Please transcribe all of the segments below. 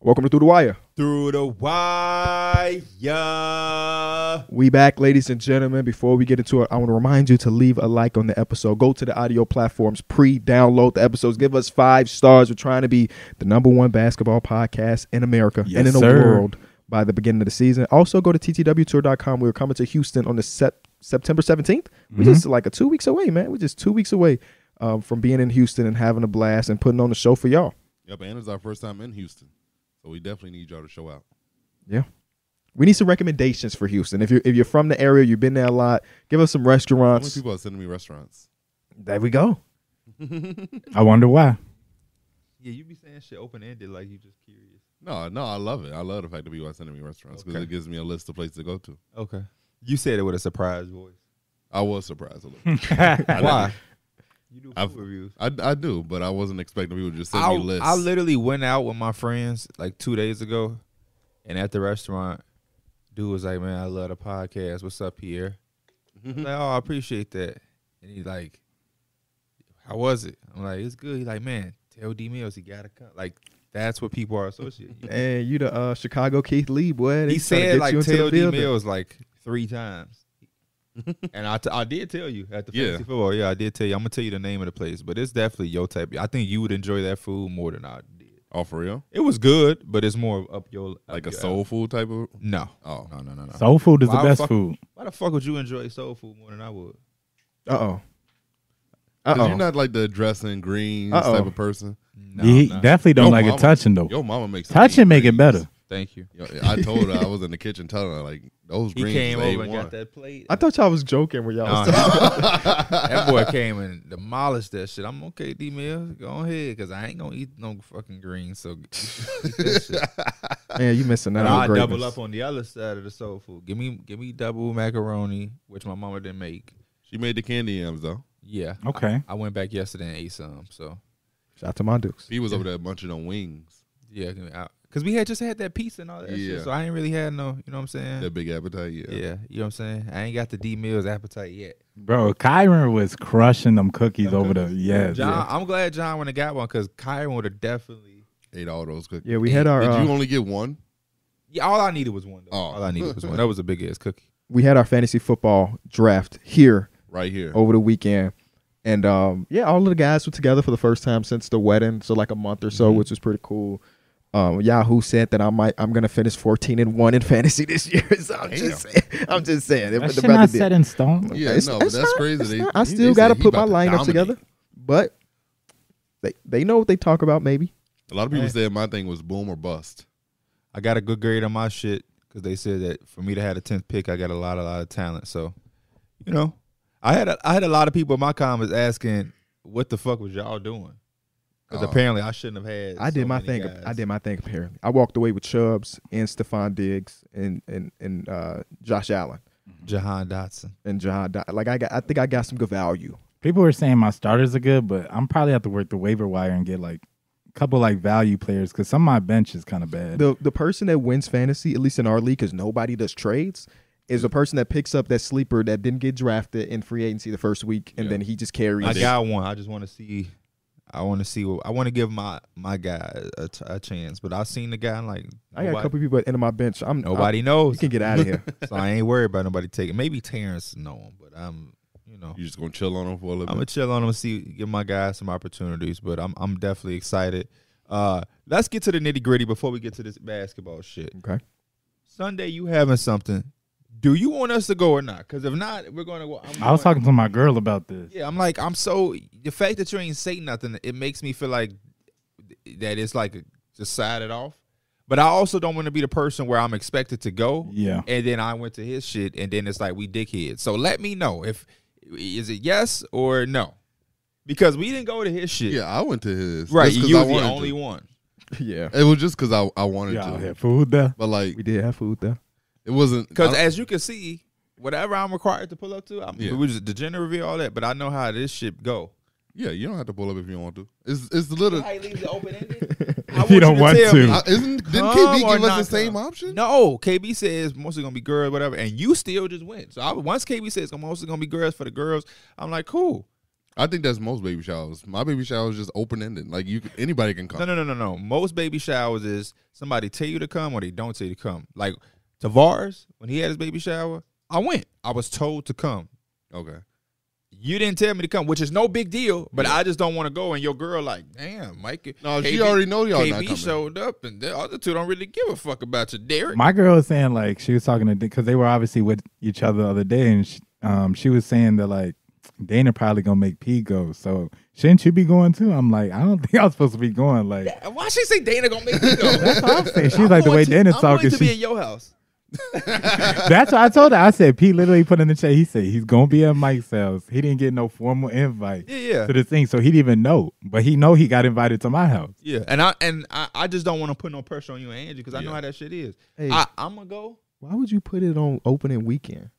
Welcome to Through the Wire. Through the wire. We back, ladies and gentlemen. Before we get into it, I want to remind you to leave a like on the episode. Go to the audio platforms, pre-download the episodes. Give us five stars. We're trying to be the number one basketball podcast in America Yes, and in the sir. world by the beginning of the season. Also, go to ttwtour.com. We're coming to Houston on the sep- September 17th. We're Mm-hmm. just like a two weeks away, man. We're just two weeks away um, from being in Houston and having a blast and putting on the show for y'all. Yep, and it's our first time in Houston, so we definitely need y'all to show out. We need some recommendations for Houston. If you're if you're from the area, you've been there a lot. Give us some How many restaurants. people are sending me restaurants? There we go. I wonder why. Yeah, you be saying shit open ended like you just curious. No, no, I love it. I love the fact that people are sending me restaurants because Okay. it gives me a list of places to go to. Okay. You said it with a surprise voice. I was surprised a little. I Why? didn't- You do I've- reviews. I, I do, but I wasn't expecting people to just send I, me lists. I literally went out with my friends like two days ago, and at the restaurant, dude was like, "Man, I love the podcast. What's up, Pierre?" I was like, "Oh, I appreciate that." And he like, "How was it?" I'm like, "It's good." He like, "Man, tell D Mills he gotta come." Like, that's what people are associating. you. And you the uh, Chicago Keith Lee boy. They tryna he get said like you into the tell D building. Mills like three times. and I, t- I did tell you at the Yeah. fantasy football. Yeah, I did tell you. I'm gonna tell you the name of the place, but it's definitely your type. I think you would enjoy that food more than I did. oh, for real? It was good, but it's more up your up Like a your soul food type of? alley. No, Oh, no, no, no, no. Soul food is Why the the best fuck- food. Why the fuck would you enjoy soul food more than I would? Uh oh. Uh 'Cause oh. you're not like the dressing greens Uh-oh. type of person. No, you no. definitely don't Yo, like mama. it touching though. Your mama makes touching make it better. thank you. Yo, I told her I was in the kitchen telling her like those He greens. came is over and A1. got that plate. I thought y'all was joking when y'all No, was he- that boy came and demolished that shit. I'm okay, D Mills. Go ahead, cause I ain't gonna eat no fucking greens. So eat that shit. Man, you missing out But I on double greatness. up on the other side of the soul food. Give me give me double macaroni, which my mama didn't make. She made the candy yams though. Yeah. Okay. I went back yesterday and ate some. So Shout out to my Dukes. He was over there munching on wings. yeah, give me- I- cause we had just had that pizza and all that Yeah. shit. So I ain't really had no, you know what I'm saying? That big appetite, yeah. yeah. you know what I'm saying? I ain't got the D Mills appetite yet. Bro, Kyron was crushing them cookies over there. Yes. John, I'm glad John went and got one because Kyron would have definitely Ate all those cookies. Yeah, we had our Did uh, you only get one? Yeah, all I needed was one though. Oh. All I needed was one. That was a big ass cookie. we had our fantasy football draft here Right here. over the weekend. And um, yeah, all of the guys were together for the first time since the wedding, so like a month or Mm-hmm. so, which was pretty cool. Um, Yahoo said that I might I'm gonna finish 14 and one in fantasy this year. So I'm just saying, I'm just saying. That What the shit not brother did. set in stone. Yeah, It's- no, but it's that's not- crazy. it's They- not. I they still said got to he put my about to lineup dominate. together, but they they know what they talk about. Maybe A lot of people Hey. said my thing was boom or bust. I got a good grade on my shit because they said that for me to have a tenth pick, I got a lot, a lot of talent. So, you know, I had a, I had a lot of people in my comments asking, "What the fuck was y'all doing?" Because Oh. apparently I shouldn't have had. I did so my many thing. guys. I did my thing. Apparently, I walked away with Chubbs and Stephon Diggs and and and uh, Josh Allen Jahan Dotson. and John. Dodd- Like I got, I think I got some good value. People were saying my starters are good, but I'm probably have to work the waiver wire and get like a couple like value players because some of my bench is kind of bad. The the person that wins fantasy, at least in our league, because nobody does trades. Is the person that picks up that sleeper that didn't get drafted in free agency the first week, and Yeah. then he just carries. I got one. I just want to see. I want to see. What, I want to give my my guy a, t- a chance. But I seen the guy and like I nobody, got a couple people at the end of my bench. I'm I, nobody you knows, can get out of here. so I ain't worried about nobody taking. Maybe Terrence know him, but I'm you know You just gonna chill on them for a little I'm bit. gonna chill on them and see give my guys some opportunities, but I'm I'm definitely excited. Uh, let's get to the nitty gritty before we get to this basketball shit. okay. Sunday, you having something? Do you want us to go or not? Because if not, we're gonna go. I'm I was going- talking to my girl about this. Yeah, I'm like I'm so the fact that you ain't say nothing, it makes me feel like that it's like just side it off. But I also don't want to be the person where I'm expected to go Yeah. and then I went to his shit, and then it's like we dickheads. So let me know if is it yes or no, because we didn't go to his shit. Yeah, I went to his. right. Just 'cause You I was the wanted only to. one. Yeah. It was just because I, I wanted Yeah, I to. had food there. But like, We did have food though. it wasn't Because I- as you can see, whatever I'm required to pull up to, I'm Yeah. we just degenerate reveal all that. But I know how this shit go. yeah, you don't have to pull up if you don't want to. It's it's the little. I leave it open ended. If you don't want to. I, isn't didn't Come KB or give us not the same come. option? No, KB says mostly gonna be girls, whatever, and you still just went. So I, once KB says I'm mostly gonna be girls for the girls, I'm like, cool. I think that's most baby showers. My baby shower is just open ended. Like you, could, anybody can come. No, no, no, no, no. Most baby showers is somebody tell you to come or they don't tell you to come. Like Tavares, when he had his baby shower, I went. I was told to come. Okay. You didn't tell me to come, which is no big deal, but I just don't want to go. And your girl, like, damn, Mike. No, she already know y'all KB not coming. showed up, and the other two don't really give a fuck about you, Derek. My girl was saying like she was talking to because they were obviously with each other the other day, and she, um, she was saying that like Dana probably gonna make P go, so shouldn't you be going too? I'm like, I don't think I was supposed to be going. Like Why she say Dana gonna make me go? that's what I'm saying. She's like the way Dana's I'm going talking. to be She, in your house. that's what I told her. I said P literally put in the chat. He said he's gonna be at Mike's house. He didn't get no formal invite Yeah, yeah. to the thing, so he didn't even know. But he know he got invited to my house. Yeah, and I and I, I just don't want to put no pressure on you and Angie because I know Yeah. how that shit is. Hey. I, I'm gonna go, Why would you put it on opening weekend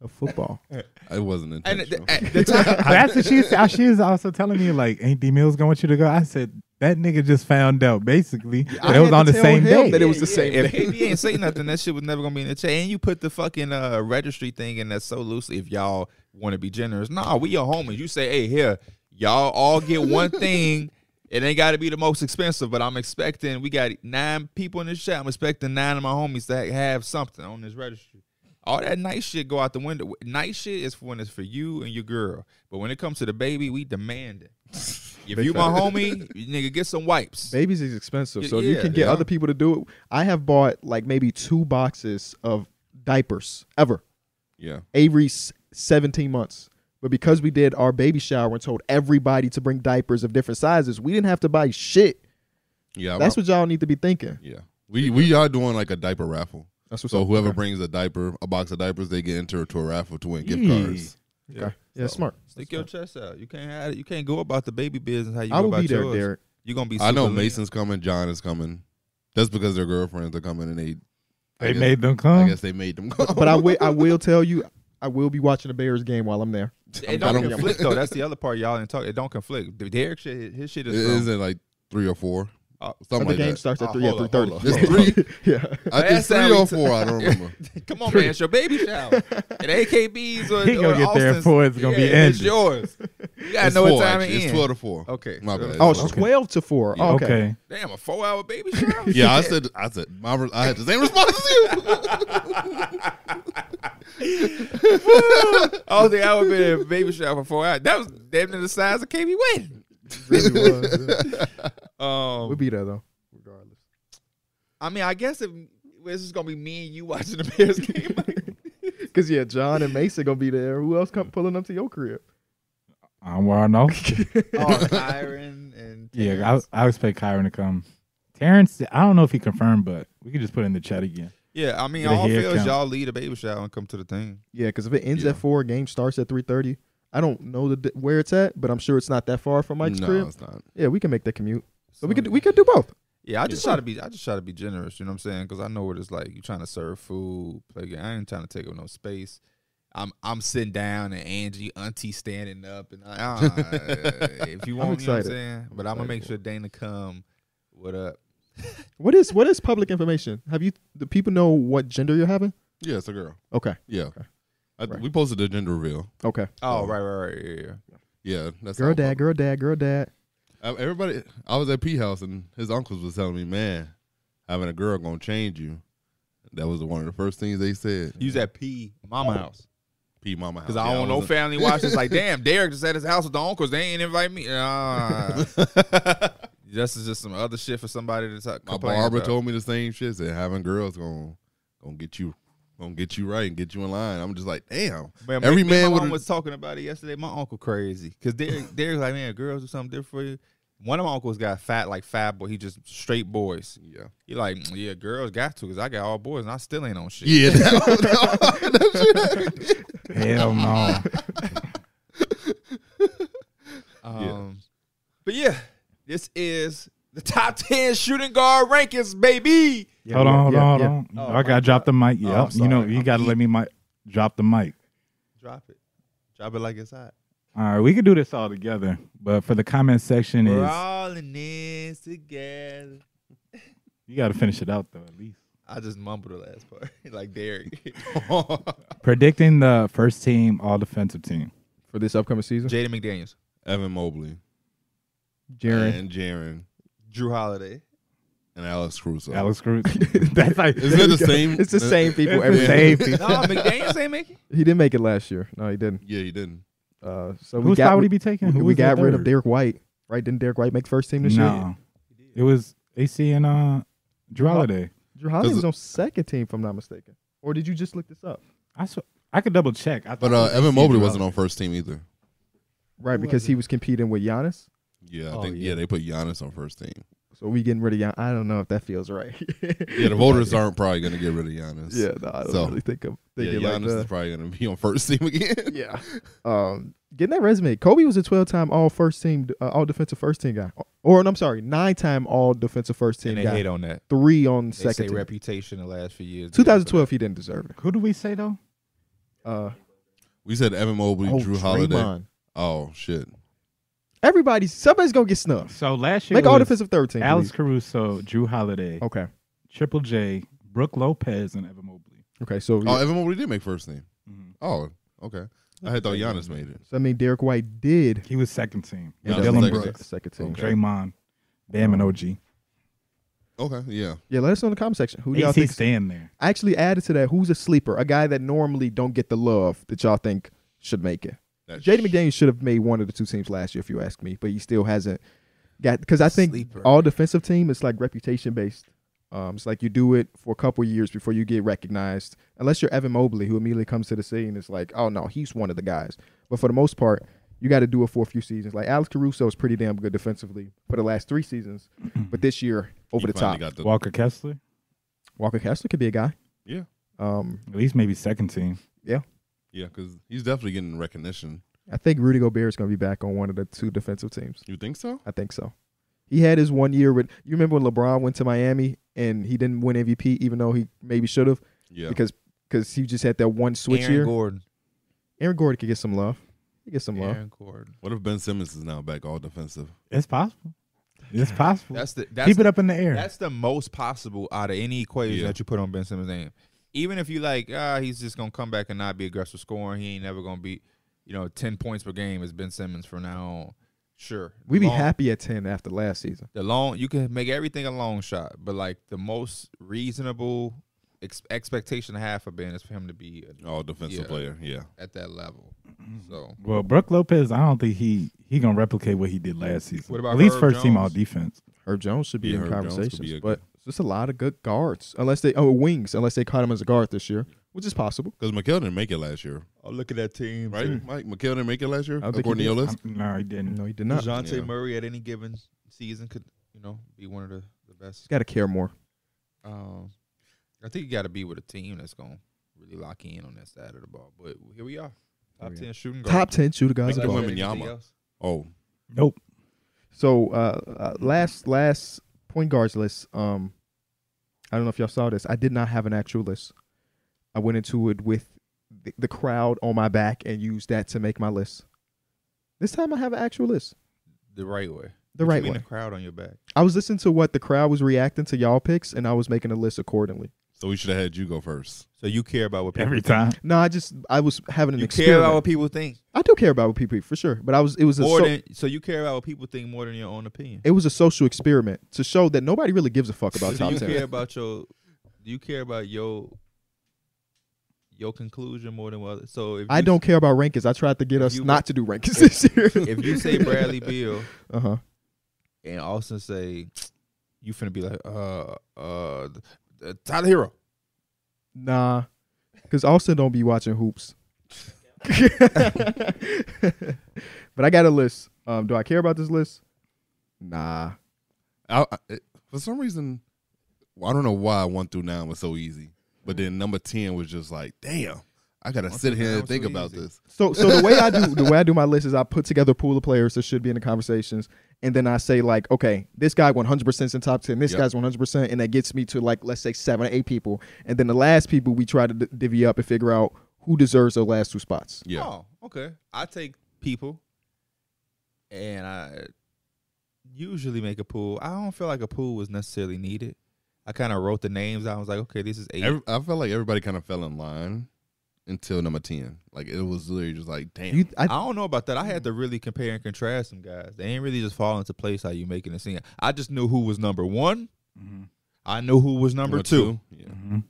of football? It wasn't and intentional. the, and the time, That's what she said. She was also telling me like, "Ain't D Mills gonna want you to go?" I said that nigga just found out basically that I it was had on to the tell same him day. that it was the same If day. KB ain't say nothing, that shit was never gonna be in the chat. And you put the fucking uh, registry thing in that so loosely. If y'all want to be generous, nah, we your homies. You say, hey, here, y'all all get one thing. It ain't got to be the most expensive, but I'm expecting we got nine people in this chat. I'm expecting nine of my homies to have something on this registry. All that nice shit go out the window. Nice shit is for when it's for you and your girl, but when it comes to the baby, we demand it. If you my homie, you nigga, get some wipes. Babies is expensive, Y- so if yeah, you can get yeah. other people to do it. I have bought like maybe two boxes of diapers ever. yeah. Avery's 17 months. But because we did our baby shower and told everybody to bring diapers of different sizes, we didn't have to buy shit. Yeah. That's well, what y'all need to be thinking. yeah. We we are doing like a diaper raffle. That's what's So up. whoever Okay. brings a diaper, a box of diapers, they get entered to a raffle to win gift Yeah. cards. Okay. Yeah, smart. Stick your chest out. You can't have it. You can't go about the baby business how you I go will about be there, yours. Derek. You're gonna be. I know super lean. Mason's coming, John is coming. That's because their girlfriends are coming and they I They guess- made them I come. guess they made them go. But I will I will tell you I will be watching the Bears game while I'm there. It I don't don't- conflict though. That's the other part y'all didn't talk. It don't conflict. The Derek shit, his shit It is. from- isn't like three or four. Oh, But Something the like game that. starts Oh, at 3 at hold up, 3:30. hold up, hold yeah. I think Last time three we or t- four. I don't remember. Come on, man. It's your baby shower. it ain't KB's or, He gonna or get there Austin's. before it's gonna be Yeah, It's ended. yours. You gotta It's know four, what time actually. it It's ends. twelve to four. Okay. My bad. Oh, It's it's twelve to 12 to 4. Oh, okay. okay. Damn, a four hour baby shower. Yeah, I said I said my re- I had the same response as you. I don't think I would be at a baby shower for four hours. That was damn near the size of KB wedding. Um, We'll be there though. Regardless. I mean, I guess if this is gonna be me and you watching the Bears game, Cuz yeah, John and Mason going to be there. Who else come pulling up to your crib? I'm wearing off. oh, Kyron and Yeah, Terrence. I, I expect Kyron to come. Terrence, I don't know if he confirmed, but we could just put it in the chat again. yeah. I mean, Get a all hair feels count. y'all lead a baby shower and come to the thing. Yeah, because if it ends Yeah. at four, game starts at three thirty. I don't know the, di- where it's at, but I'm sure it's not that far from Mike's no, crib. it's not. Yeah, we can make that commute. So we So- could we could do both. Yeah, I just try to be. I just try to be generous. You know what I'm saying? Because I know what it's like. You trying to serve food, play. Game. I ain't trying to take up no space. I'm I'm sitting down and Angie Auntie standing up and I, ah, if you I'm want, you know what I'm excited. saying. But I'm excited gonna make for sure Dana come. What up? What is what is public information? Have you do people know what gender you're having? Yeah, it's a girl. Okay, Yeah. I, Right. We posted the gender reveal. okay. Oh right, right, right. Yeah, yeah. Yeah, that's Girl, all dad, girl, dad, girl, dad. Uh, Everybody, I was at P House and his uncles was telling me, man, having a girl gonna change you. That was one of the first things they said. You was at P Mama House. P Mama House. Cause I Yeah, don't know wasn't- family watch. It's like, damn, Derek just at his house with the uncles. They ain't invite me. Nah. this is just some other shit for somebody to talk. My complain barber about. told me the same shit. Said having girls gonna gonna get you gonna get you right and get you in line. I'm just like, damn. Man, Every me- me and man my would- mom was talking about it yesterday. My uncle crazy. Cause Derek, Derek's like, man, girls do something different for you. One of my uncles got fat like fat boy. He just straight boys. Yeah. He like, "Mm, yeah, girls got to. Cause I got all boys and I still ain't on shit. Yeah. that- that shit- Hell no. Um, But yeah, this is the top ten shooting guard rankings, baby. Yeah, hold yeah, on, hold yeah, on, hold yeah. on. Oh, I my gotta drop the mic. Oh, Yeah, I'm you know sorry. you I'm gotta let me mic drop the mic. Drop it. Drop it like it's hot. All right, we could do this all together, but for the comment section We're is all in this together. you gotta finish it out though at least. I just mumbled the last part, like Derek. Predicting the first team all defensive team. For this upcoming season, Jaden McDaniels. Evan Mobley Jaren. and Jaren Drew Holiday. and Alex Caruso. Alex Cruz. That's like Isn't it the same? It's the same people it's every the day. same no, people. McDaniels ain't making. He didn't make it last year. No, he didn't. Yeah, he didn't. Uh, so we Who got spot would he be taking? we, Who we was the got rid of third? Derek White, right? Didn't Derek White make first team this year? No, it was AC and uh, Drew Holiday. Drew Holiday Does was it- on second team, if I'm not mistaken. Or did you just look this up? I sw- I could double check. I But uh, Evan Mobley wasn't on first team either. Right, because he was competing with Giannis. Yeah, I Oh, think yeah. yeah. they put Giannis on first team. So we getting rid of Giannis. I don't know if that feels right. Yeah, the voters aren't probably gonna get rid of Giannis. yeah, no, I don't So, really think of yeah, thinking like Giannis that. is probably gonna be on first team again. yeah. Um, getting that resume. Kobe was a 12 time all first team, uh, all defensive first team guy. Or, no, I'm sorry, nine time all defensive first team And they guy. hate on that. Three on They second say team. reputation the last few years. 2012, he didn't deserve it. Who do we say though? Uh, we said Evan Mobley, oh, Drew Holiday. Draymond. Oh shit. Everybody's, somebody's going to get snubbed. So last year Make all was defensive third team. Alex please. Oh. Caruso, Drew Holiday, Okay. Triple J, Brooke Lopez, and Evan Mobley. Okay. So, Oh, Evan Mobley did make first team. Mhm. Oh, okay. I had thought Giannis made it. so, I mean, Derek White did He was second team. Yeah, end up Dylan second- Brooks, second team. Okay. Draymond, Bam, Oh. and OG. Okay, yeah. Yeah, let us know in the comment section. Who do y'all AC think? staying there. I actually added to that. Who's a sleeper? A guy that normally don't get the love that y'all think should make it. That Jaden sh- McDaniels should have made one of the two teams last year, if you ask me, but he still hasn't got because I think Sleeper. all defensive team it's like reputation based. Um, it's like you do it for a couple years before you get recognized, unless you're Evan Mobley, who immediately comes to the scene. It's like, oh no, he's one of the guys. But for the most part, you got to do it for a few seasons. Like Alex Caruso is pretty damn good defensively for the last three seasons, but this year over he the finally top. got the- Walker Kessler, Walker Kessler could be a guy. Yeah. Um, at least maybe second team. yeah, because he's definitely getting recognition. I think Rudy Gobert is going to be back on one of the two defensive teams. You think so? I think so. He had his one year with. You remember when LeBron went to Miami and he didn't win MVP, even though he maybe should have Yeah. because because he just had that one switch Aaron year. Gordon. Aaron Gordon could get some love. He get some love. Aaron Gordon. what if Ben Simmons is now back all defensive? It's possible. It's possible. That's the that's Keep the, it up in the air. that's the most possible out of any equation Yeah. that you put on Ben Simmons' name. Even if you like, ah, he's just gonna come back and not be aggressive scoring. He ain't never gonna be, you know, ten points per game is Ben Simmons from now on. Sure, We'd be long- happy at ten after last season. The long you can make everything a long shot, but like the most reasonable ex- expectation I have for Ben is for him to be a- All defensive Yeah. player. Yeah. at that level. So well, Brooke Lopez, I don't think he he gonna replicate what he did last season. What about at least Herb first team Jones? all defense. Herb Jones should be Yeah, in Herb Jones could conversations, be a but there's a lot of good guards unless they oh wings unless they caught him as a guard this year, which is possible. Because McHale didn't make it last year, I'll Oh, look at that team, right? Mike McHale didn't make it last year. I don't think According to he your did. list, I'm- no, he didn't. No, he did not. DeJounte Yeah. Murray at any given season could, you know, be one of the, the best. He's got to care more. Um, I think you got to be with a team that's going to really lock in on that side of the ball. But here we are. Top Here we 10 shooting guard. Top ten shooter guards. Make the in the league. women Yama. oh, Nope. So uh, uh, last last point guards list. Um, I don't know if y'all saw this. I did not have an actual list. I went into it with the, the crowd on my back and used that to make my list. This time I have an actual list. The right way. The What you right mean way. The crowd on your back. I was listening to what the crowd was reacting to y'all picks, and I was making a list accordingly. so we should have had you go first. So you care about what people Every time. No, I just I was having an You care experiment. about what people think. I do care about what people eat, for sure, but I was it was a More so, than, so you care about what people think more than your own opinion. it was a social experiment to show that nobody really gives a fuck about So top you ten. care about your do you care about your your conclusion more than what others? So if I you- don't care about rankings. I tried to get If us you- not to do rankings this year. if you say Bradley Beal uh huh. and Austin say you finna be like uh uh th- th- Tyler Hero. Nah, because Austin don't be watching hoops. but I got a list. Um, do I care about this list? Nah. I, I, it- for some reason, well, I don't know why one through nine was so easy, but then number ten was just like, damn, I gotta One sit through here nine and was think so about easy. this. So so the way I do the way I do my list is I put together a pool of players that should be in the conversations, and then I say like, okay, this guy 100 percent is in top 10. This Yep. guy's 100, percent and that gets me to like let's say seven or eight people, and then the last people we try to d- divvy up and figure out who deserves the last two spots. Yeah, Oh, okay. I take people and I usually make a pool. I don't feel like a pool was necessarily needed. I kind of wrote the names. out. I was like, okay, this is eight. Every, I felt like everybody kind of fell in line. until number ten. Like it was literally just like, damn. You, I, I don't know about that. I had to really compare and contrast some guys. They ain't really just fall into place how you making a scene. I just knew who was number one. Mhm. Mm-hmm. I knew who was number, two. Yeah. Mhm.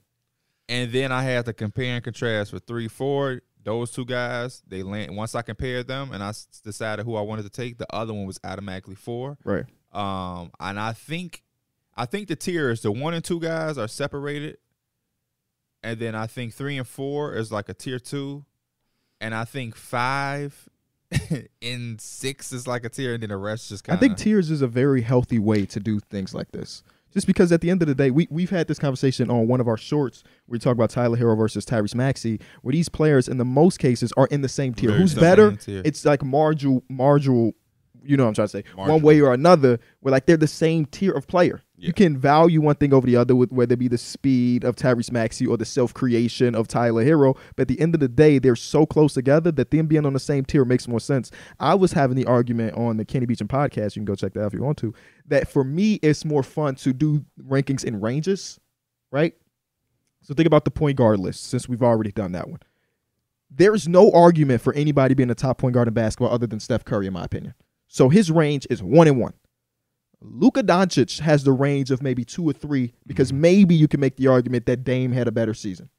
And then I had to compare and contrast for three, four. Those two guys, they land. Once I compared them, and I s- decided who I wanted to take, the other one was automatically four. right. Um, and I think, I think the tiers, the one and two guys are separated, and then I think three and four is like a tier two, and I think five and six is like a tier, and then the rest just kind I of. think tiers is a very healthy way to do things like this. Just because at the end of the day, we, we've had this conversation on one of our shorts. We talk about Tyler Hero versus Tyrese Maxey, where these players, in the most cases, are in the same tier. Very Who's same better? tier. It's like marginal, marginal, you know what I'm trying to say, one Marginal. way or another, where like they're the same tier of player. Yeah. You can value one thing over the other, with whether it be the speed of Tyrese Maxey or the self creation of Tyler Hero. But at the end of the day, they're so close together that them being on the same tier makes more sense. I was having the argument on the Kenny Beecham podcast. You can go check that out if you want to. That for me, it's more fun to do rankings in ranges, right? So think about the point guard list since we've already done that one. There is no argument for anybody being a top point guard in basketball other than Steph Curry, in my opinion. So his range is one and one. Luka Doncic has the range of maybe two or three because Mm-hmm. maybe you can make the argument that Dame had a better season.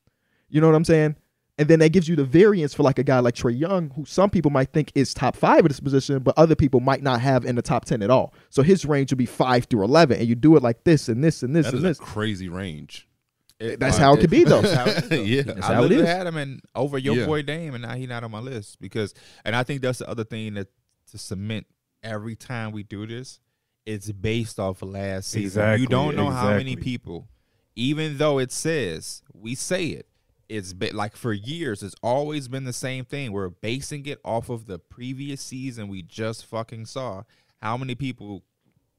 You know what I'm saying? And then that gives you the variance for like a guy like Trey Young, who some people might think is top five at this position, but other people might not have in the top ten at all. So his range would be five through eleven, and you do it like this and this and this That and this. is a crazy range. It- That's how it could be, though. That's how it is, though. Yeah. That's I how it literally is. had him and over your Yeah. boy Dame, and now he not on my list because. And I think that's the other thing that to cement every time we do this, it's based off of last season. Exactly, you don't know how many exactly. people, even though it says we say it, it's been like for years. It's always been the same thing. We're basing it off of the previous season we just fucking saw. How many people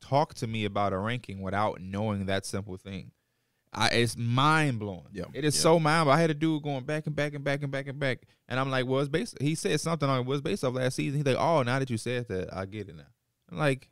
talk to me about a ranking without knowing that simple thing? I, it's mind blowing. Yeah. It is so mind blowing. I had a dude going back and back and back and back and back. And I'm like, well, it's based he said something on it was based off last season. He's like, Oh, now that you said that, I get it now. I'm like,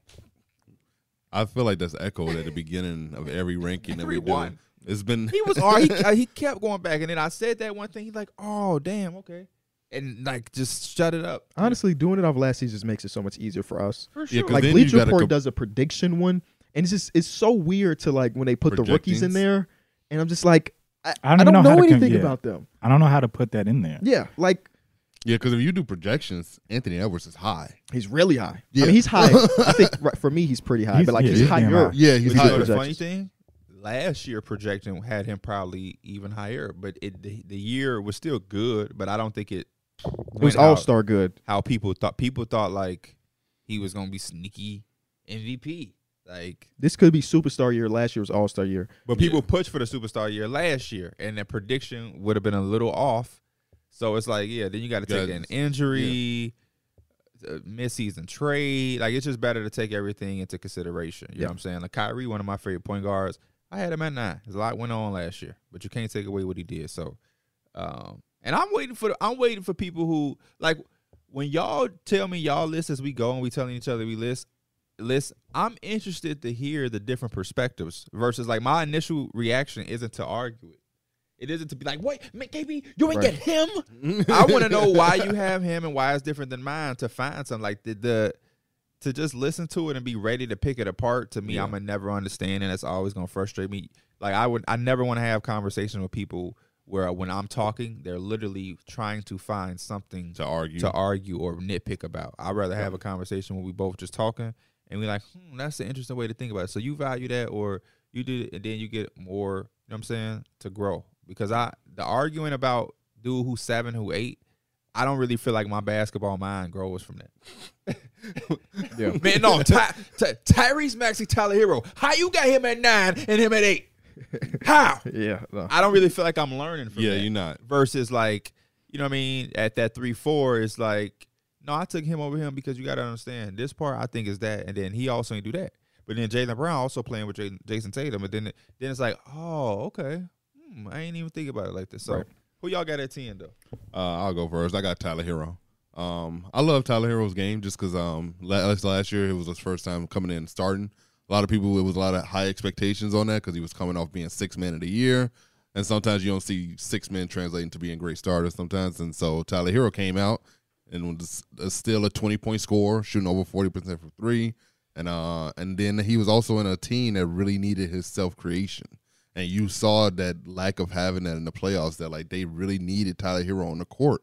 I feel like that's echoed at the beginning of every ranking that we do. Everyone. It's been he was all he uh, he kept going back. And then I said that one thing, he's like, Oh, damn, okay. And like just shut it up. Honestly, doing it off last season just makes it so much easier for us. For Yeah, sure. 'cause Like then you Bleach gotta Report comp- does a prediction one, and it's just it's so weird to like when they put the rookies in Projectings. there, and I'm just like, I, I don't I even don't know how know, to con- anything yeah. about them. I don't know how to put that in there. Yeah, like yeah, because if you do projections, Anthony Edwards is high. he's really high. I Yeah. mean, he's high. I think right, for me, he's pretty high, He's- but like yeah, he's he's damn higher. high. Yeah, But you he's know high. higher. the funny thing? Last year projection had him probably even higher, but it the, the year was still good, but I don't think it It was went out all star good. how people thought people thought like he was gonna be sneaky MVP. Like This could be superstar year. Last year was all star year. but people pushed for the superstar year last year and the prediction would have been a little off. So it's like, yeah, then you gotta take Guys, an injury, uh mid-season trade. Like it's just better to take everything into consideration. You Yeah. know what I'm saying? Like Kyrie, one of my favorite point guards. I had him at nine. There's A lot went on last year, but you can't take away what he did. So um and I'm waiting for the, I'm waiting for people who like when y'all tell me y'all list as we go and we telling each other we list list i'm interested to hear the different perspectives versus like my initial reaction isn't to argue it it isn't to be like wait man, KB, you ain't Right. get him i want to know why you have him and why it's different than mine to find something like the, the to just listen to it and be ready to pick it apart to me Yeah. i'm gonna never understand and that's always gonna frustrate me like i would i never want to have conversation with people where when i'm talking they're literally trying to find something to argue. to argue or nitpick about. I'd rather have a conversation where we both just talking and we like, hmm, that's an interesting way to think about it. So you value that or you do it and then you get more, you know what I'm saying, to grow. Because I the arguing about dude who's seven, who eight, I don't really feel like my basketball mind grows from that. Yeah. Man, no, Ty, Ty, Tyrese Maxey Tyler Hero. How you got him at nine and him at eight? How? Yeah, no. I don't really feel like I'm learning from yeah, that you're not. versus like you know what I mean at that three four it's like no I took him over him because you got to understand this part I think is that and then he also ain't do that but then Jalen Brown also playing with Jaden Jason Tatum but then then it's like oh okay hmm, I ain't even think about it like this so Right. who y'all got at ten though Uh, I'll go first. I got Tyler Hero. Um, I love Tyler Hero's game just because um, last last year it was his first time coming in and starting. A lot of people, it was a lot of high expectations on that because he was coming off being six man of the year, And sometimes you don't see six men translating to being great starters sometimes. And so Tyler Hero came out and was uh, still a 20 point score, shooting over 40% from three. And uh, and then he was also in a team that really needed his self creation. And you saw that lack of having that in the playoffs that like they really needed Tyler Hero on the court.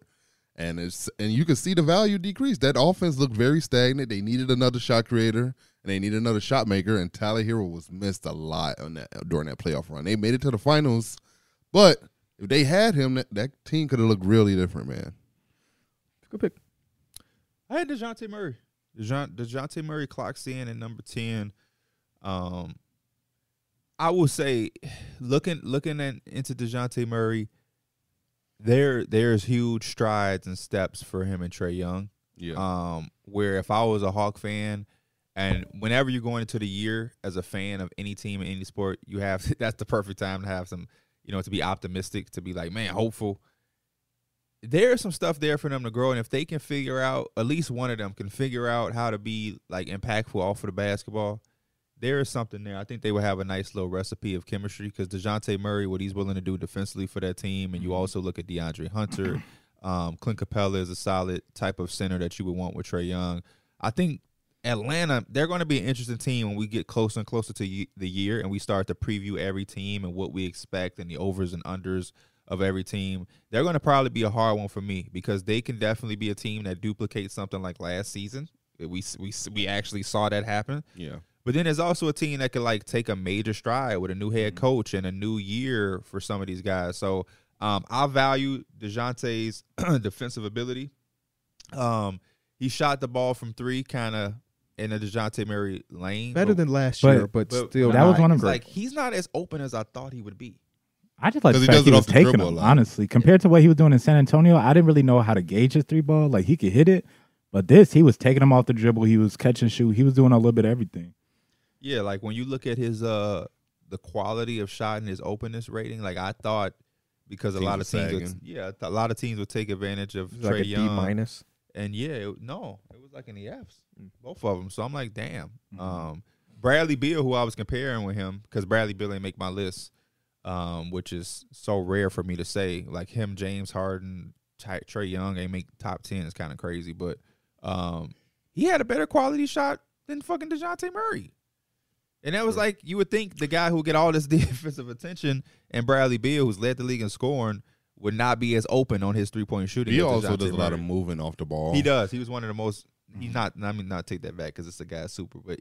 And it's and you could see the value decrease. That offense looked very stagnant. They needed another shot creator and they needed another shot maker. And Tyler Hero was missed a lot on that during that playoff run. They made it to the finals, but if they had him, that, that team could have looked really different, man. Good pick. I had DeJounte Murray. DeJounte, DeJounte Murray clocks in at number 10. Um, I will say, looking looking at, into DeJounte Murray, there there's huge strides and steps for him and Trey Young. Yeah. Um, where if I was a Hawk fan, and whenever you're going into the year as a fan of any team in any sport, you have that's the perfect time to have some, you know, to be optimistic, to be like, man, hopeful. There's some stuff there for them to grow, and if they can figure out, at least one of them can figure out how to be like impactful off of the basketball. There is something there. I think they would have a nice little recipe of chemistry because Dejounte Murray, what he's willing to do defensively for that team, and you also look at DeAndre Hunter. Um, Clint Capella is a solid type of center that you would want with Trey Young. I think Atlanta, they're going to be an interesting team when we get closer and closer to ye- the year and we start to preview every team and what we expect and the overs and unders of every team. They're going to probably be a hard one for me because they can definitely be a team that duplicates something like last season. We, s- we, s- we actually saw that happen. Yeah. But then there's also a team that could like take a major stride with a new head coach and a new year for some of these guys. So um, I value Dejounte's defensive ability. Um, he shot the ball from three, kind of in the Dejounte Murray lane. Better but- than last But- year, but, but still. That was not one of it's great. like he's not as open as I thought he would be. I just like 'Cause the he fact does he, it was off the taking dribble them, a lot. honestly. Compared to what he was doing in San Antonio, I didn't really know how to gauge his three ball. Like he could hit it, but this, he was taking them off the dribble. He was catching shoot. He was doing a little bit of everything. Yeah, like when you look at his uh the quality of shot and his openness rating, like I thought because a Teams lot were of teams, would, sagging. yeah, a lot of teams would take advantage of It was Trey like a D Young. minus. and yeah, it, no, it was like in the F's, Mm. both of them. So I'm like, damn. Mm-hmm. Mhm. Um, Bradley Beal, who I was comparing with him, because Bradley Beal ain't make my list, um, which is so rare for me to say. Like him, James Harden, Ty- Trey Young ain't make top ten. It's kind of crazy, but um, he had a better quality shot than fucking Dejounte Murray. And that was like you would think the guy who get all this defensive attention and Bradley Beal, who's led the league in scoring, would not be as open on his three point shooting. He as also DeJounte does a lot Murray. of moving off the ball. He does. Mm-hmm. He was one of the most. He's not. I mean, not take that back because it's a guy super, but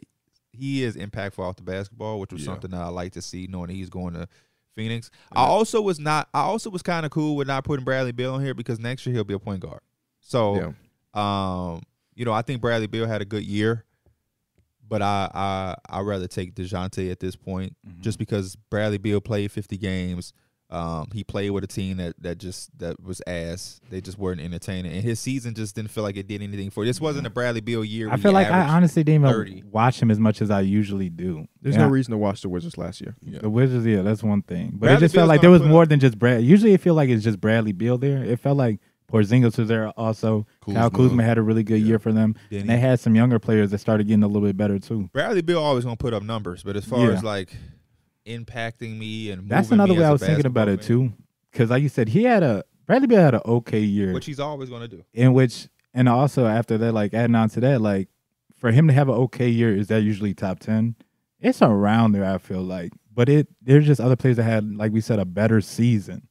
he is impactful off the basketball, which was Yeah. something that I like to see, knowing that he's going to Phoenix. I also was not. I also was kind of cool with not putting Bradley Bill on here because next year he'll be a point guard. So, um, you know, I think Bradley Bill had a good year, but I I I rather take Dejounte at this point Mm-hmm. just because Bradley Beal played 50 games. Um, he played with a team that, that just that was ass. They just weren't entertaining, and his season just didn't feel like it did anything for. This wasn't a Bradley Beal year. I where he feel like I averaged- honestly didn't even 30. watch him as much as I usually do. There's And no I- reason to watch the Wizards last year. Yeah. The Wizards, yeah, that's one thing. But Bradley it just felt Beal's like there gonna was put more up- than just Brad. Usually, it feel like it's just Bradley Beal there. It felt like Porzingis was there also. Kyle Kuzma. Kuzma had a really good year for them. Did And he? they had some younger players that started getting a little bit better too. Bradley Beal always gonna put up numbers, but as far Yeah. as like impacting me and That's moving another me way as I a was thinking about it basketball too, because like you said, he had a Bradley Beal had an okay year, fan, which he's always gonna do. in which and also after that, like adding on to that, like for him to have an okay year, is that usually top ten? It's around there, I feel like, but it there's just other players that had, like we said, a better season.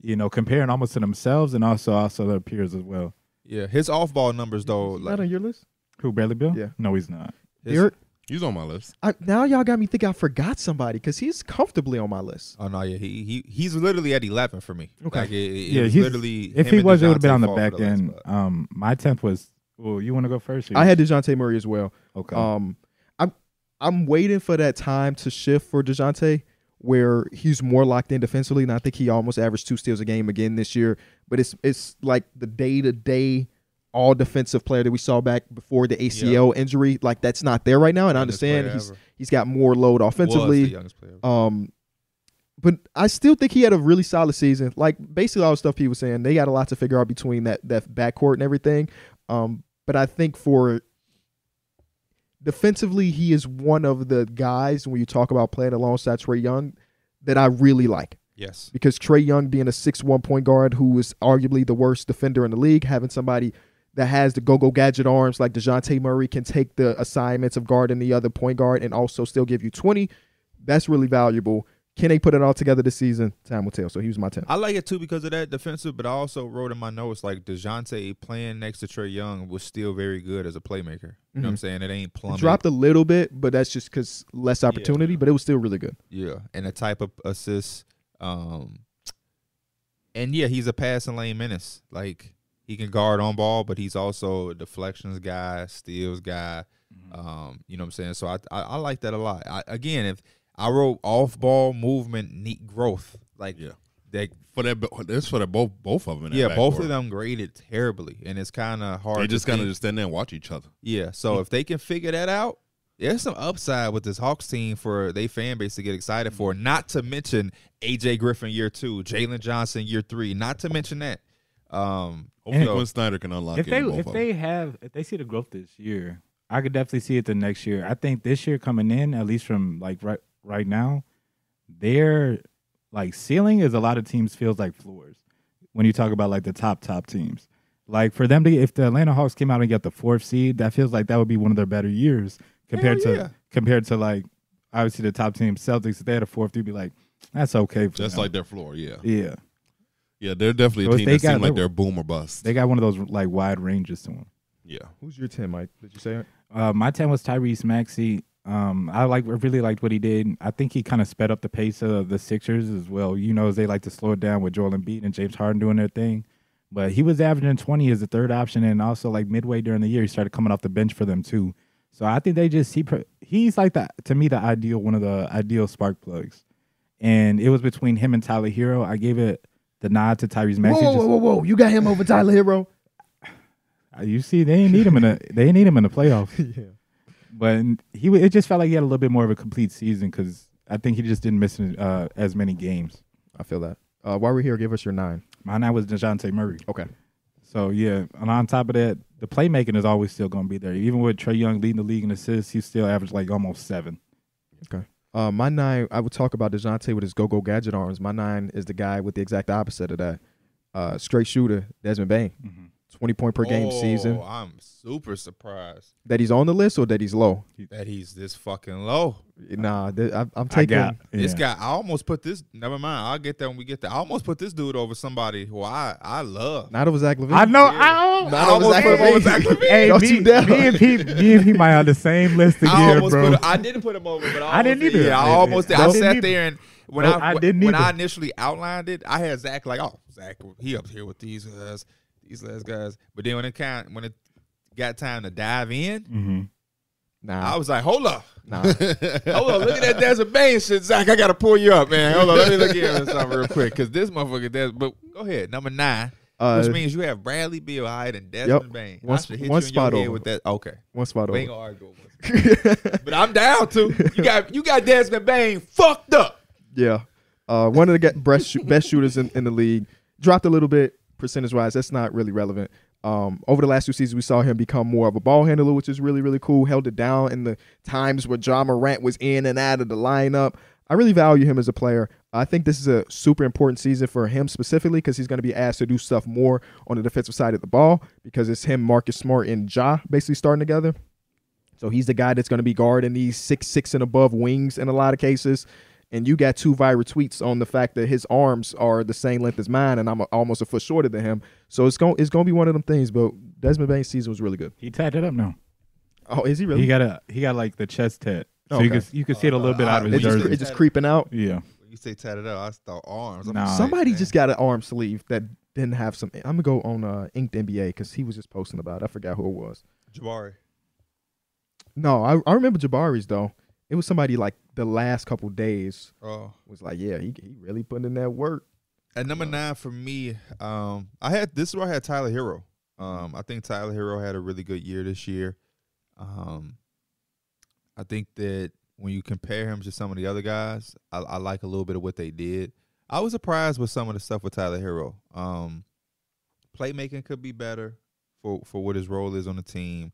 You know, comparing almost to themselves and also also their peers as well. Yeah, his off ball numbers though, Is he like not on your list? Who Bradley Bill? Yeah. no, he's not. his- Derek- He's on my list. I, now y'all got me think I forgot somebody because he's comfortably on my list. Oh no, yeah, he he he's literally at eleven for me. Okay. Like, it- it yeah, was he's literally. If him he and was, it DeJounte would have been on the fought for back last end. spot. Um, my tenth was. Well, you want to go first? or I you- had Dejounte Murray as well. okay. Um, I'm I'm waiting for that time to shift for Dejounte where he's more locked in defensively, and I think he almost averaged two steals a game again this year. But it's it's like the day to day all defensive player that we saw back before the ACL injury. Like that's not there right now, and I Youngest player understand he's ever. he's got more load offensively. Was the youngest player. Um, but I still think he had a really solid season. Like basically all the stuff he was saying, they got a lot to figure out between that that backcourt and everything. Um, but I think for defensively, he is one of the guys when you talk about playing alongside Trey Young that I really like. Yes. because Trey Young being a six one point guard who is arguably the worst defender in the league, having somebody that has the go go gadget arms like DeJounte Murray can take the assignments of guarding the other point guard and also still give you 20, that's really valuable. Can they put it all together this season? Time will tell. So he was my 10. I like it too because of that defensive, but I also wrote in my notes like DeJounte playing next to Trey Young was still very good as a playmaker. You know what I'm saying? It ain't It plumbing. dropped a little bit, but that's just because less opportunity, but it was still really good. Yeah, and the type of assist. Um, and yeah, he's a passing lane menace. Like he can guard on ball, but he's also a deflections guy, steals guy. Um, you know what I'm saying? So I I, I like that a lot. I, again, if I wrote off ball movement, neat growth, like Yeah. that. For that, that's for the both both of them. in that Yeah, both backcourt. of them graded terribly, and it's kind of hard. They to just kind of think- just stand there and watch each other. yeah. So if they can figure that out, there's some upside with this Hawks team for they fan base to get excited for. Not to mention AJ Griffin year two, Jalen Johnson year three. Not to mention that. Um, Hopefully, so- Quinn Snyder can unlock if it. they in both if of they them. have if they see the growth this year, I could definitely see it the next year. I think this year coming in, at least from like right right now, their like ceiling is a lot of teams feels like floors when you talk about like the top top teams. Like for them to if the Atlanta Hawks came out and got the fourth seed, that feels like that would be one of their better years compared Hell to yeah. compared to like obviously the top team Celtics. If they had a fourth, you'd be like, that's okay for that's them. like their floor. Yeah, yeah. yeah, they're definitely So a if team they that got- seem like they- they're boom or bust. They Uh, got one of those like wide ranges to them. yeah, Who's your 10, Mike? Did you say it? Uh, my ten was Tyrese Maxey. Um, I like I really liked what he did. I think he kind of sped up the pace of the Sixers as well. You know, they like to slow it down with Joel Embiid and James Harden doing their thing. But he was averaging twenty as the third option, and also like midway during the year, he started coming off the bench for them too. So I think they just he pro- he's like the to me the ideal one of the ideal spark plugs. And it was between him and Tyler Hero. I gave it the nod to Tyrese Whoa, Maxey. whoa, whoa, whoa. You got him over Tyler Hero? Uh, You see, they ain't need him in a they ain't need him in the playoffs. yeah. But he, it just felt like he had a little bit more of a complete season because I think he just didn't miss uh, as many games. I feel that. Uh, while we're here, give us your nine. Mine I was Dejounte Murray. Okay. So yeah, and on top of that, the playmaking is always still going to be there. Even with Trey Young leading the league in assists, he still averaged like almost seven. Uh, my nine, I would talk about DeJounte with his go go gadget arms. My nine is the guy with the exact opposite of that. Uh, straight shooter, Desmond Bain. 20 point per game Mm-hmm. Oh, season. I'm super surprised That he's on the list or that he's low? that he's this fucking low. Nah, th- I, I'm taking. I got This yeah. guy, I almost put this. Never mind. I'll get that when we get there. I almost put this dude over somebody who I I love. Not over Zach Levine. I know. Yeah. I, Not I over almost Zach put him over Levine. Zach Levine. hey, Don't me, you dare. me and he, me and he might on the same list I again, almost bro. put. I didn't put him over, but I, I didn't almost- either. Yeah, I I didn't almost. Did. either. I No, sat didn't there and when No, I, I didn't when I either. initially outlined it, I had Zach like, oh, Zach, he up here with these guys, these last guys. But then when it kind, when it got time to dive in, hmm I Nah, was like, hold up, nah. hold up, look at that Desert Bain shit, Zach. I gotta pull you up, man. Hold on, let me look here at something real quick because this motherfucker does. But go ahead, number nine. Uh, Which means you have Bradley Beal, Hyde, and Desmond Bain. One I sp- should hit one you in spot your head over. with that. Okay, One spot we ain't over. gonna argue. Over. it. But I'm down too. You got you got Desmond Bain fucked up. yeah. Uh, one of the ge- best, shoo- best shooters in, in the league. Dropped a little bit percentage wise. That's not really relevant. Um, over the last two seasons, we saw him become more of a ball handler, which is really, really cool. Held it down in the times where John Morant was in and out of the lineup. I really value him as a player. I think this is a super important season for him specifically because he's going to be asked to do stuff more on the defensive side of the ball because it's him, Marcus Smart, and Ja basically starting together. So he's the guy that's going to be guarding these six six and above wings in a lot of cases. And you got two viral tweets on the fact that his arms are the same length as mine, and I'm a- almost a foot shorter than him. So it's going it's going to be one of them things. But Desmond Bain's season was really good. He tied it up now. Oh, is he really? He got a he got like the chest tat, so you Okay. can you can see it a little bit Uh, out of it's his just, jersey. it's just creeping out. yeah, When you say tatted up, I thought arms. I'm Nah. like, Somebody man. just got an arm sleeve that didn't have some. I'm gonna go on uh, Inked NBA because he was just posting about. it. I forgot who it was. Jabari. No, I, I remember Jabari's though. It was somebody like the last couple days Oh, was like, yeah, he, he really putting in that work. at number nine for me, um, I had this is where I had Tyler Hero. Um, I think Tyler Hero had a really good year this year. Um, I think that when you compare him to some of the other guys, I, I like a little bit of what they did. I was surprised with some of the stuff with Tyler Hero. Um, playmaking could be better for for what his role is on the team.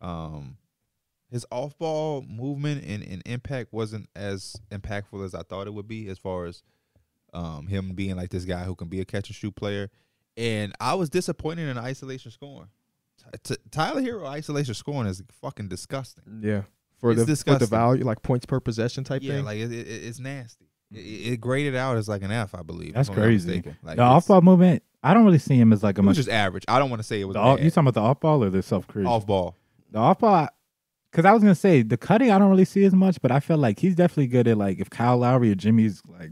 Um, his off ball movement and, and impact wasn't as impactful as I thought it would be as far as um, him being like this guy who can be a catch and shoot player. And I was disappointed in isolation scoring. T- T- Tyler Hero isolation scoring is fucking disgusting. Yeah. For It's the, for the disgusting. value, like points per possession type yeah, thing. Mm. like it, it, it's nasty. It, it graded out as like an F, I believe. if That's I'm not crazy. mistaken. Like the it's- off ball movement, I don't really see him as like a it was much. just average. I don't want to say it was The off, bad. you talking about the off ball or the self creation? off ball. The off ball, because I was gonna say the cutting, I don't really see as much, but I feel like he's definitely good at like if Kyle Lowry or Jimmy's like,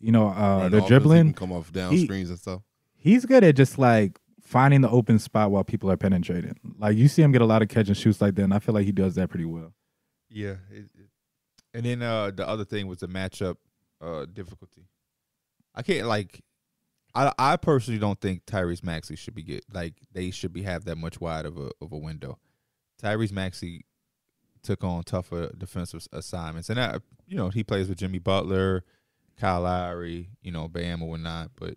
you know, uh, Running they're offense, he can dribbling. come off down He- screens and stuff. He's good at just like finding the open spot while people are penetrating. Like you see him get a lot of catch and shoots like that, and I feel like he does that pretty well. Yeah. it- it- and then uh, the other thing was the matchup uh, difficulty. I can't like. I, I personally don't think Tyrese Maxey should be get like they should be have that much wide of a of a window. Tyrese Maxey took on tougher defensive assignments, and I you know he plays with Jimmy Butler, Kyle Lowry, you know Bam or whatnot, but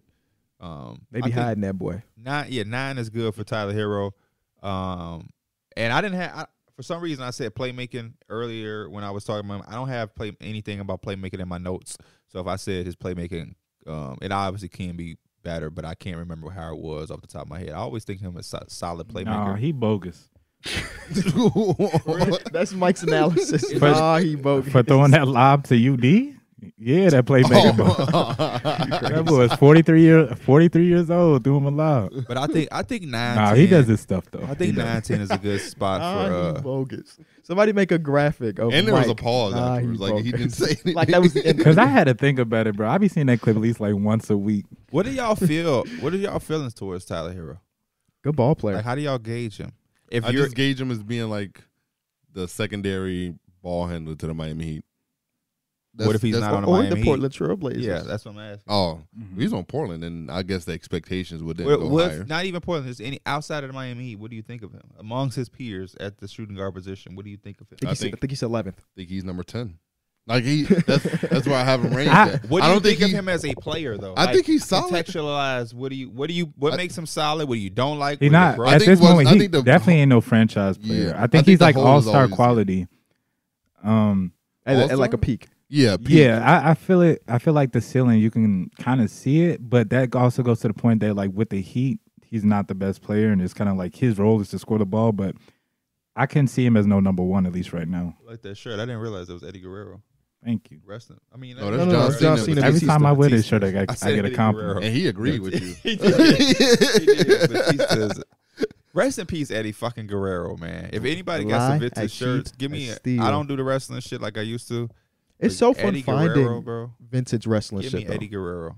um, they I be think- hiding that boy. nine yeah nine is good for tyler hero um and i didn't have I, for some reason i said playmaking earlier when i was talking about him. i don't have play anything about playmaking in my notes so if i said his playmaking um it obviously can be better but i can't remember how it was off the top of my head i always think him as so- solid Nah, playmaker he bogus That's Mike's analysis. For- nah, he bogus. for throwing that lob to UD. Yeah, that Oh. playmaker. bogus. That boy is 43 year 43 years old doing him a lob. but i think i think nine Nah, he 10 does his stuff though. i think nine ten is a good spot Nah, for he uh bogus. Somebody make a graphic. Of and there was a Mike. pause Nah, afterwards. he Like he bogus. didn't say anything. like that was the end. Cause I had to think about it, bro. I be seeing that clip at least like once a week. what do y'all feel what are y'all feelings towards tyler hero Good ball player. like how do y'all gauge him if I you're just gauge him as being like the secondary ball handler to the Miami Heat. What if he's that's not what- on a or Miami the Heat. Portland Trailblazers. yeah that's what i'm asking Oh, Mm-hmm. he's on Portland, and I guess the expectations would then Well, go well, if higher. not even Portland, just any outside of the Miami Heat. What do you think of him amongst his peers at the shooting guard position? What do you think of I him? think, I he's, I think- think he's 11th. I think he's number ten. Like he, that's that's where I have him ranked. I- at. What do I you don't think, he- of him as a player, though? I think he's solid. Contextualize. What do you? What do you? What I- makes him solid? What do you don't like? He What not you I at brush- think this was- moment. I he think the- definitely ain't no franchise player. Yeah. I I think think he's the like hole is all star always- quality. Um, At, at like All-star? a peak. Yeah, Pete, yeah, I, I feel it. I feel like the ceiling. You can kind of see it, but that also goes to the point that like with the Heat, he's not the best player, and it's kind of like his role is to score the ball. But I can see him as no number one at least right now. like that shirt. I didn't realize it was Eddie Guerrero Thank you. wrestling. I mean, No, that- that's No, no, no, John it's John Cena. Cena. Every Batista, time I wear this Batista. shirt, I, I, I I said get a Eddie compliment. and he agreed with you. He did. He did. Batista's- Rest in peace, Eddie fucking Guerrero, man. If anybody Lie, got some I vintage shirts, cheat, give I me. I steal. I don't do the wrestling shit like I used to. It's But so fun Eddie finding Guerrero, bro. vintage wrestling Give me shit. though. Eddie Guerrero.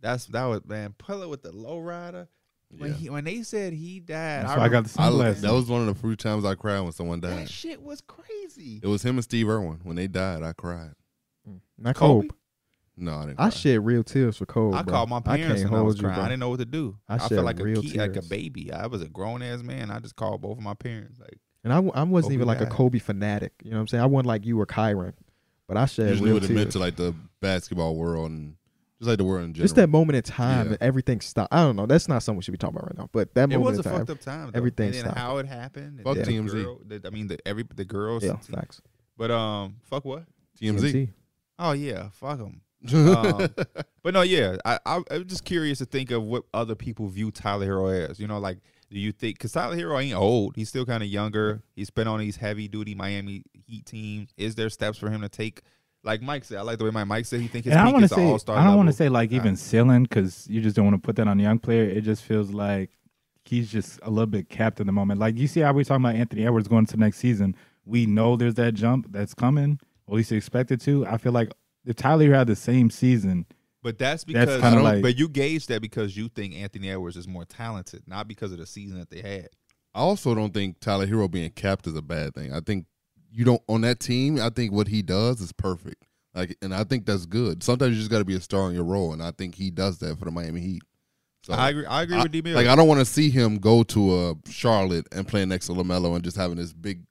That's that was man. Puller with the low rider. When Yeah. he when they said he died, That's why I got the I, sunglasses. that was one of the few times I cried when someone remember- died. that shit was crazy. It was him and Steve Irwin. When they died, I cried. Not Kobe. Kobe? No, I didn't. Cry. I shed real tears for Kobe. I Oh, bro. called my I parents can't and hold I was you, crying. bro. I didn't know what to do. I I, shed felt like a real kid, like a tears. baby. I was a grown ass man. I just called both of my parents. Like And I, w- I wasn't Kobe even like a guy. Kobe fanatic. You know what I'm saying? I wasn't like you or Kyron, but I shed usually real would admit tears. to like the basketball world and just like the world in general. Just that moment in time Yeah. that everything stopped. I don't know. That's not something we should be talking about right now. But that it moment was in a time. fucked up time. Though. everything and then stopped. how it happened. and Fuck the TMZ. girl- the- I mean the every the girls. yeah, facts. But um, fuck what? TMZ. Oh yeah, fuck them. um, but no, yeah, I, I I'm just curious to think of what other people view Tyler Hero as. You know, like do you think because Tyler Hero ain't old? He's still kind of younger. He's been on these heavy duty Miami Heat teams. Is there steps for him to take? Like Mike said, I like the way my Mike said. He think his and I peak want is to say, all star. I don't want to say like even ceiling because you just don't want to put that on a young player. It just feels like he's just a little bit capped in the moment. Like you see how we talking about Anthony Edwards going to next season. We know there's that jump that's coming, or at least expected to. I feel like if Tyler had the same season, But that's That's because kinda I don't- like- but you gauge that because you think Anthony Edwards is more talented, not because of the season that they had. I also don't think Tyler Hero being capped is a bad thing. I think you don't on that team. I think what he does is perfect. Like, and I think that's good. Sometimes you just got to be a star in your role, and I think he does that for the Miami Heat. So I agree. I agree I- with D. Mills. like I don't want to see him go to a Charlotte and play next to Lamelo and just having this big,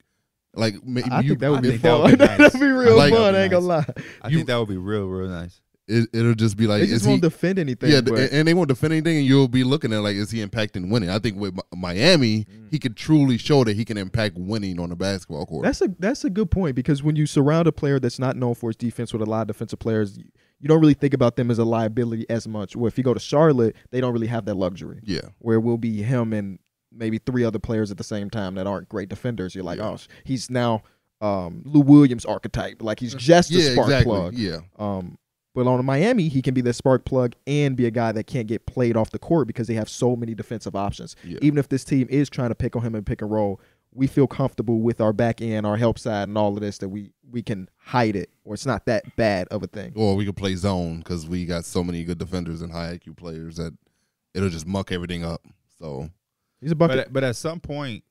like ma- I you, think that would I be think that would fun. be That'd be nice. real Like- fun. I ain't gonna lie. I you- think that would be real, real nice. it, it'll just be like They is just he, won't defend anything. yeah, but- and- and they won't defend anything, and you'll be looking at like is he impacting winning? I think with Mi- Miami, Mm. he could truly show that he can impact winning on the basketball court. That's a that's a good point because when you surround a player that's not known for his defense with a lot of defensive players, you don't really think about them as a liability as much. Where if you go to Charlotte, they don't really have that luxury. Yeah. Where we'll be him and maybe three other players at the same time that aren't great defenders. You're like, oh, sh- he's now um, Lou Williams archetype. Like he's just a yeah, spark exactly. plug. Yeah. Um, but on Miami, he can be the spark plug and be a guy that can't get played off the court because they have so many defensive options. Yeah. Even if this team is trying to pick on him and pick and roll, we feel comfortable with our back end, our help side, and all of this that we we can hide it, or it's not that bad of a thing. Or we could play zone because we got so many good defenders and high IQ players that it'll just muck everything up. So He's a But bucket. at, but at some point,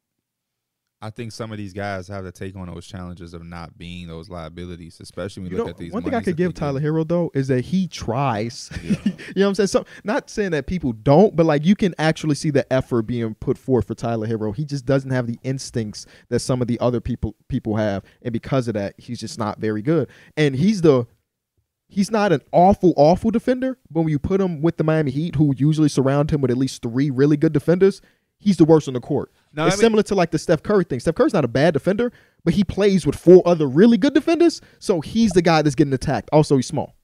I think some of these guys have to take on those challenges of not being those liabilities, especially when you, You look know, at these. one thing I monies could that give they Tyler Hero though is that he tries. you know what I'm saying? So not saying that people don't, but like you can actually see the effort being put forth for Tyler Hero. He just doesn't have the instincts that some of the other people people have, and because of that, he's just not very good. And he's the he's not an awful awful defender, but when you put him with the Miami Heat, who usually surround him with at least three really good defenders, he's the worst on the court. No, it's I mean- similar to like the Steph Curry thing. Steph Curry's not a bad defender, but he plays with four other really good defenders, so he's the guy that's getting attacked. Also, he's small.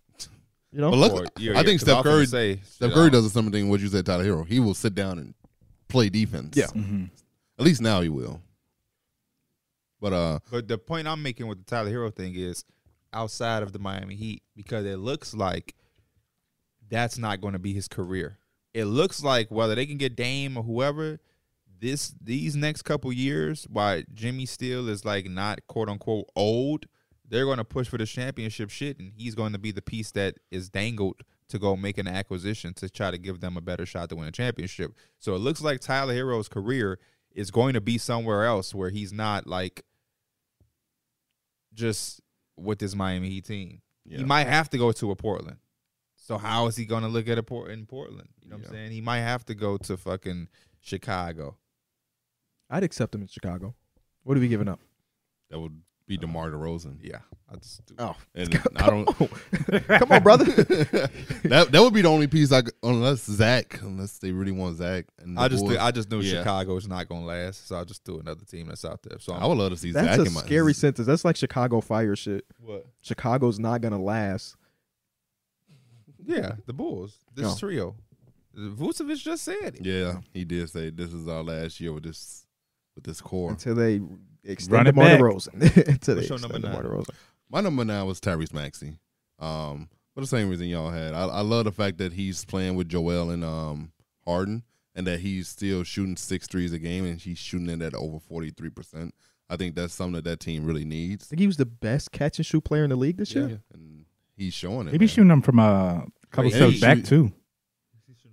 You know, But do. look, Or- yeah, I yeah, think 'cause I Steph was gonna Curry say, Steph shit, Curry I- does something what you said, Tyler Hero. He will sit down and play defense. Yeah. At least now he will. But uh But the point I'm making with the Tyler Hero thing is outside of the Miami Heat because it looks like that's not going to be his career. It looks like whether they can get Dame or whoever this these next couple years while Jimmy Steele is like not quote unquote old, they're going to push for the championship shit and he's going to be the piece that is dangled to go make an acquisition to try to give them a better shot to win a championship. So it looks like Tyler Hero's career is going to be somewhere else where he's not like just with this Miami Heat team. yeah. He might have to go to a Portland. So how is he going to look at a port in Portland? You know what I'm Yeah. saying? He might have to go to fucking Chicago. I'd accept him in Chicago. What are we giving up? that would be DeMar DeRozan. Yeah, that's stupid. Oh, And I don't come on, brother. that that would be the only piece I could, unless Zach, unless they really want Zach. And I the just Bulls. th- I just knew Yeah. Chicago's not going to last, so I just threw another team that's out there. So I'm, I would love to see That's Zach a in my scary sentence. That's like Chicago fire shit. what? Chicago's not gonna last. Yeah, the Bulls. This No. trio. Vucevic just said it. Yeah, he did say this is our last year with this with this core. until they extend Run it DeMar back. DeRozan. until they What's your extend number DeMar DeRozan. My number nine was Tyrese Maxey. Um, for the same reason y'all had. I, I love the fact that he's playing with Joel and um Harden and that he's still shooting six threes a game and he's shooting it at over forty three percent. I think that's something that that team really I needs. think he was the best catch and shoot player in the league this year. And he's showing it. They be man. shooting them from uh, a couple Wait, steps he back shoot- too.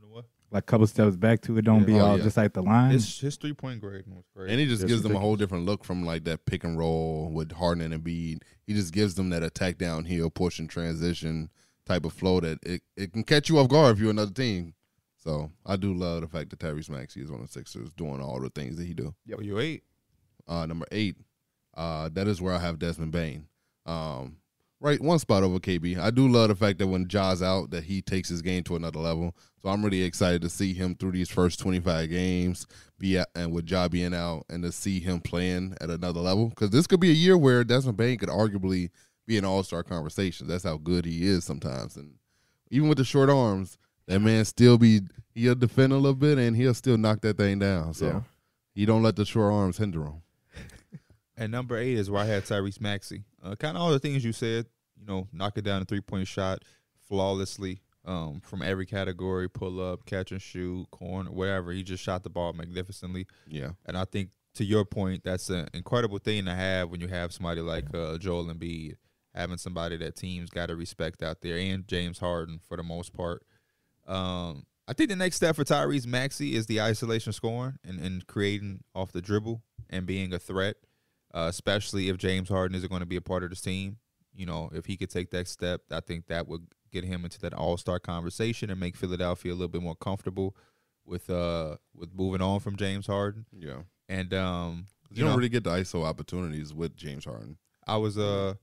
What? Like couple steps back too. It don't Yeah. be Oh, all yeah. just like the line. His, his three point grading was great. And he just That's gives them a whole different look from like that pick and roll with Harden and Embiid. He just gives them that attack downhill, push and transition type of flow that it, it can catch you off guard if you're another team. So I do love the fact that Tyrese Maxey is on the Sixers doing all the things that he do. Yo, you eight. Uh, number eight, uh, that is where I have Desmond Bain. Um, right, one spot over KB. I do love the fact that when Ja's out, that he takes his game to another level. So I'm really excited to see him through these first 25 games, be at, and with Ja being out, and to see him playing at another level. Because this could be a year where Desmond Bain could arguably be an All Star conversation. That's how good he is sometimes, and even with the short arms, that man still be he'll defend a little bit and he'll still knock that thing down. So. Yeah. He don't let the short arms hinder him. And number eight is where I had Tyrese Maxey. Uh, kind of all the things you said, you know, knock it down a three point shot flawlessly um, from every category pull up, catch and shoot, corner, whatever. He just shot the ball magnificently. Yeah. And I think to your point, that's an incredible thing to have when you have somebody like uh, Joel Embiid, having somebody that teams got to respect out there, and James Harden for the most part. Um, I think the next step for Tyrese Maxey is the isolation scoring and, and creating off the dribble and being a threat, uh, especially if James Harden isn't going to be a part of this team. You know, if he could take that step, I think that would get him into that All Star conversation and make Philadelphia a little bit more comfortable with uh with moving on from James Harden. Yeah. And um, You, you don't know, really get the ISO opportunities with James Harden. I was uh,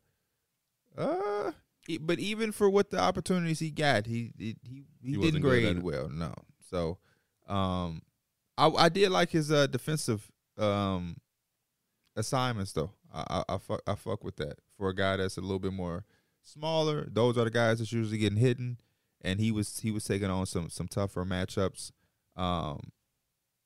uh, e- but even for what the opportunities he got, he he he, he didn't wasn't good at grade it. well. No, so um, I I did like his uh defensive um assignments though. I I, I fuck I fuck with that for a guy that's a little bit more smaller. Those are the guys that's usually getting hit, and he was he was taking on some some tougher matchups. Um,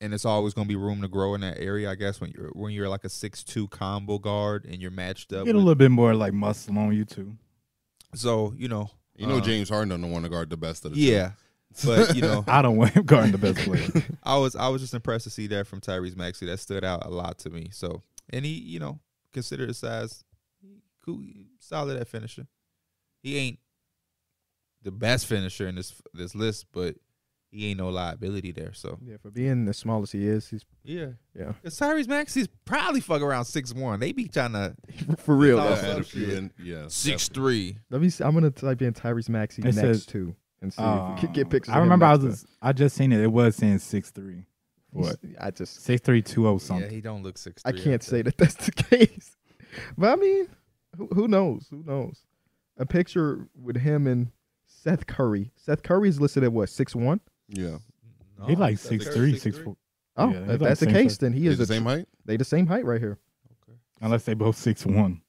and it's always going to be room to grow in that area, I guess. When you're when you're like a six two combo guard and you're matched up, Get a with- little bit more like muscle on you too. so you know, You know uh, James Harden doesn't want to guard the best of the two. yeah. But you know, I don't want him guarding the best player. I was I was just impressed to see that from Tyrese Maxey. That stood out a lot to me. So and he, you know, consider his size, cool, solid at finisher. He ain't the best finisher in this this list, but he ain't no liability there. So Yeah, for being the smallest he is, he's yeah, Yeah. Cause Tyrese Maxey's probably fuck around six one. They be trying to for real. Oh, Yeah, though. that's and some if you shit. in- yeah, six definitely. three. Let me. See, I'm gonna type in Tyrese Maxey It next says- to and see Uh, if we can get pictures. I remember I was just, I just seen it. It was saying six three. What? What? I just. Six three two oh Yeah, something. he don't look six. I can't say that that's the case. But I mean, who, who knows? Who knows? A picture with him and Seth Curry. Seth Curry is listed at what six one. Yeah. oh, he like six three, six four. Oh, Yeah, he's if like that's the same size. case, then he He's is the a, same height? They the same height right here, Unless they both six one.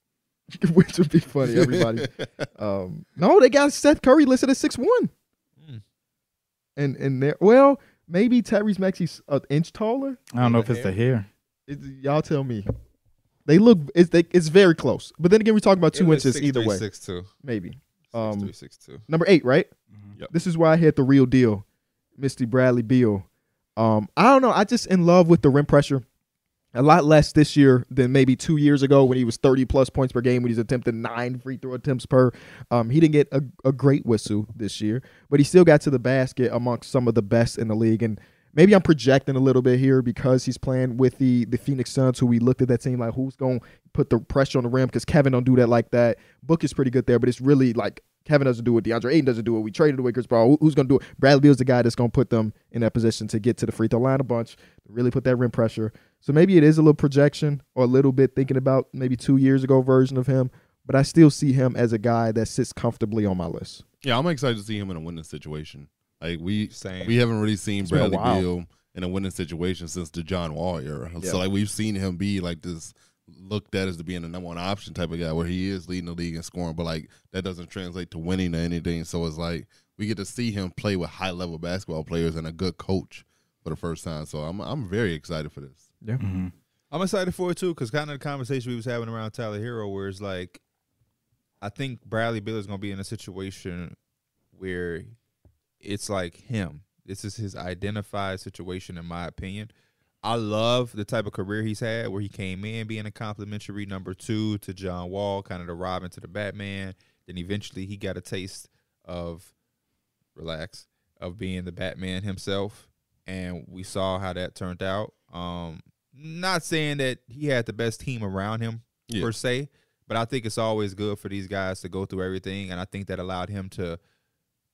which would be funny. Everybody. um, no, they got Seth Curry listed at six one, Mm. and and there. Well, maybe Tyrese Maxey's an inch taller. I don't know if The it's the hair. It- y'all tell me. They look it's they, it's very close, but then again, we're talking about two inches either way, Six two. maybe. Six Um, three, six two. number eight, right? Yep. This is why I had the real deal, Misty Bradley Beal. Um, I don't know. I just in love with the rim pressure. A lot less this year than maybe two years ago when he was 30 plus points per game when he's attempting nine free throw attempts per. Um, he didn't get a, a great whistle this year, but he still got to the basket amongst some of the best in the league. And maybe I'm projecting a little bit here because he's playing with the the Phoenix Suns, who we looked at that team like who's going to put the pressure on the rim because Kevin don't do that like that. Book is pretty good there, but it's really like Kevin doesn't do it. DeAndre Ayton doesn't do it. We traded away Chris Paul. Who- Who's going to do it? Bradley Beal's the guy that's going to put them in that position to get to the free throw line a bunch, really put that rim pressure. So maybe it is a little projection or a little bit thinking about maybe two years ago version of him, but I still see him as a guy that sits comfortably on my list. Yeah, I'm excited to see him in a winning situation. Like we Same. we haven't really seen been a Bradley while. Beal in a winning situation since the John Wall era. Yeah. So like we've seen him be like this looked at as to being the number one option type of guy where he is leading the league in scoring, but like that doesn't translate to winning or anything. So it's like we get to see him play with high level basketball players and a good coach for the first time. So I'm I'm very excited for this. Mhm. I'm excited for it too, because kind of the conversation we was having around Tyler Hero, where it's like, I think Bradley Bill is gonna be in a situation where it's like him. This is his identified situation, in my opinion. I love the type of career he's had, where he came in being a complimentary number two to John Wall, kind of the Robin to the Batman. Then eventually he got a taste of relax of being the Batman himself, and we saw how that turned out. Um, not saying that he had the best team around him Yeah. per se, but I think it's always good for these guys to go through everything, and I think that allowed him to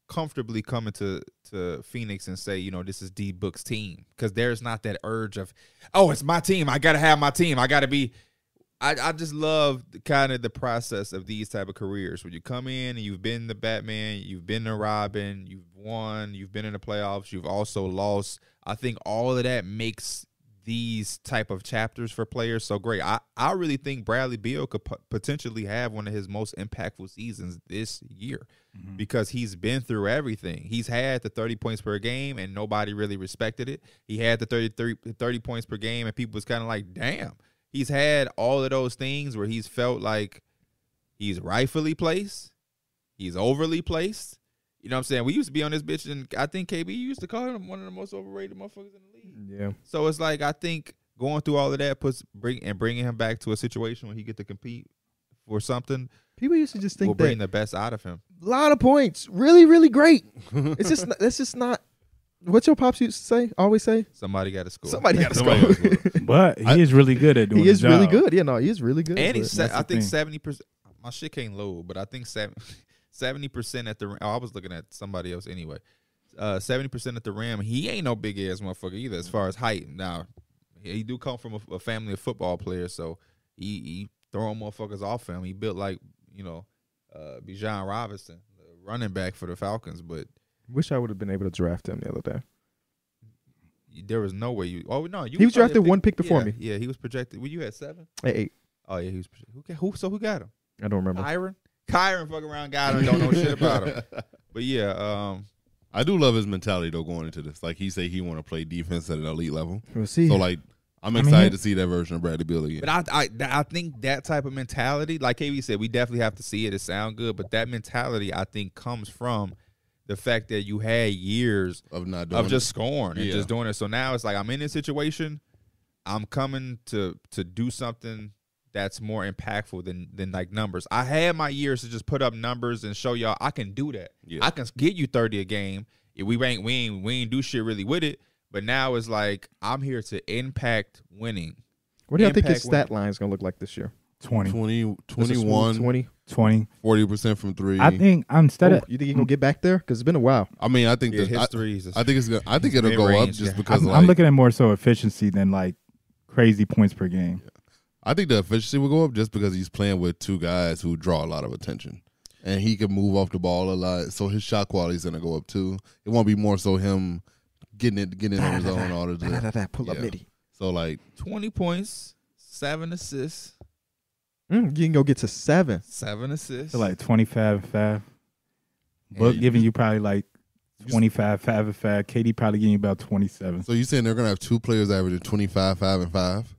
comfortably come into to Phoenix and say, you know, this is D Book's team because there's not that urge of, oh, it's my team, I gotta have my team, I gotta be. I, I just love kind of the process of these type of careers when you come in and you've been the Batman, you've been the Robin, you've won, you've been in the playoffs, you've also lost. I think all of that makes these type of chapters for players so great. I, I really think Bradley Beal could po- potentially have one of his most impactful seasons this year Mm. because he's been through everything. He's had the 30 points per game and nobody really respected it. He had the 33 30 points per game and people was kind of like, "Damn." He's had all of those things where he's felt like he's rightfully placed, he's overly placed. You know what I'm saying? We used to be on this bitch and I think KB used to call him one of the most overrated motherfuckers in the league. Yeah. So it's like I think going through all of that puts bring and bringing him back to a situation where he get to compete for something People used to just will think that bring the best out of him. lot of points, really, really great. It's just that's just not what your pops used to say. Always say Somebody got to score. somebody got to Somebody score. gotta But he I- is really good at doing. he is the really job. good. Yeah, no, he is really good. and but- he's se- that's I the think thing. seventy percent. My shit came low, but I think seventy percent at the. rim- Oh, I was looking at somebody else anyway. Uh, Seventy percent at the rim. He ain't no big ass motherfucker either, as far as height. Now, he do come from a, a family of football players, so he, he throwing motherfuckers off him. He built like you know, uh, Bijan Robinson, the running back for the Falcons, but Wish I would have been able to draft him the other day. there was no way you. Oh no, you He was probably a drafted one pick before yeah, me. Yeah, he was projected. Well, you had seven. At eight, Oh yeah, he was. projected. Who, ca- who so who got him? I don't remember. Byron. Kyron fuck around got him, don't know shit about him. But yeah, um, I do love his mentality though going into this. Like he say he want to play defense at an elite level. We'll see. So like I'm mean, excited to he- see that version of Bradley Bill again. but I, I th- I think that type of mentality, like KB said, we definitely have to see it to sound good. But that mentality, I think, comes from the fact that you had years of not doing of just scoring and Yeah. just doing it. So now it's like I'm in this situation. I'm coming to to do something that's more impactful than than like numbers. I had my years to just put up numbers and show y'all I can do that. Yeah. I can get you 30 a game. If we ain't we ain't we ain't do shit really with it. But now it's like I'm here to impact winning. What do you think his Impact stat line is going to look like this year? 20, 20, This is 21, 20. 20. 40% from three. I think instead Oh, of you think he's going to get back there? Because it's been a while. I mean, I think Yeah, this, his I, threes is- I think it's gonna. I think it'll go up mid-range, just yeah. because I'm, like, I'm looking at more so efficiency than like crazy points per game. I think the efficiency will go up just because he's playing with two guys who draw a lot of attention, and he can move off the ball a lot. So his shot quality is gonna go up too. It won't be more so him getting it, getting it on his own all the time. Da-da-da, Pull up Yeah. midi. So like, 20 points, seven assists, Mm, you can go get to seven. seven assists. So like 25 and 5. But you- giving you probably like you- 25, 5 and 5. KD probably giving you about 27. so you saying they're gonna have two players averaging 25, five and five?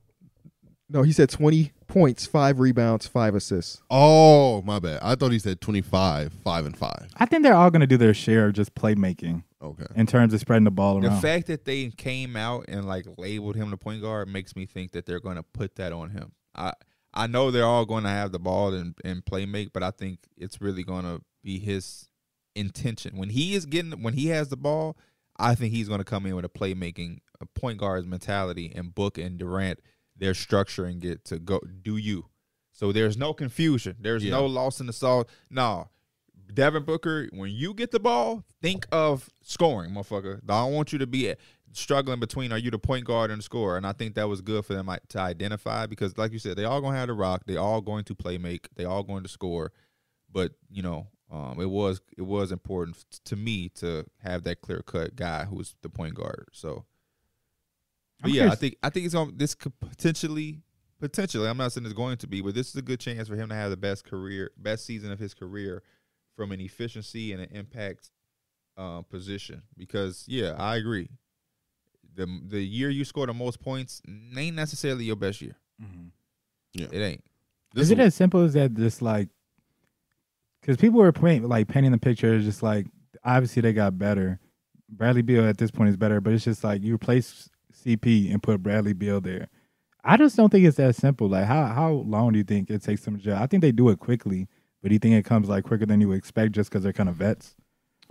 No, he said 20 points, five rebounds, five assists. Oh my bad. I thought he said 25, five and five. I think they're all going to do their share of just playmaking Okay. in terms of spreading the ball The around. fact that they came out and like labeled him the point guard makes me think that they're going to put that on him. I I know they're all going to have the ball and and play make, but I think it's really going to be his intention when he is getting when he has the ball. I think he's going to come in with a playmaking, a point guard's mentality, and Book and Durant their structure and get to go do you. So there's no confusion. There's Yeah. no loss in the sauce. No, Devin Booker, when you get the ball, think of scoring, motherfucker. I don't want you to be struggling between are you the point guard and the scorer. And I think that was good for them like, to identify because, like you said, they all gonna have the rock. They all going to play make. They all going to score. But you know, um, it was it was important f- to me to have that clear cut guy who's the point guard. So, but I'm yeah, I curious. think I think it's on this could potentially potentially. I'm not saying it's going to be, but this is a good chance for him to have the best career, best season of his career from an efficiency and an impact uh, position. Because yeah, I agree. The the year you score the most points ain't necessarily your best year. Mhm. It ain't. This is it as simple as that? Just like, because people were paint, like painting the picture is just like obviously they got better. Bradley Beal at this point is better, but it's just like you replace CP and put Bradley Beal there. I just don't think it's that simple. Like, how how long do you think it takes them to? gel? I think they do it quickly, but do you think it comes like quicker than you would expect just because they're kind of vets?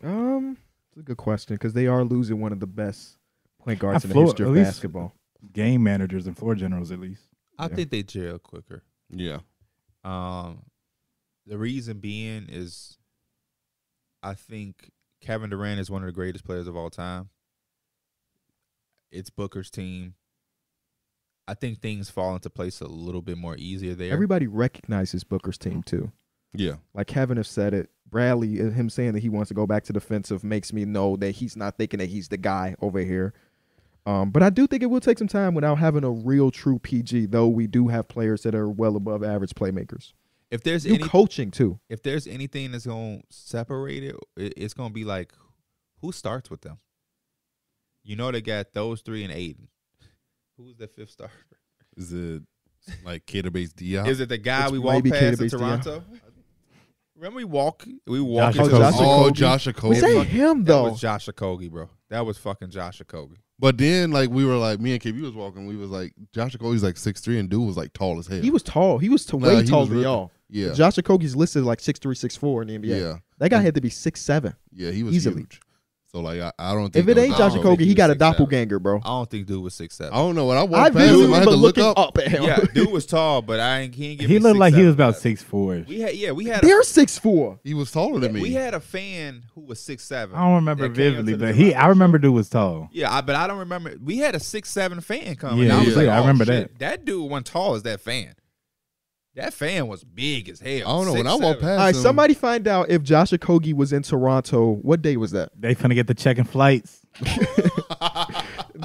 Um, it's a good question because they are losing one of the best point guards in the floor- history at of least- basketball. Game managers and floor generals, at least. I Yeah. think they jail quicker. yeah. Um, the reason being is, I think Kevin Durant is one of the greatest players of all time. It's Booker's team. I think things fall into place a little bit more easier there. Everybody recognizes Booker's team too. Yeah. Like Kevin have said it. Bradley, uh, him saying that he wants to go back to defensive makes me know that he's not thinking that he's the guy over here. Um, but I do think it will take some time without having a real true PG, though we do have players that are well above average playmakers. if there's You any, coaching too. if there's anything that's gonna separate it, it- it's gonna be like who starts with them. You know they got those three and Aiden. Who's the fifth starter? Is it like Cater Base DI? Is it the guy It's we walked maybe past in Kade Bastian. Toronto? Remember we walk we walk Josh into Okogie. the Josh mall? oh, Okogie? Josh Was that Okogie. him That though? was Josh Okogie, bro. That was fucking Josh Okogie. But then, like, we were like, me and KB was walking. We was like, Josh Okogie's like six three, and dude was like tall as hell. He was tall. He was t- Nah, way he was taller than really- y'all. yeah, Josh Okogie's listed like six three, six four in the NBA. yeah, That guy had to be six seven. yeah. He was Easily. huge. So like, I, I don't think If it was ain't I Josh don't think Okogie, he he got a was 6'7". doppelganger, bro. I don't think dude was six seven. I don't know. When I I walked past visually him, I had remember to look looking up. up, at him. Yeah, dude was tall, but I ain't he ain't give He me looked like he was 6'7". about six four. We had yeah, we had a, They're six four. He was taller than me. we had a fan who was six seven. I don't remember that came vividly, to the but he I Toronto remember dude was tall. Yeah, I, but I don't remember. We had a six seven fan coming. Yeah, I was yeah, like, I oh, remember shit, That dude wasn't tall as that fan. That fan was big as hell. I don't know. When I 6'7". walked past All right, him, somebody find out if Josh Okogie was in Toronto. What day was that? They finna get the check and flights.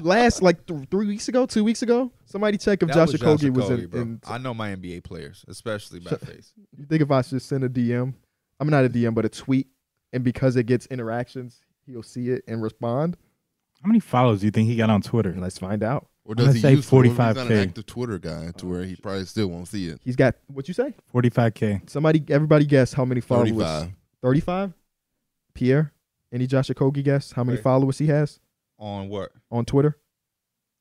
Last like th- three weeks ago, two weeks ago. Somebody check if That Josh was Okogie was Okogie, in, bro. in- I know my NBA players, especially by face. You think if I should send a DM I'm not a DM, but a tweet, and because it gets interactions, he'll see it and respond. How many followers do you think he got on Twitter? And let's find out. Or gonna does he say use Twitter? He's not an 45K. active Twitter guy Oh, to where he probably still won't see it. He's got what you say. 45K. Somebody, everybody, guess how many followers? Thirty-five. 35? Pierre, any Josh Okogie guess how many Right. followers he has on what? on Twitter?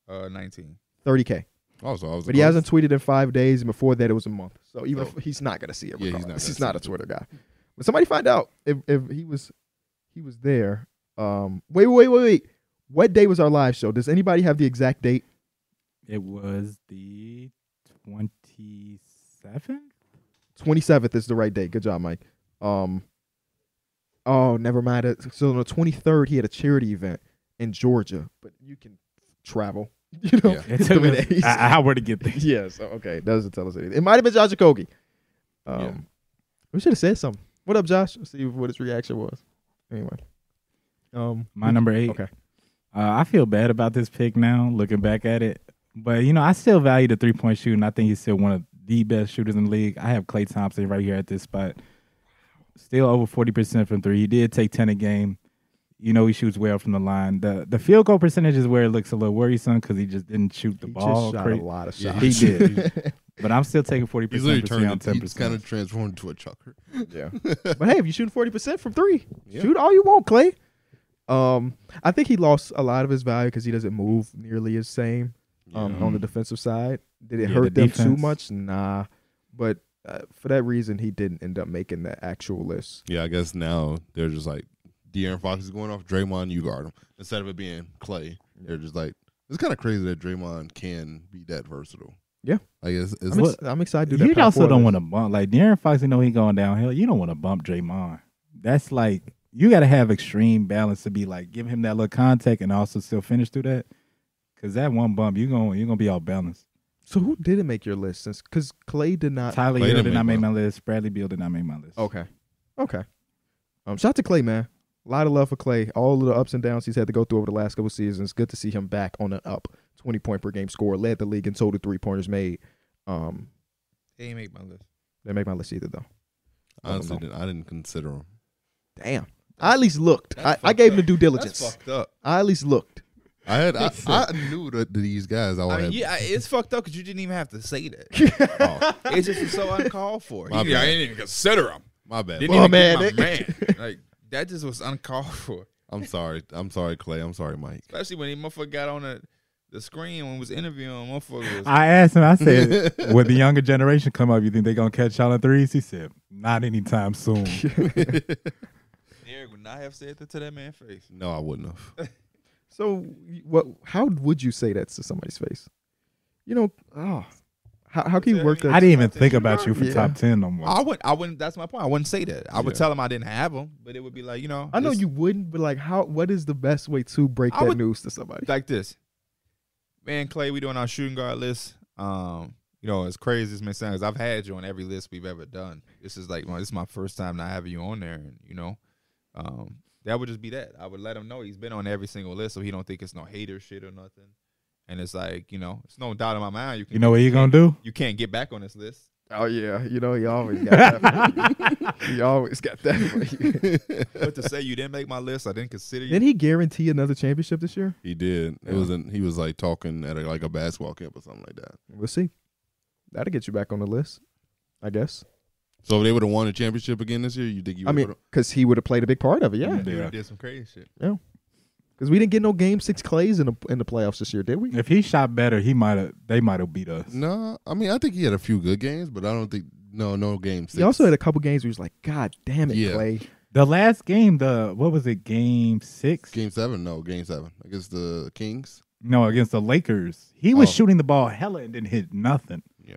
Uh, nineteen. 30K. Also, I was. But he hasn't tweeted in five days, and before that, it was a month. So even So- if he's not going to see it. Oh. Yeah, he's not regardless. gonna he's see not a it. Twitter guy. But somebody find out if, if he was he was there. Um, wait, wait, wait, wait. What day was our live show? Does anybody have the exact date? It was the 27th? 27th is the right date. Good job, Mike. Um, oh, never mind. It- So on the 23rd, he had a charity event in Georgia, but you can travel. You know, Yeah. It took three us days. an hour to get there. yeah, so okay, that doesn't tell us anything. It might have been Josh Okogie. Um, Yeah. we should have said something. What up, Josh? Let's see what his reaction was. Anyway, um, My number eight. Okay. Uh, I feel bad about this pick now, looking back at it. But you know, I still value the three point shooting. I think he's still one of the best shooters in the league. I have Clay Thompson right here at this spot. Still over forty percent from three. He did take ten a game. You know he shoots well from the line. The the field goal percentage is where it looks a little worrisome because he just didn't shoot the he ball. just shot cra- a lot of Yeah, shots. He did. but I'm still taking forty He's literally percent turned. on into- ten He's kind percent. of transformed into a chucker. Yeah. but hey, if you shoot forty percent from three, Yeah. shoot all you want, Clay. Um, I think he lost a lot of his value because he doesn't move nearly as same. Um, Yeah. on the defensive side, did it Yeah, hurt the them too defense. much? Nah, but uh, for that reason, he didn't end up making the actual list. Yeah, I guess now they're just like De'Aaron Fox is going off Draymond, you guard him instead of it being Clay. They're just like it's kind of crazy that Draymond can be that versatile. Yeah. I guess it's, I'm, ex- I'm excited. to do that You power also forward don't list. want to bump like Darren Fox. You know he going downhill. You don't want to bump Draymond. That's like you got to have extreme balance to be like give him that little contact and also still finish through that. Cause that one bump, you going you gonna be all balanced. So who didn't make your list? Since because Clay did not. Tyler Clay Hill didn't did not make make my list. Bradley Beal did not make my list. Okay, okay. Um, shout out to Clay, man. A lot of love for Clay. All of the ups and downs he's had to go through over the last couple seasons. Good to see him back on an up. Twenty point per game score. Led the league in total three pointers made. Um, They ain't make my list. didn't make my list either though. honestly I didn't, I didn't consider him. Damn. I at least looked. I, That's I fucked gave him up. the due That's diligence. fucked up. I at least looked. I had I, I knew that these guys I would I mean, have. yeah, I- it's fucked up because you didn't even have to say that. Oh, It's just so uncalled for. My You- I bad. didn't even consider him. my bad. Didn't Oh, even get man, my that- man. Like that just was uncalled for. I'm sorry. I'm sorry, Clay. I'm sorry, Mike. Especially when he motherfucker got on the, the screen when he was interviewing him, motherfucker was I asked him. I said, "When the younger generation come up, you think they gonna catch y'all in threes? He said, "Not anytime soon." Derek would not have said that to that man's face. No, I wouldn't have. So what? How would you say that to somebody's face? You know, oh, how how can you work that? I didn't even think about you for Yeah. top ten no more. I would I wouldn't that's my point. I wouldn't say that. I would Yeah. tell him I didn't have him, but it would be like, you know, I know it's you wouldn't, but like, how? What is the best way to break I that would- news to somebody? like this. Man, Clay, we doing our shooting guard list. Um, you know, as crazy as it may sound, 'cause I've had you on every list we've ever done. This is like, well, this is my first time not having you on there, and you know, um, that would just be that. I would let him know he's been on every single list, so he don't think it's no hater shit or nothing. And it's like, you know, it's no doubt in my mind. You can, you know what you gonna do? you can't get back on this list. Oh yeah, you know, you always got that. for you. You always got that. For you. But to say you didn't make my list, I didn't consider you. Did he guarantee another championship this year? He did. It wasn't. He was like talking at a, like a basketball camp or something like that. We'll see. That'll get you back on the list, I guess. So if they would have won a championship again this year, you think you? I mean, would've- because he would have played a big part of it, yeah. You Yeah. did some crazy shit. Because we didn't get no game six clays in the in the playoffs this year, did we? If he shot better, he might have. They might have beat us. no. I mean, I think he had a few good games, but I don't think no, no game six. He also had a couple games where he was like, "God damn it, Yeah. Clay!" The last game, the what was it? Game six? Game seven? No, game seven against the Kings. No, against the Lakers. He was Oh. shooting the ball hella and didn't hit nothing. Yeah,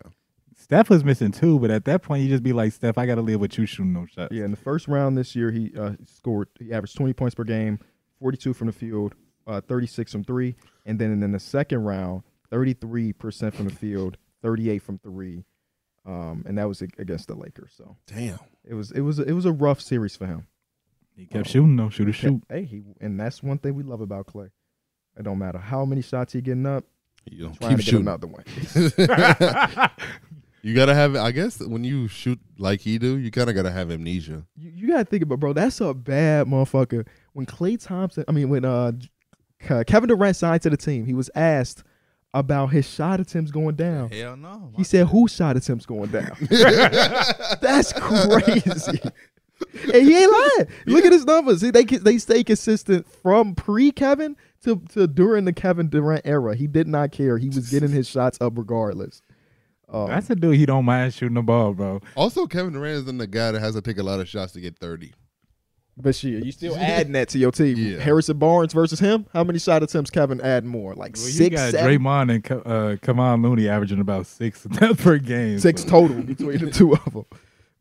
Steph was missing two, but at that point, you just be like, Steph, I got to live with you shooting no shots. Yeah, in the first round this year, he uh, scored. He averaged 20 points per game, 42 from the field, uh, 36 from three, and then in the second round, 33 percent from the field, 38 from three, um, and that was ag- against the Lakers. So damn. it was it was it was a rough series for him. He kept shooting though, shoot a shoot. Hey, he and that's one thing we love about Clay. It don't matter how many shots he getting up, You know, trying to get keep shooting. him out the way. You gotta have. I guess when you shoot like he do, you kind of gotta have amnesia. You, you gotta think about, bro. That's a bad motherfucker. When Clay Thompson, I mean, when uh, Ke- Kevin Durant signed to the team, he was asked about his shot attempts going down. Hell no. He said, "Who shot attempts going down?" That's crazy. and he ain't lying. Look at his numbers. See, They they stay consistent from pre Kevin to, to during the Kevin Durant era. He did not care. He was getting his shots up regardless. Um, That's a dude he don't mind shooting the ball, bro. Also, Kevin Durant isn't the guy that has to take a lot of shots to get thirty. But shit, you still adding that to your team. Yeah. Harrison Barnes versus him. How many shot attempts Kevin add more? Like Well, you six, got seven, Draymond and Ka- uh, Kamon Looney averaging about six attempts per game. six total between the two of them.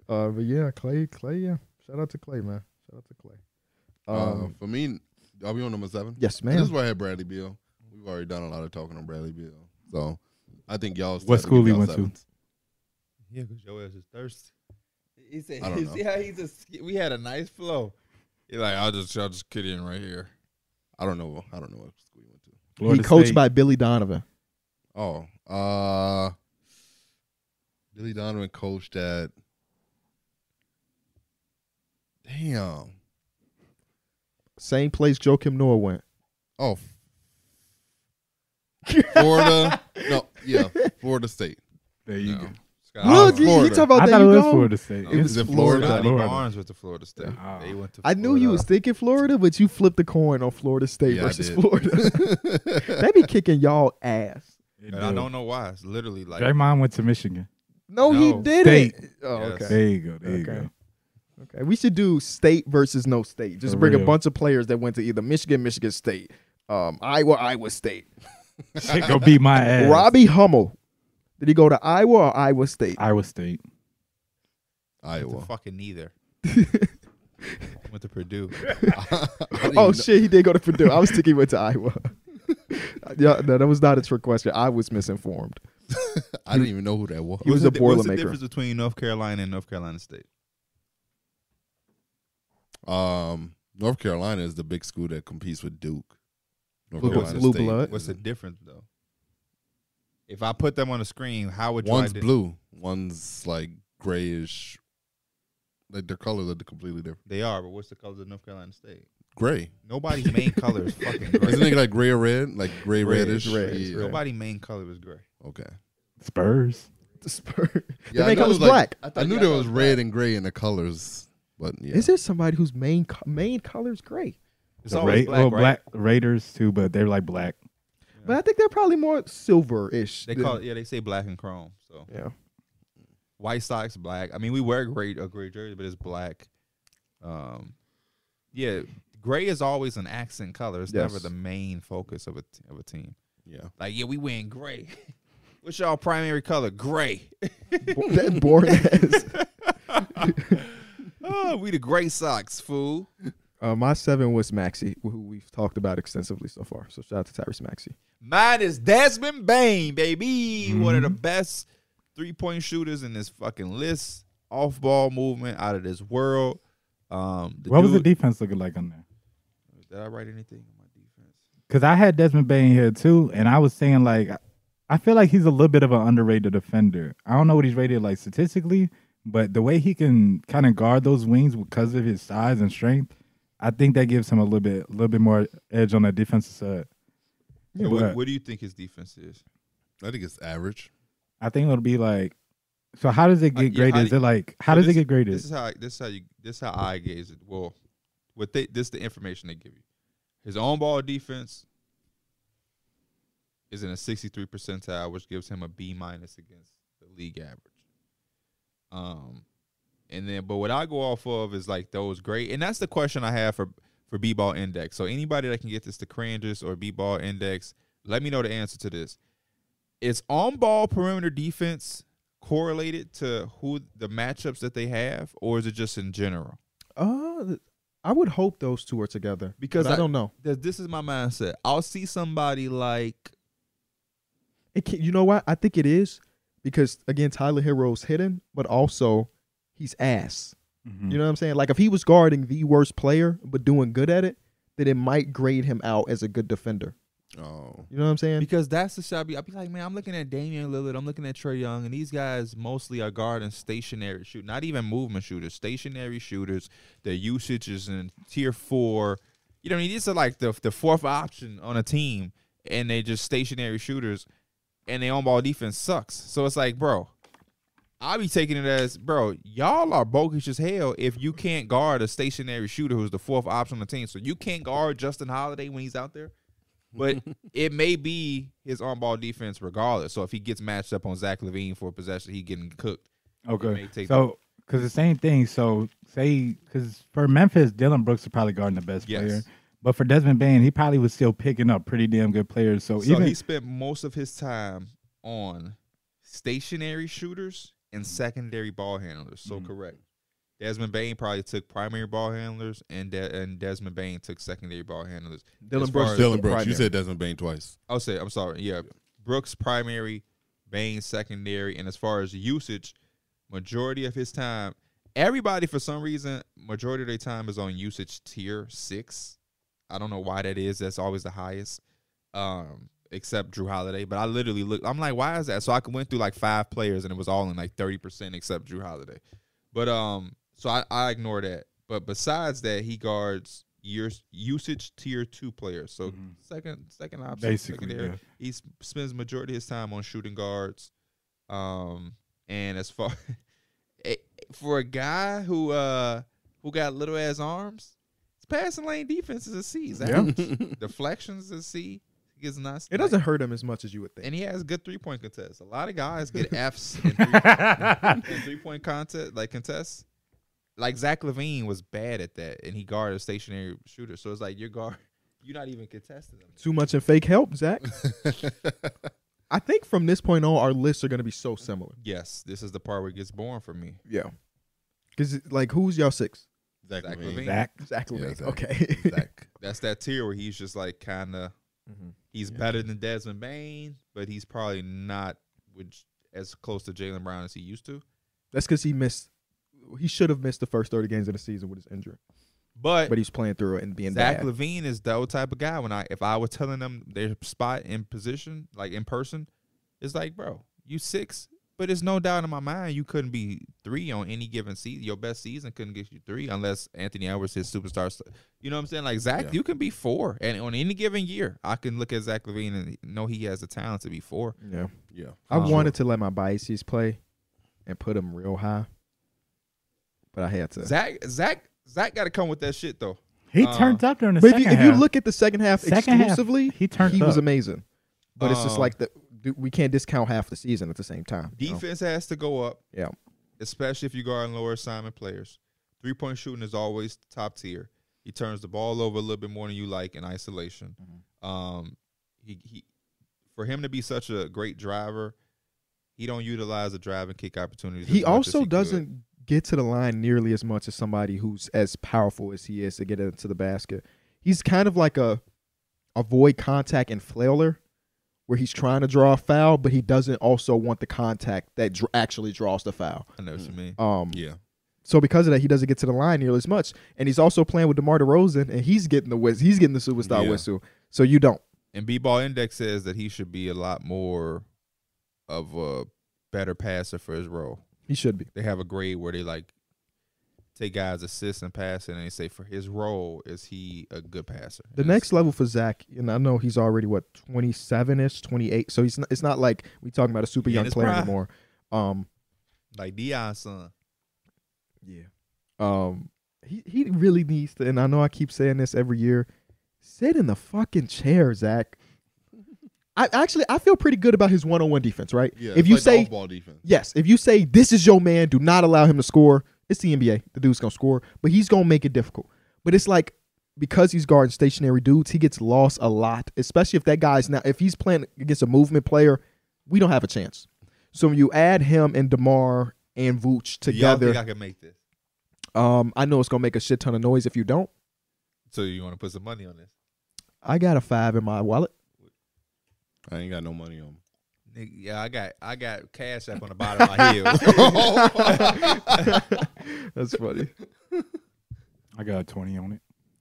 Uh, but yeah, Clay, Clay, yeah. Shout out to Clay, man. Shout out to Clay. Um, uh, for me, are we on number seven? yes, This is man. where I had Bradley Bill. We've already done a lot of talking on Bradley Bill, so I think y'all. What school he went to? Yeah, because your ass is thirsty. He said, I don't you know. see how he's a, sk- we had a nice flow. He like, I'll just, I'll just get in right here. I don't know. I don't know what school he went to. Florida he coached State. by Billy Donovan. Oh, uh, Billy Donovan coached at. Damn. Same place Joe Kim Noah went. Oh. f- Florida. no, yeah, Florida State. There you No. go. Scott, Look, you, you Florida. talk I about thought that. Oh, it You was go. Florida State. It It's was in Florida. Florida. Scotty Florida. Barnes with the Florida State. Ah. They went to I knew you was Florida. thinking Florida, but you flipped the coin on Florida State Yeah, I versus did. Florida. they be kicking y'all ass. It And I do. don't know why. It's literally like Draymond went to Michigan. No, No. he didn't. Oh, Yes. okay. There you go. There you Okay. go. Okay, we should do state versus no state. Just For bring a real. bunch of players that went to either Michigan, Michigan State, um, Iowa, Iowa State. Shit, go beat my ass. Robbie Hummel, did he go to Iowa or Iowa State? Iowa State. went to Iowa. fucking neither. went to Purdue. I didn't oh know- shit, he did go to Purdue. I was thinking he went to Iowa. yeah, no, that was not a trick question. I was misinformed. I didn't even know who that was. He was a What's the- What's the Boilermaker. difference between North Carolina and North Carolina State? Um, North Carolina is the big school that competes with Duke. North Blue- Carolina blue State blood. What's the Mm-hmm. difference though? If I put them on the screen, how would you One's ident- blue. One's like grayish. Like their colors are completely different. They are, but what's the colors of North Carolina State? Gray. Nobody's main color is fucking Isn't gray. it like gray or red? Like gray, Red, reddish. red, yeah. red. Nobody's main color is gray. Okay. Spurs. The Spurs. main Yeah, I know it color's was, like- black. I, knew there was red and gray in the colors, but yeah. Is there somebody whose main co- main color is gray? It's The always Ra- black, well, right? black Raiders too, but they're like black. But I think they're probably more silver ish. They call it, yeah, they say black and chrome. So yeah. White Sox black. I mean, we wear gray a gray jersey, but it's black. Um, yeah, gray is always an accent color. It's never Yes. the main focus of a t- of a team. Yeah. Like, yeah, we wearing gray. What's y'all primary color? Gray. Bo- that boring ass. oh, we the gray Sox, fool. Uh, my seven was Maxi, who we've talked about extensively so far. So shout out to Tyrese Maxi. Mine is Desmond Bain, baby. One of the Mm-hmm. best three point shooters in this fucking list. Off ball movement out of this world. Um, the what was the dude- defense looking like on there? Did I write anything on my defense? Because I had Desmond Bain here too, and I was saying like, I feel like he's a little bit of an underrated defender. I don't know what he's rated like statistically, but the way he can kind of guard those wings because of his size and strength, I think that gives him a little bit, a little bit more edge on the defensive side. Yeah, what, But what do you think his defense is? I think it's average. I think it'll be like. So how does it Uh, yeah, get graded? how do is it like how so does this- it get graded? This is how this is how you this is how I gauge it. Well, what they this is the information they give you. His on ball defense is in a sixty three percentile, which gives him a B minus against the league average. Um, and then but what I go off of is like those great, and that's the question I have for for B ball index. So anybody that can get this to Crandis or B ball index, let me know the answer to this. Is on ball perimeter defense correlated to who the matchups that they have, or is it just in general? Uh, th- I would hope those two are together Because but I, I- don't know. Th- This is my mindset. I'll see somebody like It can, you know what? I think it is because again, Tyler Hero's hidden, but also he's ass. Mhm. You know what I'm saying? Like if he was guarding the worst player but doing good at it, then it might grade him out as a good defender. Oh, You know what I'm saying? Because that's the shot. I be, I be like, man, I'm looking at Damian Lillard. I'm looking at Trey Young, and these guys mostly are guarding stationary shoot, not even movement shooters, stationary shooters. Their usage is in tier four. You know, what I mean, these are like the the fourth option on a team, and they just stationary shooters, and their on ball defense sucks. So it's like, bro, I be taking it as, bro, y'all are bogus as hell if you can't guard a stationary shooter who's the fourth option on the team. So you can't guard Justin Holiday when he's out there but it may be his on-ball defense regardless. So if he gets matched up on Zach Levine for a possession, he getting cooked. may Okay. take So, because the same thing. So, say, because for Memphis, Dylan Brooks is probably guarding the best Yes. player. But for Desmond Bain, he probably was still picking up pretty damn good players. So, So Oh, even he spent most of his time on stationary shooters and secondary ball handlers. So correct. Desmond Bain probably took primary ball handlers, and De- and Desmond Bain took secondary ball handlers. Dylan As far Brooks took- as- Dylan Brooks. You primary. said Desmond Bain twice. I'll say, I'm sorry. Yeah. Brooks primary, Bain secondary, and as far as usage, majority of his time, everybody for some reason, majority of their time is on usage tier six. I don't know why that is. That's always the highest. Um, except Drew Holiday. But I literally looked, I'm like, why is that? So I went through like five players and it was all in like 30% except Drew Holiday. But um, so I, I ignore that. But besides that, he guards years usage tier two players. Mm-hmm. So second second option, Mhm. Basically, secondary. yeah. He s- spends majority of his time on shooting guards. Um, and as far eh, for a guy who uh who got little ass arms, his passing lane defense is a C. Zach. Deflections is a C. He gets not. It doesn't hurt him as much as you would think. And he has good three point contests. A lot of guys get Fs in three, point contest, like contests. Like Zach Levine was bad at that, and he guarded a stationary shooter. So it's like your guard, you're not even contesting them. Too much and fake help, Zach. I think from this point on, our lists are going to be so similar. Yes, this is the part where it gets boring for me. Yeah. Because, like, who's y'all six? Zach Zach Levine. Levine. Zach. Zach Yeah, Levine. Zach. Okay. Zach. That's that tier where he's just like kind of, Mhm. he's better than Desmond Bain, but he's probably not which, as close to Jalen Brown as he used to. That's because he missed. He should have missed the first thirty games of the season with his injury, But but he's playing through it and being Zach bad. Levine is that type of guy. When I if I were telling them their spot in position, like in person, it's like, bro, you six, but it's no doubt in my mind you couldn't be three on any given season. Your best season couldn't get you three unless Anthony Edwards his superstar. st- You know what I'm saying? Like Zach, Yeah. you can be four, and on any given year, I can look at Zach Levine and know he has the talent to be four. yeah, Yeah. I Um, wanted to let my biases play and put him real high, but I had to. Zach, Zach, Zach got to come with that shit though. He Uh, turned up during the but if second you, if half. you look at the second half Second half, exclusively, he turned He was up. amazing, but it's just Um, like the dude, we can't discount half the season at the same time. you know? Defense has to go up. Yeah. Especially if you guard lower assignment players. Three point shooting is always top tier. He turns the ball over a little bit more than you like in isolation. Mm-hmm. Um, he, he for him to be such a great driver, he don't utilize the drive and kick opportunities. He as much as also could. doesn't get to the line nearly as much as somebody who's as powerful as he is to get into the basket. He's kind of like a avoid contact and flailer, where he's trying to draw a foul, but he doesn't also want the contact that dr- actually draws the foul. I know what you mean. Um, Yeah. so because of that, he doesn't get to the line nearly as much, and he's also playing with Demar Derozan, and he's getting the whiz, he's getting the superstar Yeah. whistle. So you don't. And B ball index says that he should be a lot more of a better passer for his role. He should be. they have a grade where they like take guys assists and passing and they say for his role is he a good passer The And next it's- level for Zach, and I know he's already what twenty seven ish, twenty eight. So he's not, it's not like we talking about a super In young his player prime. anymore. Um, like Dion's son Yeah. Um he, he really needs to and I know I keep saying this every year. Sit in the fucking chair, Zach. I actually I feel pretty good about his one on one defense, right? Yeah. if it's you like the say off-ball defense. yes, if you say this is your man, do not allow him to score, it's the NBA. The dude's gonna score, but he's gonna make it difficult. But it's like because he's guarding stationary dudes, he gets lost a lot, especially if that guy's now if he's playing against a movement player, we don't have a chance. So when you add him and Demar and Vooch Do y'all together, think I can make this um, I know it's gonna make a shit ton of noise if you don't. so you want to put some money on this I got a five in my wallet. I ain't got no money on. Nigga, yeah I got I got cash app on the bottom of my heel That's funny. I got a 20 on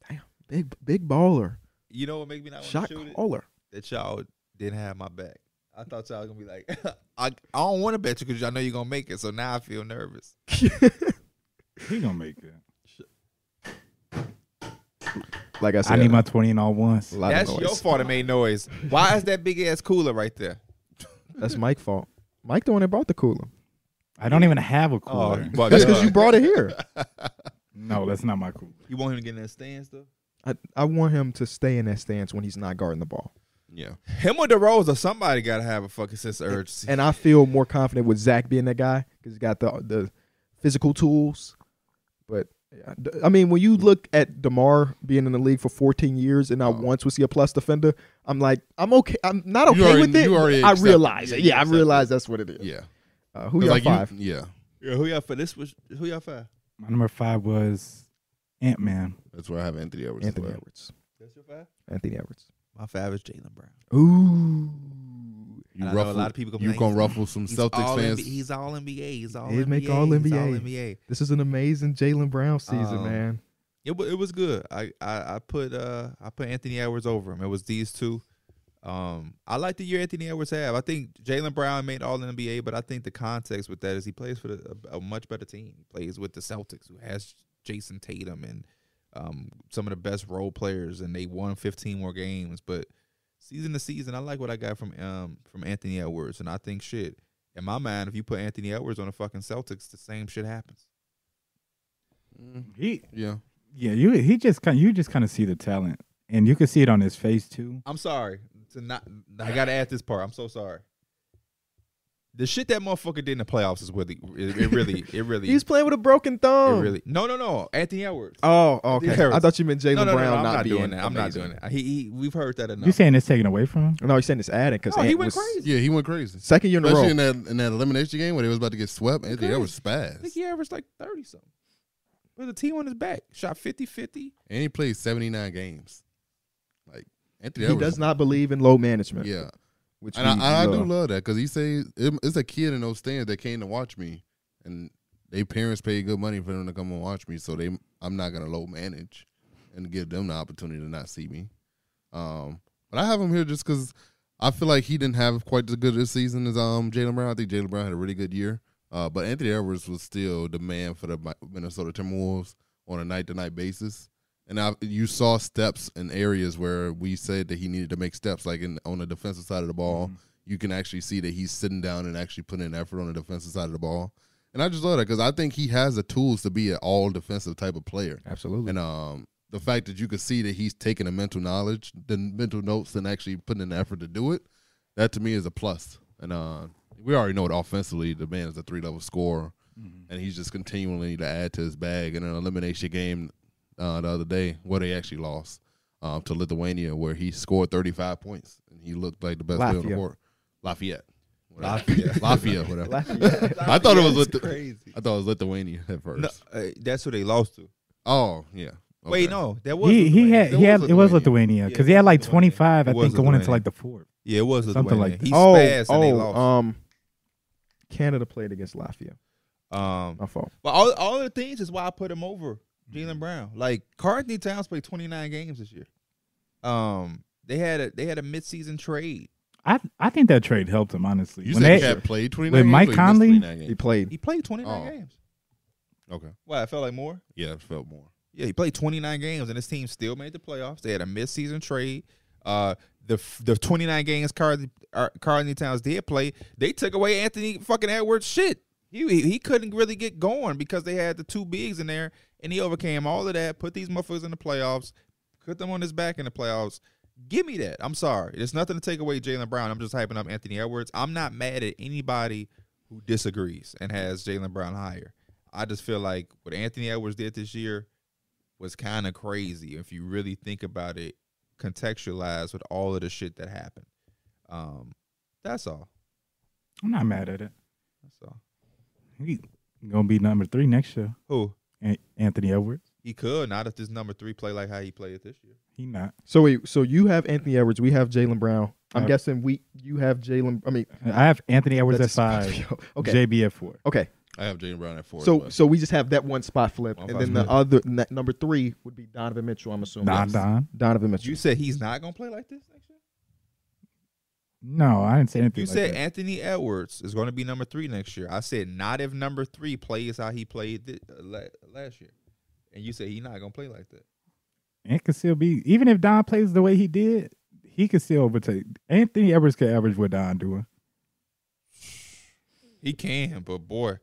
it. Big big baller, you know what make me not want shot to shoot it caller. that y'all didn't have my back. I thought y'all was gonna be like, I, I don't want to bet you because I know you're gonna make it. So now I feel nervous. He gonna make it. Like I said, I need my twenty and all once. a lot That's of noise. your fault. It made noise. Why is that big ass cooler right there? That's Mike's fault. Mike the one that brought the cooler. I don't even have a Oh, cooler. That's because you brought it here. no, that's not my cooler. You want him to get in that stance though? I, I want him to stay in that stance when he's not guarding the ball. Yeah. Him or DeRosa, somebody gotta have a fucking sense of urgency. And I feel more confident with Zach being that guy because he's got the the physical tools. But yeah, d- I mean, when you look at Demar being in the league for 14 years Oh. and not once was he a plus defender, I'm like, I'm okay. I'm not okay You already- with it. you already but I accept- realize yeah, it. you Yeah, I accept it. realize that's what it is. Yeah. Uh, who 'Cause, y'all like, you- five? yeah. Yeah, who y'all for this was who y'all for? My number five was Ant Man. That's where I have Anthony Edwards. as Anthony well. Edwards. That's your five? Anthony Edwards. My five is Jalen Brown. Ooh. You And I know a ruffle, lot of people You complain. gonna ruffle some Celtics all fans. NBA he's all NBA. He's all He'd NBA. make all He's all NBA. NBA. This is an amazing Jalen Brown season, Oh, Um, man. It, wa- it was good. I, I, I put uh I put Anthony Edwards over him. It was these two. Um, I like the year Anthony Edwards have. I think Jalen Brown made All NBA, but I think the context with that is he plays for the, a, a much better team. He plays with the Celtics, who has Jason Tatum and um some of the best role players, and they won 15 more games. But season to season, I like what I got from um from Anthony Edwards, and I think shit in my mind, if you put Anthony Edwards on the fucking Celtics, the same shit happens. Mm, He Yeah. yeah, you he just kind you just kind of see the talent, and you can see it on his face too. I'm sorry to not. I gotta add this part. I'm so sorry. The shit that motherfucker did in the playoffs is really, it, it really, it really, He's playing with a broken it thumb. really. No, no, no. Anthony Edwards. Oh, okay. Anthony I thought you meant Jalen no, no, no, Brown no, I'm not, not being doing that. I'm not amazing. doing that. He, he, we've heard that You enough. saying it's taken away from him? No, he's saying it's adding because No, he went crazy. Yeah, he went crazy. Second year in a row. Especially in that in that elimination game where they was about to get swept. Anthony Crazy. Edwards I think spazzed. he averaged like thirty something. With a team on his back, shot 50-50. And he played seventy nine games. Like Anthony he Edwards. does not believe in low management. Yeah. which And we I, I do love that because he say it, it's a kid in those stands that came to watch me, and they parents paid good money for them to come and watch me, so they I'm not gonna low manage and give them the opportunity to not see me. Um, but I have him here just because I feel like he didn't have quite as good this season as um Jalen Brown. I think Jalen Brown had a really good year, uh, but Anthony Edwards was still the man for the Mi- Minnesota Timberwolves on a night to night basis. And I, you saw steps in areas where we said that he needed to make steps, like in on the defensive side of the ball. You can actually see that he's sitting down and actually putting in effort on the defensive side of the ball. And I just love that because I think he has the tools to be an all defensive type of player. absolutely. And um, the fact that you could see that he's taking the mental knowledge, the mental notes, and actually putting in the effort to do it, that to me is a plus. And uh, we already know it offensively. The man is a three level scorer, Mm-hmm. and he's just continually to add to his bag. In an elimination game uh, the other day, where they actually lost um, to Lithuania, where he scored 35 points and he looked like the best player on the Lafayette. court. Lafayette. Lafayette. Lafayette, whatever. I thought it was with the- crazy. I thought it was Lithuania at first. No, uh, that's who they lost to. Oh, yeah. Wait, Okay. no, that was He he Lithuania. had It he had was it was Lithuania. Lithuania Yeah, because he it had was like Lithuania. twenty five. It I was think going into Lithuania. like the fourth. Yeah, it was Something Lithuania. like he oh, spazzed and they oh, lost. um, Canada played against Lafayette. um, My fault. But all all the things is why I put him over Jalen Brown. Like Cartney Towns played 29 games this year. Um, they had a they had a midseason trade. I I think that trade helped him honestly. You When said they- he had played 29 when games Mike or he missed Conley- 29 games? He played. He played 29 Oh. games. Okay. Why I felt like more. Yeah, it felt more. Yeah, he played 29 games and his team still made the playoffs. They had a midseason trade. Uh, the f- the 29 games Cartney uh, Cartney Towns did play, they took away Anthony fucking Edwards shit. He, he he couldn't really get going because they had the two bigs in there, and he overcame all of that. Put these motherfuckers in the playoffs, put them on his back in the playoffs. Give me that. I'm sorry. There's nothing to take away Jalen Brown. I'm just hyping up Anthony Edwards. I'm not mad at anybody who disagrees and has Jalen Brown higher. I just feel like what Anthony Edwards did this year was kind of crazy if you really think about it, contextualized with all of the shit that happened. Um, that's all. I'm not mad at it. That's all. He gonna be number three next year. Who An- Anthony Edwards. he could not if this number three play like how he played this year. He not. So wait, so you have Anthony Edwards, we have Jalen Brown. I'm Yep. guessing we you have Jalen. I mean, I have Anthony Edwards at that's five. okay, JB at four. okay. I have Jalen Brown at four. as So well. so we just have that one spot flip, One and spot then the flip. other n- number three would be Donovan Mitchell. I'm assuming Don Don. Donovan Mitchell. You said he's not gonna play like this next year. No, I didn't say anything. You like said that. Anthony Edwards is going to be number three next year. I said not if number three plays how he played thi- uh, la- last year, and you said he's not going to play like that. Ant could still be even if Don plays the way he did, he could still overtake. Anthony Edwards could average what Don doing. He can, but boy,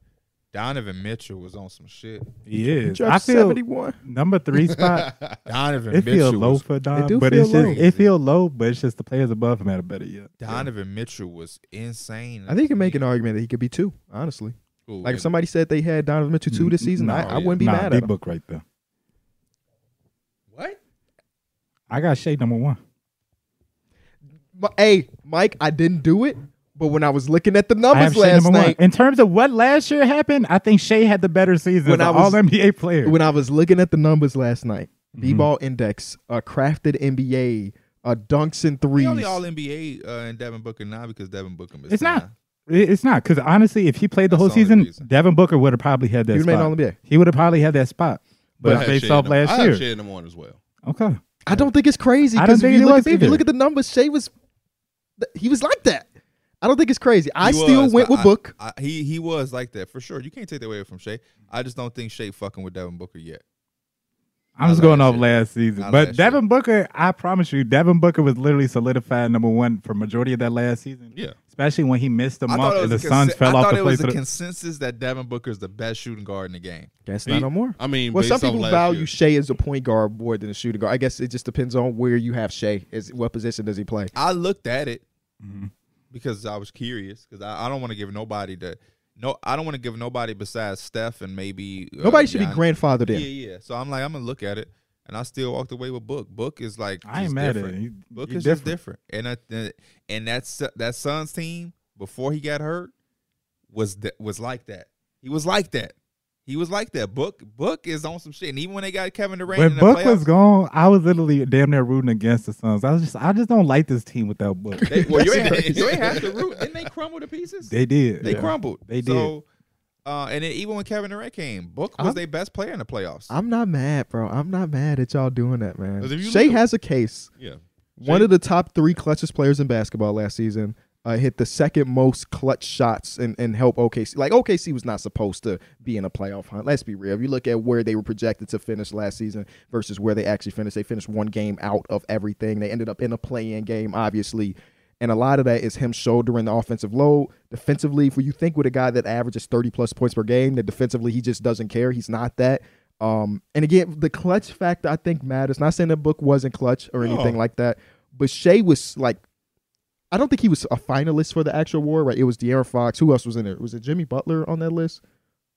Donovan Mitchell was on some shit. He is. I dropped feel 71. number three spot. Donovan it Mitchell feel low was for Don, do but feel it's just low. it feel low, but it's just the players above him had a better year. Donovan Mitchell was insane. I think you can make an argument that he could be two, honestly. Cool. Like if somebody said they had Donovan Mitchell two this season, I, No, I wouldn't be nah, mad they at him. book right there. what? I got Shea number one. But, hey, Mike, I didn't do it, but when I was looking at the I have numbers Shea last number night, one. In terms of what last year happened, I think Shea had the better season When when I of was- all NBA players. when I was looking at the numbers last night, Mhm. B-ball index, uh, crafted NBA, uh, dunks and He threes. only All NBA uh, and Devin Booker now because Devin Booker missed. It's not. nine. It- It's not because honestly, if he played That's the whole the only season, reason. Devin Booker would have probably had that. You made spot. All NBA. He would have probably had that spot, but, I had based Shea off number- last I year, had Shea number one as well. okay. I don't think it's crazy. I don't 'cause think if you it look was at, If you either. look at the numbers, Shea was, th- he was like that. I don't think it's crazy. I He still was, went but with I- Book. I, he he was like that for sure. You can't take that away from Shea. I just don't think Shea fucking with Devin Booker yet. I'm just Not going last off year. last season, Not but last year. Devin Booker, I promise you, Devin Booker was literally solidified number one for majority of that last season. Yeah. especially when he missed the I month thought it and the was a Suns consen- fell I off thought the it was place. a of the- consensus that Devin Booker is the best shooting guard in the game. That's He- not no more. I mean, Well, based some off people last value year- Shea as a point guard more than a shooting guard. I guess it just depends on where you have Shea. Is what position does he play? I looked at it Mhm. because I was curious because I, I don't want to give nobody the no. I don't want to give nobody besides Steph and maybe uh, Nobody should be Giannis. grandfathered Yeah, in. yeah. So I'm like, I'm gonna look at it, and I still walked away with Book. Book is like I ain't just mad at different. it. He- Book he is just different, different. and I, th- and that's that Suns team before he got hurt was th- was like that. He was like that. He was like that. Book Book is on some shit, and even when they got Kevin Durant, in When the Book playoffs, was gone, I was literally damn near rooting against the Suns. I was just, I just don't like this team without Book. They, well, you ain't, That's you ain't have to root. Didn't they crumble to pieces? They, they did. Yeah. crumbled. They did. So, uh, and then even when Kevin Durant came, Book was I'm- their best player in the playoffs. I'm not mad, bro. I'm not mad at y'all doing that, 'Cause man. if you Shea look at- has a case. Yeah. One of the top three clutchest players in basketball last season. Uh, hit the second most clutch shots and, and help OKC. Like OKC was not supposed to be in a playoff hunt. Let's be real. If you look at where they were projected to finish last season versus where they actually finished, they finished one game out of everything. They ended up in a play-in game, obviously. And a lot of that is him shouldering the offensive load. Defensively, if you think with a guy that averages 30 plus points per game, that defensively he just doesn't care. He's not that. Um, and again, the clutch factor I think matters. Not saying the book wasn't clutch or anything like that, but Shea was like, I don't think he was a finalist for the actual award, right? It was De'Aaron Fox. Who else was in there? Was it Jimmy Butler on that list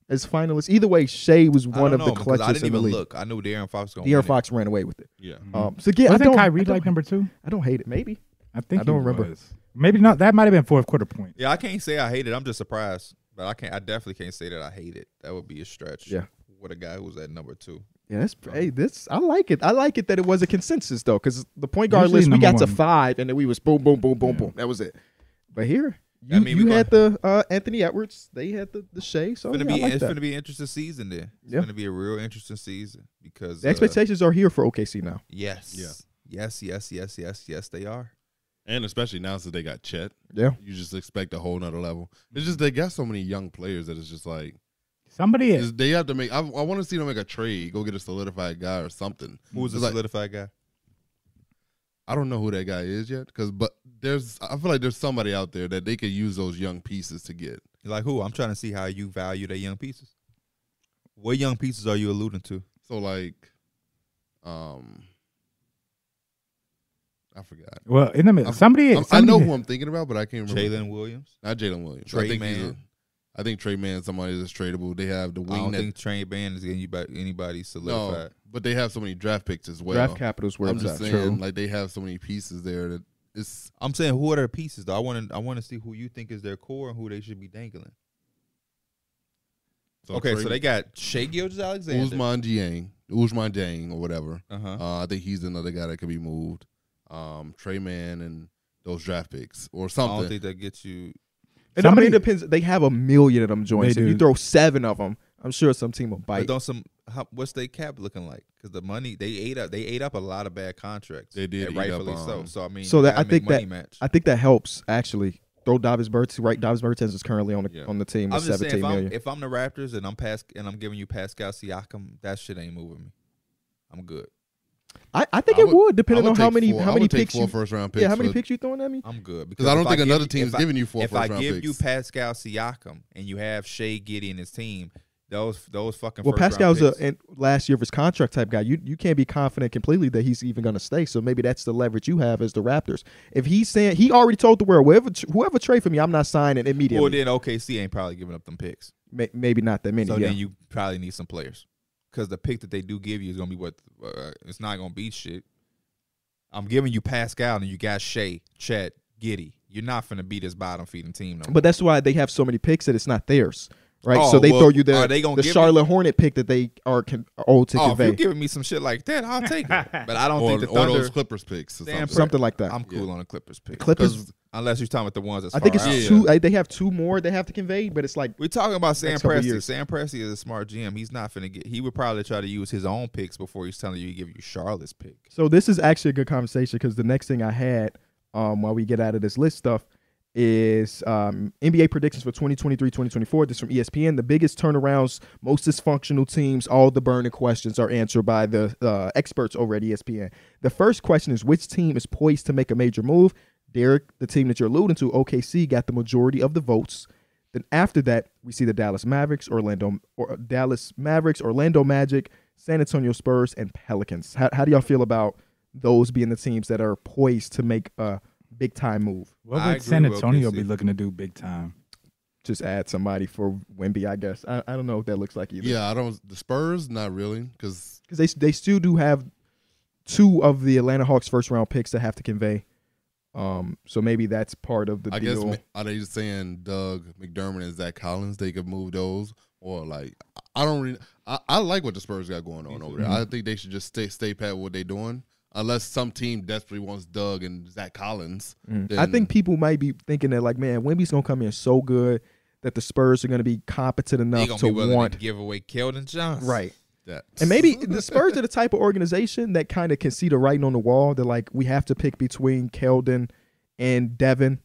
as finalist? Either way, Shea was I one don't of the know, because I clutchest didn't in the even league. look. Mm-hmm. I knew De'Aaron Fox was going. De'Aaron Fox ran away with it. Yeah. Um, so again, I Wasn't don't, Kyrie I don't, like number two? I don't hate it. Maybe I think I don't he remember. was. Maybe not. That might have been fourth quarter point. Yeah, I can't say I hate it. I'm just surprised, but I can't. I definitely can't say that I hate it. That would be a stretch. Yeah. With a guy who was at number two. Yeah, that's hey, this I like it. I like it that it was a consensus though, because the point guard Usually list we number got to one. five, and then we was boom, boom, boom, boom, boom. That was it. But here, you, I mean, we you had the uh, Anthony Edwards, they had the the Shea, so It's gonna Oh, yeah, I be. like it's that. gonna be an interesting season. Then it's Yeah. gonna be a real interesting season because the uh, expectations are here for OKC now. Yes. Yeah. Yes. Yes. Yes. Yes. Yes. They are. And especially now since they got Chet, Yeah, you just expect a whole nother level. It's just they got so many young players that it's just like Somebody it's- they have to make. I, I want to see them make a trade, go get a solidified guy or something. Mm-hmm. Who's a It's like, solidified guy? I don't know who that guy is yet, because but there's I feel like there's somebody out there that they could use those young pieces to get. Like who? I'm trying to see how you value their young pieces. What young pieces are you alluding to? So like, um, I forgot. Well, in the middle, I'm- somebody, I'm- I somebody- know who I'm thinking about, but I can't remember. Jalen Williams. Not Jalen Williams. Trey I think he's a- Mann. I think Trey Man somebody that's tradable. They have the I wing don't that think Trey Band is getting you by anybody no, solidified. but they have so many draft picks as well. draft capitals where I'm it's just at. saying, True. like they have so many pieces there that it's I'm saying who are their pieces though? I want to I want to see who you think is their core and who they should be dangling. so okay, Trey- so they got Shea Gilgis Alexander. Uzman Dieng, Uzman Dieng or whatever. Uh-huh. Uh, I think he's another guy that could be moved. Um, Trey Man and those draft picks or I don't something. think that gets you. It, I mean, Somebody- it depends. They have a million of them joints. They If you do. throw seven of them, I'm sure some team will bite. But don't some how, what's their cap looking like? Because the money they ate up, they ate up a lot of bad contracts. They did and eat rightfully up, so. um, So I mean, so you that- gotta I think make money that- match. I think that helps actually. Throw Davis Bertz right. Davis Bertz is currently on the Yeah. on the team I'm with just saying, seventeen if I'm, million. if I'm the Raptors and I'm Pas- and I'm giving you Pascal Siakam, that shit ain't moving me. I'm good. I, I think I it would, I depending would on how take many four- how I many would take picks four you first round picks. yeah how many for- picks you throwing at me. I'm good because Because I don't if think give another you- team's if I- giving you four if first I round give picks. you Pascal Siakam and you have Shea Giddy and his team, those those fucking Well, first round Pascal's a picks- and last year of his contract type guy. You you can't be confident completely that he's even going to stay. So maybe that's the leverage you have as the Raptors. If he's saying he already told the world whoever whoever trade for me, I'm not signing well immediately. then OKC ain't probably giving up them picks. May, maybe not that many. So yeah. then you probably need some players because the pick that they do give you is gonna be what uh, it's not gonna be shit. I'm giving you Pascal and you got Shea, Chet, Giddy. You're not finna beat this bottom feeding team. No more. but that's why they have so many picks that it's not theirs, right? Oh, so they well, throw you the are they gonna the give me- Charlotte Hornet pick that they are con- are old to oh, if convey, you're giving me some shit like that, I'll take it. But I don't or, think the or Thunder. those Clippers picks. Or Damn, something. something like that. I'm cool on the Clippers pick. Clippers. Unless you're talking about the ones that's I think it's far out. Yeah. two. I, they have two more they have to convey, but it's like We're talking about Sam Next couple Presti. years. Sam Presti is a smart GM. He's not finna get. He would probably try to use his own picks before he's telling you to give you Charlotte's pick. So this is actually a good conversation because the next thing I had um, while we get out of this list stuff is um, NBA predictions for 2023-2024. This is from E ESPN. The biggest turnarounds, most dysfunctional teams, all the burning questions are answered by the uh, experts over at ESPN. The first question is which team is poised to make a major move? Derek, the team that you're alluding to, OKC, got the majority of the votes. Then after that, we see the Dallas Mavericks, Orlando, or uh, Dallas Mavericks, Orlando Magic, San Antonio Spurs, and Pelicans. How, how do y'all feel about those being the teams that are poised to make a big time move? What I would San agree with Antonio OKC. be looking to do big time? Just add somebody for Wimby, I guess. I, I don't know what that looks like either. Yeah, I don't. The Spurs, not really, because because they they still do have two of the Atlanta Hawks first round picks that have to convey. Um, so maybe that's part of the I guess deal. ma- are they just saying Doug McDermott and Zach Collins? They could move those, or like I I don't. Really, I, I like what the Spurs got going on over there. I think they should just stay stay pat with what they're doing, unless some team desperately wants Doug and Zach Collins. I then- think people might be thinking that like, man, Wimby's gonna come in so good that the Spurs are gonna be competent They enough gonna to be willing want to give away Keldon Johnson. right. that And maybe the Spurs are the type of organization that kind of can see the writing on the wall. They're like, we have to pick between Keldon and Devin.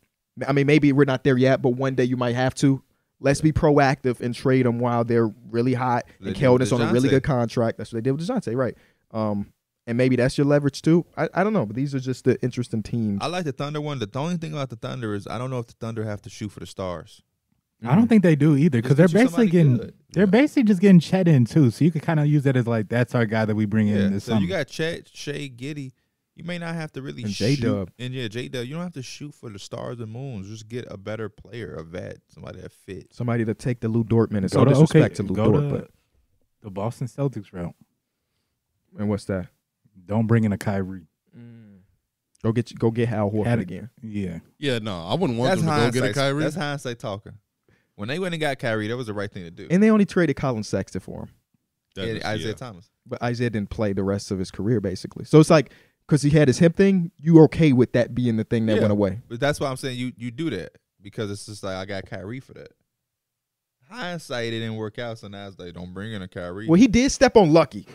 I mean, maybe we're not there yet, but one day you might have to. Let's be proactive and trade them while they're really hot. They and did with Keldon's on a really DeJounte. good contract. That's what they did with DeJounte, right? Um, and maybe that's your leverage too. I, I don't know, but these are just the interesting teams. I like the Thunder one. The only thing about the Thunder is I don't know if the Thunder have to shoot for the stars. I don't think they do either because Mm. Just get they're you basically somebody getting good. they're basically just getting Chet in too. So you could kind of use that as like that's our guy that we bring in Yeah. this So summer. you got Chet, Shea, Giddy. You may not have to really And shoot. J-Dub. And yeah, J Dub. You don't have to shoot for the stars and moons. Just get a better player, a vet, somebody that fits. Somebody to take the Lou Dort minutes. No disrespect to Lou go Dort, to but the Boston Celtics route. and what's that? Don't bring in a Kyrie. Mm. Go get go get Al Horford Had it. again. Yeah, yeah, no, I wouldn't want That's them to go hindsight. get a Kyrie. That's hindsight talking. When they went and got Kyrie, that was the right thing to do. And they only traded Colin Sexton for him. That Yeah, is- Isaiah yeah. Thomas. but Isaiah didn't play the rest of his career basically. So it's like because he had his hip thing, you okay with that being the thing that Yeah. went away? But that's why I'm saying you you do that because it's just like I got Kyrie for that. Hindsight, it didn't work out, so now it's like don't bring in a Kyrie. Well, he did step on Lucky,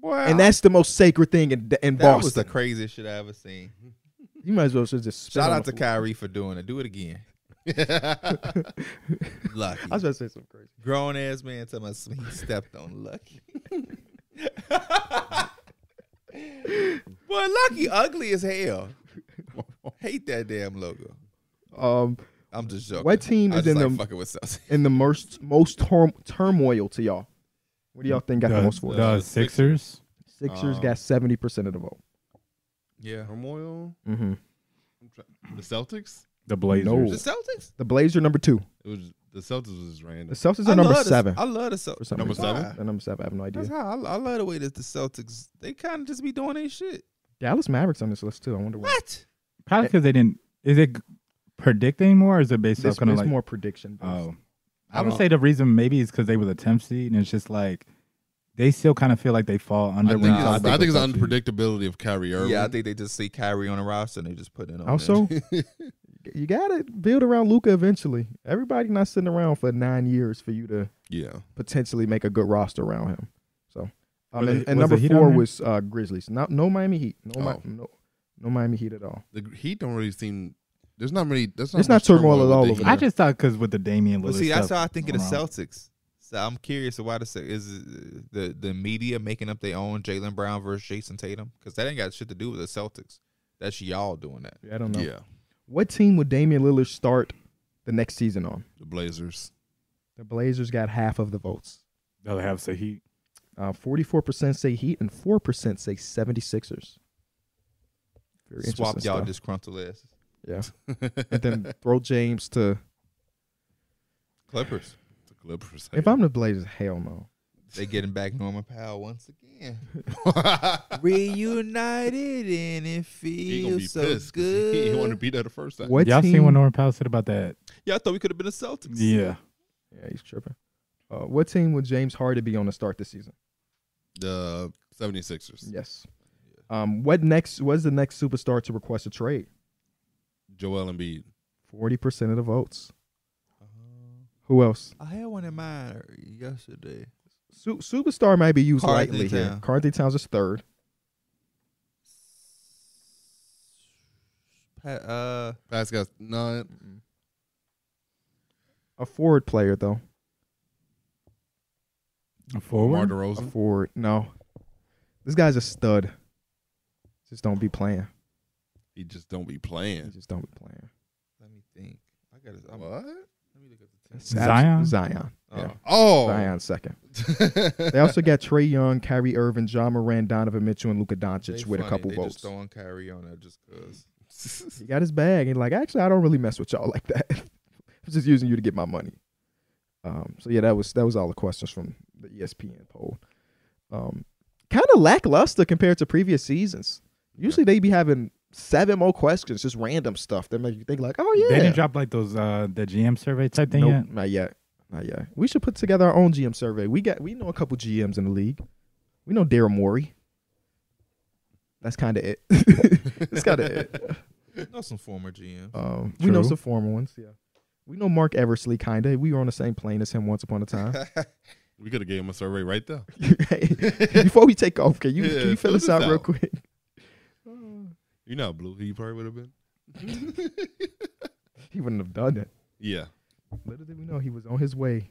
Boy, and that's the most sacred thing in, in that was the Boston. craziest shit I ever seen. you might as well should just spit Shout on out the to floor. Kyrie for doing it. Do it again. Lucky. I was about to say something crazy. Grown ass man telling us he stepped on Lucky. Boy, Lucky ugly as hell. Hate that damn logo. Um, I'm just joking. What team I is just in like the- fucking with Celtics. and the most most tur- turmoil to y'all. What do y'all think got the, most the, votes? the Sixers. Sixers Uh, um, got seventy percent of the vote. Yeah. Turmoil? Mm-hmm. The Celtics. The Blazers. No. The Celtics? The Blazer number two. It was the Celtics was just The random. Celtics are number love the- seven. I love the for Celtics. some Number reason. seven? Why? They're number seven. I have no idea. That's how I, I love the way that the Celtics they kind of just be doing their shit. Dallas Mavericks on this list too. I wonder why. What? Probably because they didn't. Is it predict anymore? Or is it based This, off kind of this like? more prediction. based. oh, I I would don't- say the reason maybe is because they were the tenth seed, and it's just like they still kind of feel like they fall I under. think, when Nah, you it's, talk I about think it's the the top seed. unpredictability of Kyrie Irving. Yeah, I think they just see Kyrie on the roster and they just putting it on. Also, you gotta build around Luca eventually. Everybody not sitting around for nine years for you to Yeah. potentially make a good roster around him. So, um, Was and, it- and was number it Heat four on there? was uh, Grizzlies. Not no Miami Heat. No, Mi- Oh. no, no Miami Heat at all. The Gr- Heat don't really seem. There's not really. That's not. It's much not turmoil at all with the over Heat. there. I just thought because with the Damian Lillard Well, see, that's stuff how I think of the going on. Celtics. So I'm curious why the Cel- is it the the media making up their own Jalen Brown versus Jason Tatum because that ain't got shit to do with the Celtics. That's y'all doing that. Yeah, I don't know. Yeah. What team would Damian Lillard start the next season on? The Blazers. The Blazers got half of the votes. They'll have say he. Uh, 44% say Heat and 4% say 76ers. Very Swap interesting y'all stuff. disgruntled asses. Yeah. and then throw James to. Clippers. The Clippers. If I'm the Blazers, hell no. They getting back Norman Powell once again. Reunited and it he gonna be feels so pissed. 'cause good. He, he wanted to be there the first time. What Y'all team? seen what Norman Powell said about that? yeah, I thought we could have been the Celtics. Yeah. yeah, he's tripping. Uh, what team would James Harden be on to start this season? The 76ers. Yes. Um, what next? What's the next superstar to request a trade? Joel Embiid. Forty percent of the votes. Who else? I had one in mind yesterday. Su- superstar might be used Karl lightly Anthony here. Towns. Carthy Towns is third. Pa- Uh, Pascal. No. A forward player though. A Mar forward. A DeRozan. forward. No, this guy's a stud. Just don't be playing. He just don't be He playing. just don't be playing. let me think. I got to What? Let me look at the team. It's abs- Zion? Zion. Yeah. Oh. Zion second. They also got Trey Young, Kyrie Irving, John Moran, Donovan Mitchell, and Luka Doncic They with a funny. couple they votes. Just throwing Kyrie on there just cause. He got his bag and like, actually, I don't really mess with y'all like that. I'm just using you to get my money. Um, so yeah, that was that was all the questions from the E ESPN poll. Um, kind of lackluster compared to previous seasons. Usually they be having seven more questions, just random stuff that make you think like, oh yeah, They didn't drop like those uh the GM survey type thing nope, yet. not yet, not yet. We should put together our own GM survey. We got we know a couple GMs in the league. We know Daryl Morey. That's kind of it. That's kind of it. I know some former GM. Um, we know True. some former ones. Yeah, we know Mark Eversley. Kinda, we were on the same plane as him once upon a time. we could have gave him a survey right there. Before we take off, can you Yeah, can you fill fill us this out, real out. quick? Uh, You know, how Blue. He probably would have been. He wouldn't have done it. Yeah. Little did we know he was on his way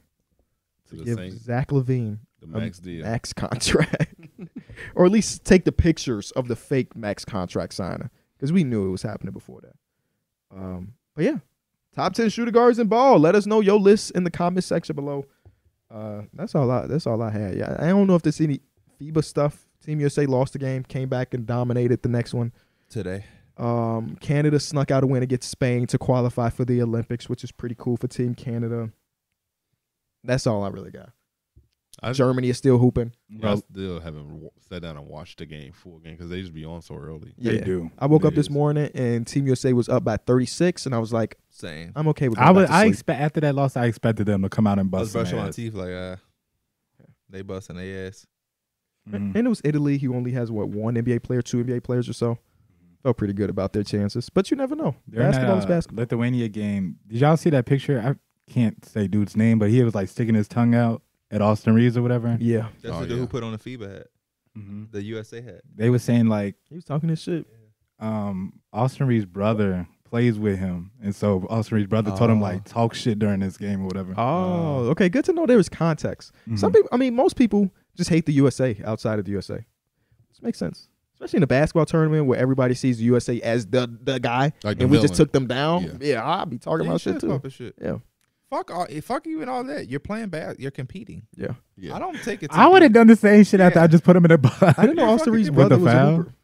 To to the give Saints. Zach Levine The a max deal. max contract, or at least take the pictures of the fake max contract signer because we knew it was happening before that. Um, but yeah, top ten shooter guards in ball. Let us know your list in the comment section below. Uh, that's all I. That's all I had. Yeah, I don't know if there's any FIBA stuff. Team USA lost the game, came back and dominated the next one. Today. Um, Canada snuck out a win against Spain to qualify for the Olympics, which is pretty cool for Team Canada. That's all I really got. I- Germany is still hooping. Yeah, I still haven't wa- sat down and watched the game full game because they just be on so early. They do. I woke up It this is. morning and Team USA was up by 36, and I was like, Same. I'm okay with. Going I would. I Back to sleep. expect after that loss, I expected them to come out and I bust. was brushing some my ass. teeth like uh, they busting their ass. Mhm. and it was Italy. He only has what one NBA player, two NBA players or so. Felt pretty good about their chances, but you never know. During that, basketball is uh, basketball. Lithuania game. Did y'all see that picture? I can't say dude's name, but he was like sticking his tongue out at Austin Reeves or whatever. Yeah, That's Oh, the dude yeah. who put on the FIBA hat, Mhm. the USA hat. They were saying like he was talking this shit. um, Austin Reeves' brother plays with him, and so Austin Reeves' brother told him Oh. like talk shit during this game or whatever. Mm-hmm. Oh, okay. Good to know there was context. Some people, I mean, most people just hate the USA outside of the USA. This makes sense, especially in the basketball tournament where everybody sees the USA as the the guy, Like the and we just villain. took them down. Yeah. Yeah, I'll be talking Yeah, about you shit should too. pop a shit. Yeah, Fuck all. eh, Fuck even all that. You're playing bad. You're competing. yeah. Yeah. I don't take it. To I would have done the same shit after Yeah. I just put him in a I didn't box. know You're Austin fucking Reeves' with brother the was a foul. hooper.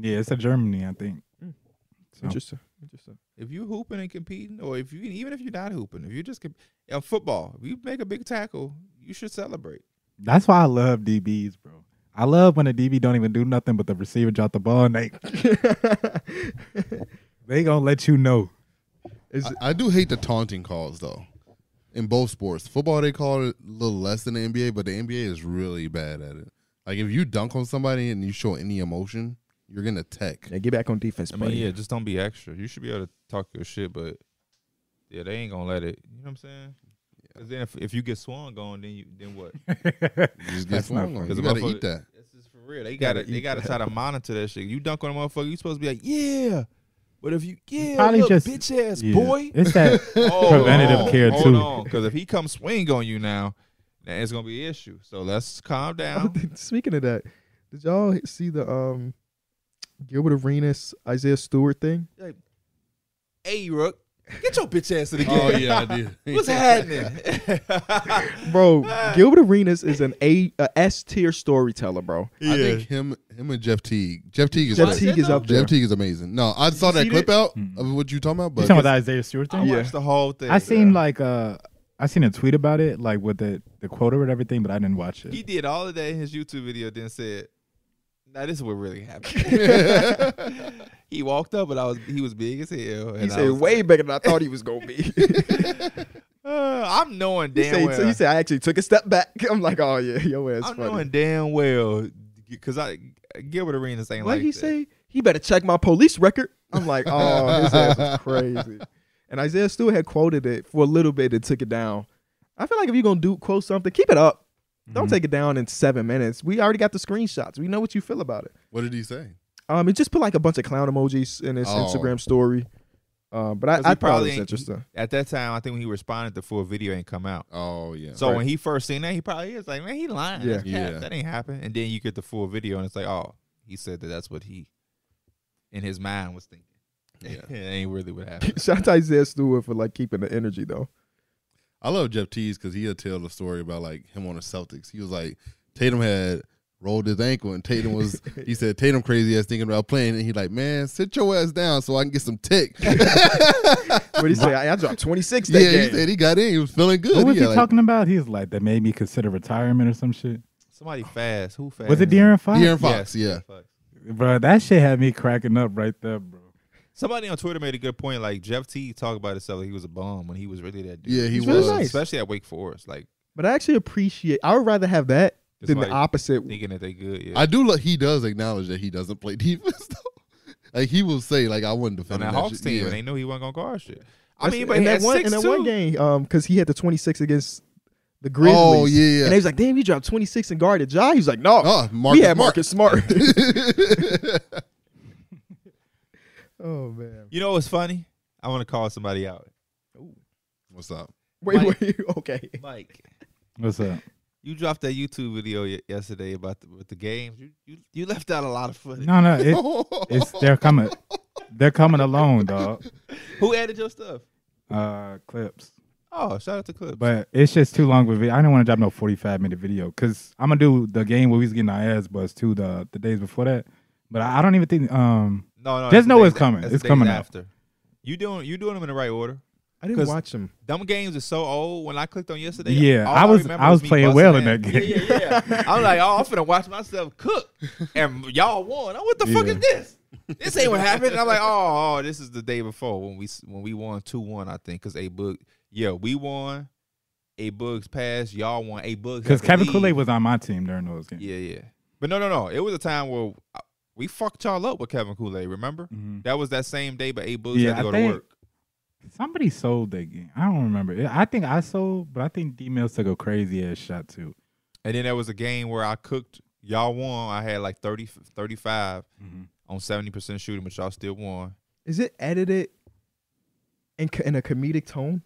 Yeah, it's a Germany, I think. So- Interesting. Interesting. If you hooping and competing, or if you even if you're not hooping, if you just comp- in football, if you make a big tackle, you should celebrate. That's why I love DBs, bro. I love when a DB don't even do nothing, but the receiver drop the ball and they they gonna let you know. Is I, I do hate the taunting calls though. In both sports, football they call it a little less than the NBA, but the NBA is really bad at it. Like if you dunk on somebody and you show any emotion, You're getting a tech. Yeah, get back on defense, I mean, buddy. yeah, just don't be extra. You should be able to talk your shit, but yeah, they ain't gonna let it. You know what I'm saying? 'Cause then if, if you get swung on, then you then what? You just get That's not swung on. fair. 'Cause oh, You a gotta motherfucker- eat that. This is for real. They Gotta gotta they eat gotta that. try to monitor that shit. You dunk on a motherfucker, you supposed to be like, yeah. But if you yeah, probably look, just- bitch ass Yeah. boy, It's that preventative on, care hold too. Because if he comes swing on you now, then it's gonna be an issue. So let's calm Oh, down. dude, Speaking of that, did y'all see the um Gilbert Arenas Isaiah Stewart thing? hey, Rook, get your bitch ass to the game. Oh yeah, I did. What's happening? Bro, Gilbert Arenas is an A, a S tier storyteller, bro. I think him, him and Jeff Teague. Jeff Teague is Jeff great. Teague is up there. Jeff Teague is amazing. No, I saw that see clip that? out Mm. of what you talking about, You but talking about the Isaiah Stewart I thing? Yeah. watched the whole thing. I seen yeah. like uh, I seen a tweet about it, like with the the quote over everything, but I didn't watch he it. did all of that in his YouTube video, then said, "Now this is what really happened." Yeah. he walked up, and I was he was big as hell. He And I said was way like, bigger than I thought he was gonna be. uh, I'm knowing he, damn said, well. he said I actually took a step back. I'm like, oh yeah, yo ass I'm funny. knowing damn well because I Gilbert Arenas ain't What like he that. say? He better check my police record. I'm like, oh, his ass is crazy. And Isaiah Stewart had quoted it for a little bit and took it down. I feel like if you're gonna do quote something, keep it up. Don't Mhm. Mm-hmm. take it down in seven minutes. We already got the screenshots. We know what you feel about it. what did he say? Um, it just put like a bunch of clown emojis in his Oh. Instagram story. Um, but 'Cause I, I he thought it probably was ain't- interesting. At that time, I think when he responded, the full video ain't come out. Oh yeah. So Right. when he first seen that, he probably is like, "Man, he lying. Yeah. That's cap. Yeah. That ain't happen." And then you get the full video, and it's like, "Oh, he said that. That's what he in his mind was thinking. Yeah. it ain't really what happened." Shout out to Isaiah Stewart for like keeping the energy though. I love Jeff Tees because he'll tell the story about like him on the Celtics. He was like Tatum had rolled his ankle and Tatum was he said Tatum crazy ass thinking about playing and he like man sit your ass down so I can get some tick. What did he say? I, I dropped 26 that yeah, he game. said he got in. He was feeling good. What was he had, like, talking about? He's like that made me consider retirement or some shit. Somebody fast. Who fast? Was it De'Aaron Fox? De'Aaron Fox, yeah. Bro, that shit had me cracking up right there, bro. Somebody on Twitter made a good point. Like Jeff T talked about himself. Like he was a bum when he was really that dude. Yeah, he He's really was. nice. Especially at Wake Forest, like But I actually appreciate. I would rather have that Just than like the opposite. thinking that they good. Yeah. I do. Look, he does acknowledge that he doesn't play defense though. Like he will say like I wouldn't on defend that him, Hawks shit. team, Yeah. and they knew he wasn't gonna guard shit. I That's- mean, but in he that had one six in that one too. game, um, because he had the 26 against the Grizzlies. Oh yeah, And yeah. they was like, damn, you dropped 26 and guarded Ja. He was like, no, Oh, we Marcus had Smart. Marcus Smart. oh man. You know what's funny? I want to call somebody out. What's up? Wait, Mike- wait, okay. Mike, What's up? you dropped that YouTube video y- yesterday about the, with the games. You, you you left out a lot of footage. No, no, it, it's they're coming, they're coming alone, dog. Who added your stuff? Uh, clips, Oh, shout out to Clip. but it's just too long of a video. I didn't want to drop no forty-five minute video because I'm gonna do the game where we was getting our ass buzzed too the the days before that. But I, I don't even think um no, no, Just that's the know it's days- coming. that's the It's days coming up. after. You doing you doing them in the right order. I didn't 'Cause- watch him. Dumb games are so old. When I clicked on yesterday, Yeah, all I was- remember I was me playing busting well in ass. that game. Yeah, yeah, yeah. I'm like, oh, I'm finna watch myself cook, and y'all won. Oh, what the fuck Yeah. is this? This ain't what happened. And I'm like, oh, oh, this is the day before when we s- when we won two one, I think, because a book. Yeah, we won. A Bugs passed. Y'all won. A Bugs had because to Kevin leave. Kool Aid was on my team during those games. Yeah, yeah. But no, no, no. It was a time where uh, we fucked y'all up with Kevin Kool Aid. Remember? Mhm. That was that same day, but A Boogs Yeah, had to I go think- to work. Somebody sold that game. I don't remember. It- I think I sold, but I think D Mills took a crazy ass shot too. And then there was a game where I cooked. Y'all won. I had like 30, 35 on 70% shooting, but y'all still won. Is it edited in, co- in a comedic tone?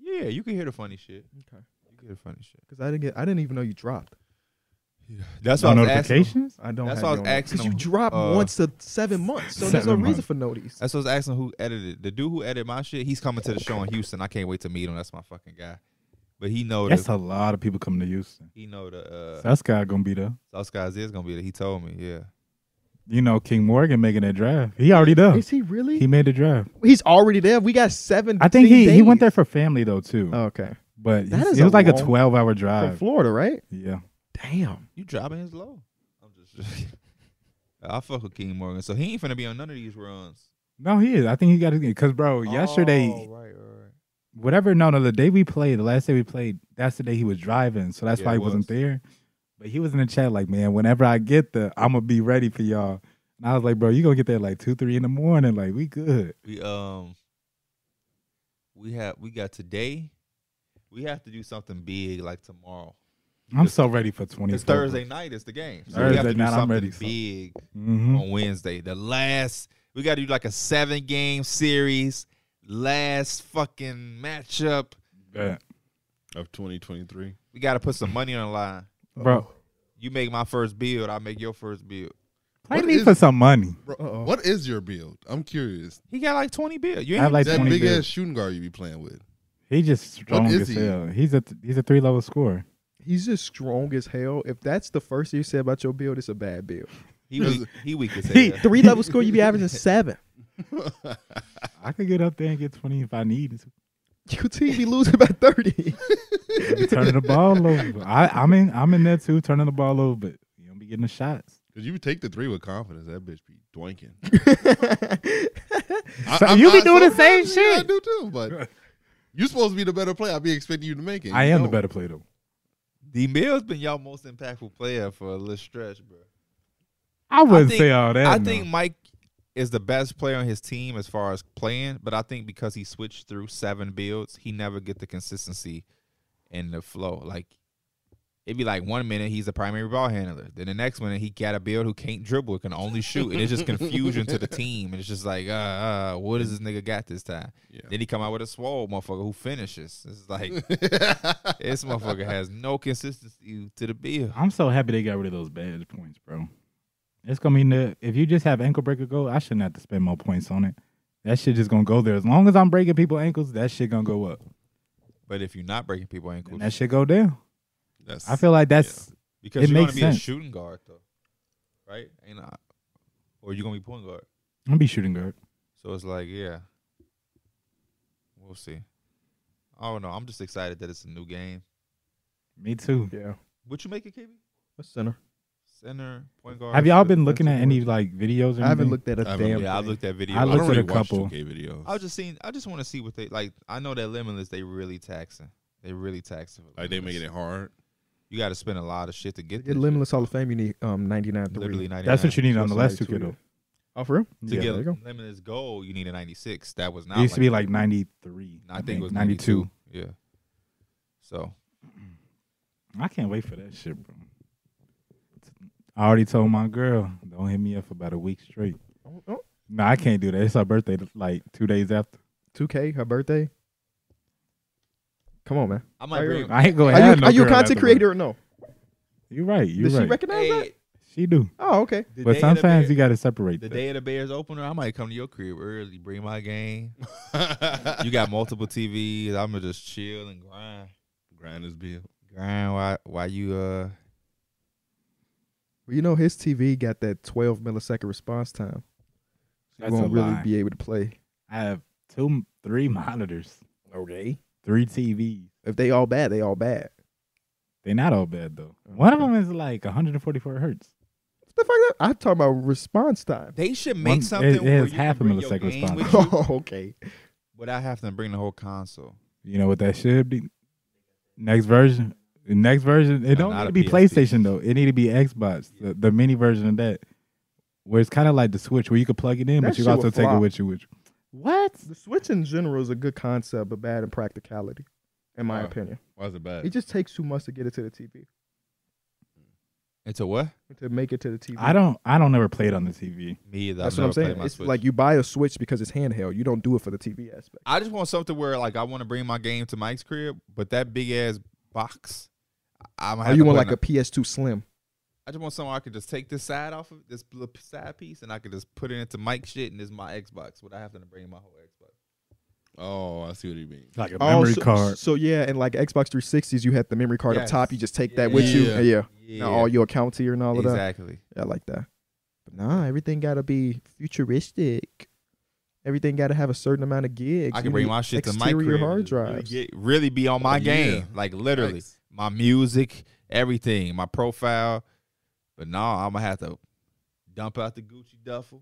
Yeah, you can hear the funny shit. Okay. You can hear the funny shit. Because I didn't get. I didn't even know you dropped. That's No what I was asking. him. notifications. I don't. That's have what I was you on- asking you him, dropped uh, once to seven months, so there's no seven reason months. for notice. That's what I was asking who edited. The dude who edited my shit, he's coming to the show in Houston. I can't wait to meet him. That's my fucking guy. But he know That's the, a lot of people coming to Houston. he know the uh That's guy gonna be there. South Skies is gonna be there. He told me, yeah. You know, King Morgan making that draft. He already done. Is he really? Oh. He made the draft. He's already there. We got seven. I think he, he went there for family though too. Okay. but Oh. That he- is it a was like long- a twelve hour From drive. Florida, right? Yeah. Damn. You dropping his low. I'm just I fuck with King Morgan. So he ain't finna be on none of these runs. No, he is. I think he got it because bro, yesterday, Oh, right, right, right. whatever. No, no, the day we played, the last day we played, that's the day he was driving, so that's Yeah, why it he wasn't was. there. But he was in the chat like, man, whenever I get there, I'm gonna be ready for y'all. And I was like, bro, you gonna get there like two, three in the morning. Like, we good. We um we have we got today. We have to do something big like tomorrow. I'm so ready for 20. It's Thursday night is the game. So we have Thursday to do night, I'm something ready for- big Mm-hmm. on Wednesday. The last we got to do like a seven game series, last fucking matchup. of 2023. We got to put some money on the line. Bro, You make my first build, I make your first build. play What me is- for some money. Bro, Uh-oh. what is your build? I'm curious. He got like twenty build. You I have ain't like That 20 big bids. ass shooting guard you be playing with. He just strong is as he? hell. He's a he's a three level scorer. He's just strong as hell. If that's the first thing you said about your build, it's a bad build. he weak, he weak as He, hell. three level score, you be averaging seven. I could get up there and get twenty if I needed to. Your team be losing by thirty. Be turning the ball over. I I'm in I'm in there too, turning the ball over, but you don't be getting the shots. Cause you take the three with confidence. That bitch be doinking. So you be I- doing the same sometimes, yeah, I shit. do too, but you supposed to be the better player. I be expecting you to make it. I You am the don't. better player though. D Mill's been y'all most impactful player for a little stretch, bro. I wouldn't think- say all that. I no. think Mike is the best player on his team as far as playing, but I think because he switched through seven builds, he never get the consistency and the flow. Like it'd be like one minute he's the primary ball handler, then the next minute he got a build who can't dribble, can only shoot, and it's just confusion to the team. And it's just like, uh, uh, what does this nigga got this time? Yeah. Then he come out with a swole motherfucker who finishes. It's like this motherfucker has no consistency to the build. I'm so happy they got rid of those badge points, bro. It's gonna mean that if you just have ankle breaker go, I shouldn't have to spend more points on it. That shit just gonna go there. As long as I'm breaking people ankles, that shit gonna go up. But if you're not breaking people ankles, And that shit go down. That's- I feel like that's Because It you're makes gonna be a sense. shooting guard though, right? Ain't I? Or you gonna be point guard? I'm gonna be shooting guard. So it's like, yeah, we'll see. I don't know. I'm just excited that it's a new game. Me too. yeah, Would you make it, KB? that's center. Center, point guard. Have y'all been looking at defensive any like videos? Or I haven't anything? looked at a I haven't damn. Yeah, I thing. looked at video. I I, I don't looked at really a watch couple. 2K videos. was just seeing. I just want to see what they like. I know that limitless. They really taxing. They really taxing. with like they Limitless. making it hard. You got to spend a lot of shit to get Get this limitless Hall of Fame. You need um ninety nine shit. Literally three. 99. That's what you need So on the it's last two like two K though. Oh, for real? to Yeah. there you go. get limitless gold. You need a 96. That was not. It used to like be like 93. I think it was 92. 92. Yeah. So I can't wait for that shit, bro. I already told my girl, don't hit me up for about a week straight. Oh, No, I can't do that. It's her birthday, like two days after. Two K. Her birthday. Come on, man. I Are might you- bring. I ain't going. Are you, are you a content creator or no? You right. You Does she right. recognize that? she do, Oh, okay. the but day of the sometimes Bear- you got to separate. the that. day of the Bears opener, I might come to your crib early, bring my game. you got multiple TVs. I'm gonna just chill and grind, Grind is bill. grind while while you uh. Well, you know his TV got that twelve millisecond response time. You That's a won't really lie. be able to play. I have two, three monitors, Okay. three TVs. If they all bad, they all bad. They're not all bad though. One of them is like 144 hertz. What the fuck? that- I'm talking about response time. They should One- make it- something it where has you can half a bring your millisecond game response. with you, oh, okay. but I have to bring the whole console. You know what that should be? Next version. The next version. It No, don't not need a to be PSP. PlayStation though. It need to be Xbox, the, the mini version of that, where it's kind of like the Switch, where you can plug it in, That but you shit also would take it flop. with you. Which What? The Switch in general is a good concept, but bad in practicality, in my Oh. Wow. opinion. Why is it bad? It just takes too much to get it to the TV, It's a what? to make it to the TV. I don't. I don't ever play it on the TV. Me either. That's what I've I'm never played saying. my It's Switch. like you buy a Switch because it's handheld. You don't do it for the TV aspect. I just want something where like I want to bring my game to Mike's crib, but that big ass box. I- I'm Or you want like a PS2 Slim. I just want something where I could just take this side off of this little p- side piece and I could just put it into Mike's shit and this is my Xbox. What I have to bring my whole Xbox. oh, I see what he means. Like a Oh, memory so, card. So yeah, and like Xbox 360s, you had the memory card up Yes. top. You just take that Yeah. with you. Yeah. Yeah. yeah. Yeah, Now all your accounts here and all of that. exactly. Yeah, I like that. But nah, everything gotta be futuristic. Everything gotta have a certain amount of gigs. I You can bring need my shit to Mike's exterior crib. and hard just really drives. get- Really, be on my Oh, yeah. game, like literally Yikes. my music, everything, my profile. But now I'm gonna have to dump out the Gucci duffel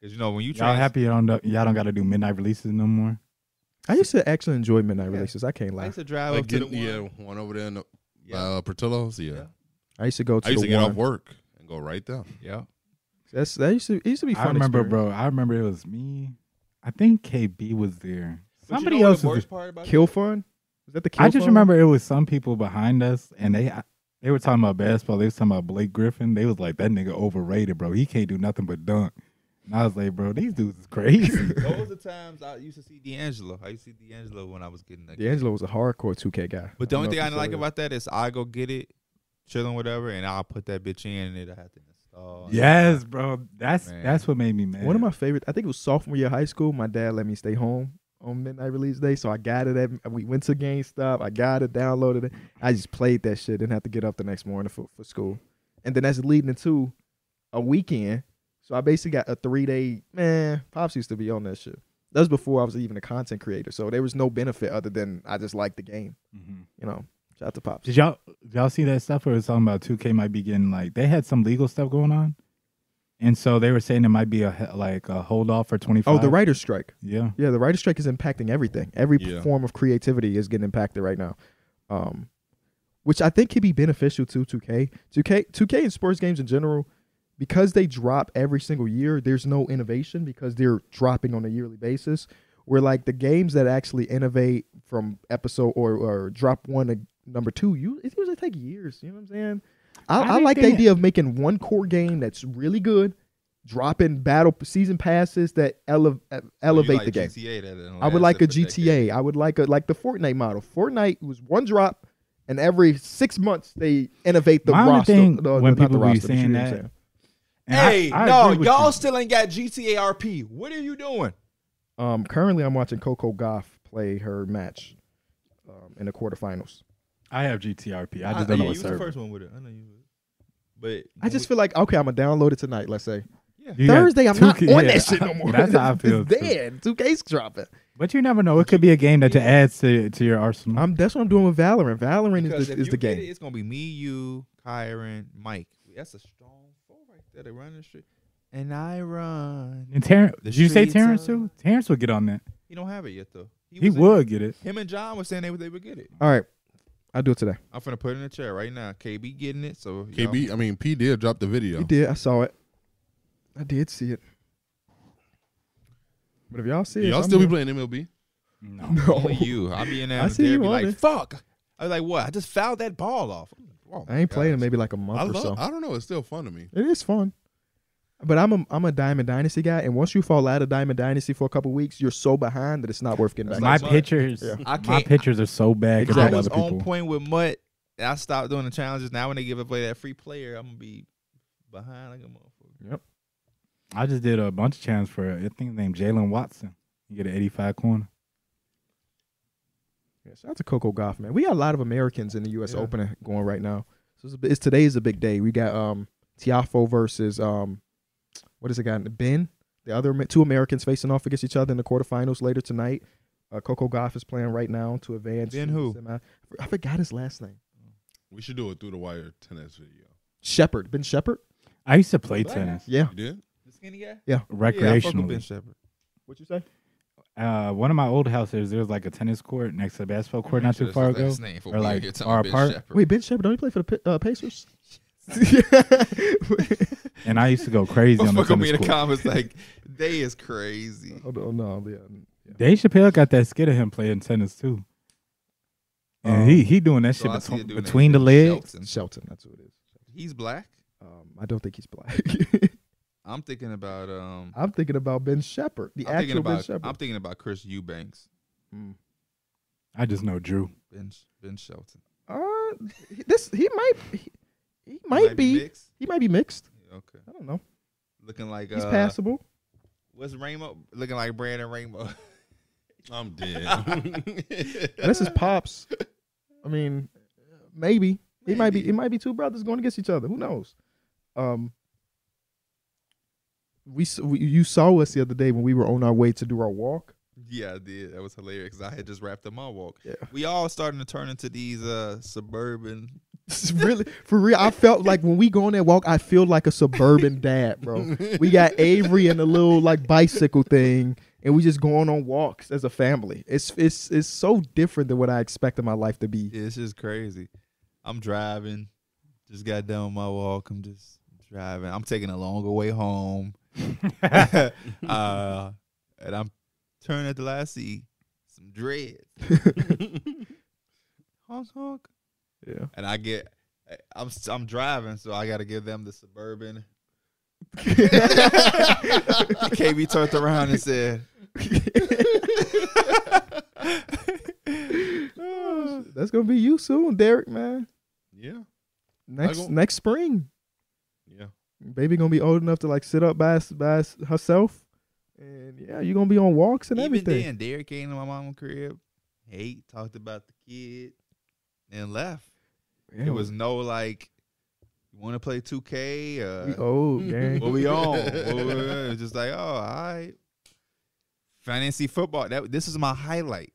because you know when you Y'all try happy? Y'all don't. Y'all don't got to do midnight releases no more. I used to actually enjoy midnight Yeah. releases. I can't I lie. used to drive Like up to the getting, one. yeah, one over there in the, Yeah. uh, Portillo's. Yeah. Yeah. I used to go to I used the to get one. off work and go right there. yeah. That's that used to it used to be. Fun I remember, experience. bro. I remember it was me. I think KB was there. But you Somebody know what else the was. worst there. part about Kill fun. Is that the kill? I just fun? remember it was some people behind us, and they I- they were talking about basketball. They was talking about Blake Griffin. They was like, "That nigga overrated, bro. He can't do nothing but dunk." And I was like, "Bro, these dudes is crazy." it? Those are times I used to see D'Angelo. I used to see D'Angelo when I was getting that. D'Angelo was a hardcore 2K guy. But the only thing I didn't like about that is I go get it, chilling whatever, and I'll put that bitch in and it. I have to install. yes, bro. That's Man. that's what made me mad. One of my favorite, I think it was sophomore year of high school. My dad let me stay home on midnight release day, so I got it. At, we went to GameStop. I got it, downloaded it. I just played that shit. Didn't have to get up the next morning for, for school. And then that's leading into a weekend. So I basically got a three day. Man, pops used to be on that shit. That was before I was even a content creator, so there was no benefit other than I just liked the game. Mhm. You know, shout out to pops. Did y'all did y'all see that stuff where it was talking about 2K might be getting like they had some legal stuff going on, and so they were saying it might be a he- like a hold off for 25. Oh, the writer's strike. Yeah. Yeah, the writer's strike is impacting everything. Every Yeah. form of creativity is getting impacted right now, um, which I think could be beneficial to 2K. 2K, 2K, and sports games in general, because they drop every single year. There's no innovation because they're dropping on a yearly basis. Where like the games that actually innovate from episode or, or drop one to number two, you it usually take years. You know what I'm saying? I, I I, think like the they- idea of making one core game that's really good, dropping battle season passes that ele- e-, elevate the game. GTA that didn't I would last like a for decades. GTA. I would like a like the Fortnite model. Fortnite was one drop, and every six months they innovate the My only roster. thing no, when not the people be roster, but you saying know what I'm that- And I- Hey, I no, agree with y'all you. still ain't got GTA RP. What are you doing? Um, currently, I'm watching Coco Goff play her match um, in the quarterfinals. I have GTRP. I just don't know yeah, what you was the server. first one with it. I know you. Was. But I just feel like okay, I'm gonna download it tonight. Let's say You got Thursday, I'm not 2K on yeah, that shit no more. That's how I feel. It's too. there. Two K's dropping. But you never know. It could be a game that you adds to to your arsenal. I'm. That's what I'm doing with Valorant. Valorant because is if the, is you the get game. it, it's gonna be me, you, Kyron, Mike. That's a strong four right there. They run the street, and I run. and Terrence, The did you say streets Terrence are- too? Terrence would get on that. He don't have it yet though. He was in- would get it. Him and John were saying they would they would get it. All right, I'll do it today. I'm finna put it in the chair right now. KB getting it, so y'all- KB, I mean, P did drop the video. You did. I saw it. I did see it. But if y'all see it, Y'all I'm still be here. playing MLB? No. Only you. I'll be in there. I and see they'll you be on like, it. fuck. I was like, what? I just fouled that ball off. Oh my I ain't playing in gosh. maybe like a I, month or love, so. I don't know. It's still fun to me. It is fun. But I'm a I'm a Diamond Dynasty guy, and once you fall out of Diamond Dynasty for a couple weeks, you're so behind that it's not worth getting back. my like mine. pictures, Yeah. I my can't. pictures are so bad compared I to was other on people. point with Mutt. and I stopped doing the challenges. Now when they give away that free player, I'm gonna be behind like a motherfucker. I just did a bunch of challenges for a thing named Jalen Watson. You get an 85 corner. Yeah, shout out to Coco Golf, man. We got a lot of Americans in the U.S. Yeah. Open going right now. So it's, a, bit- it's today is a big day. We got um Tiafo versus um what is it guy Ben? The other Amer- two Americans facing off against each other in the quarterfinals later tonight. Uh, Coco Golf is playing right now to advance. Ben to the who? semi- I forgot his last name. We should do a through the wire tennis video. Shepard. Ben Shepard. I used to play Black tennis Yeah. You did? The skinny guy. Yeah, I fuck with Ben recreationally. Shepherd. What you say? uh, one of my old houses, there was like a tennis court next to a basketball court not too far ago. Or like, or apart. Wait, Ben Shepard. Don't he play for the P- uh, Pacers? And I used to go crazy on the Motherfucker me tennis in the court. comments like, they is crazy. oh no, no, yeah. Dave Chappelle got that skit of him playing tennis too. And Um, he he doing that shit I see between, it doing that between the shit. legs. Shelton. Shelton. That's who it is. He's black. Um, I don't think he's black. I'm thinking about um. I'm thinking about Ben Shepard, the I'm thinking actual Ben about. Shepard. I'm thinking about Chris Eubanks. Mm. I just know Drew. Ben Ben Shelton. Uh, he- this he might he, he might, be, mixed. he might be mixed. Yeah, Okay, I don't know. looking like He's uh, passable. What's Rainbow looking like? Brandon Rainbow. I'm dead. This is pops. I mean, maybe it might be it might be two brothers going against each other. Who knows? Um, we, s- we you saw us the other day when we were on our way to do our walk. yeah, I did. That was hilarious. 'cause I had just wrapped up my walk. Yeah. We all starting to turn into these uh suburban. really for real. I felt like when we go on that walk, I feel like a suburban dad, bro. We got Avery and a little like bicycle thing, and we just going on walks as a family. It's it's it's so different than what I expected my life to be. Yeah, it's just crazy. I'm driving. Just got done with my walk. I'm just driving. I'm taking a longer way home. uh, and I'm turning at the last seat, some dreads. honk honk. Yeah. And I get I'm s- I'm driving, so I gotta give them the suburban. KB turned around and said That's gonna be you soon, Derek, man. Yeah. Next gon- next spring, Yeah. baby gonna be old enough to like sit up by s- by s- herself, and yeah, you gonna be on walks and Even everything. then, Derek came to my mom's crib, ate, talked about the kid, and left. Yeah, It was no like, you want to play 2K? we Uh, old gang. what we on? What we- it was just like, oh, all right. Fantasy football. That this is my highlight.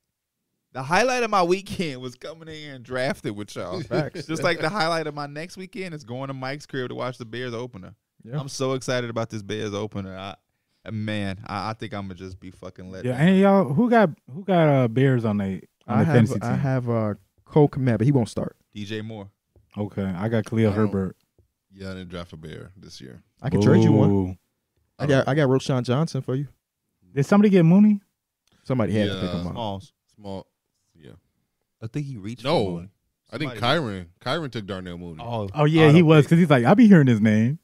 The highlight of my weekend was coming in here and drafted with y'all. Facts. Just like the highlight of my next weekend is going to Mike's crib to watch the Bears opener. Yeah. I'm so excited about this Bears opener. I, uh, man, I, I think I'm gonna just be fucking let. yeah, down. and y'all, who got who got uh, Bears on they on I the fantasy have team? I have uh Cole Komet, but he won't start. DJ Moore. okay, I got Khalil I don't- Herbert. Yeah, I didn't draft a bear this year. I can trade you one. Ooh. I got I got Roshan Johnson for you. Did somebody get Mooney? Somebody had to pick Yeah. him up. Smalls. Small. Yeah. I think he reached. No. for Mooney. I think Somebody- Kyron. Kyron took Darnell Mooney. Oh, Oh yeah, he was because he's like I be hearing his name.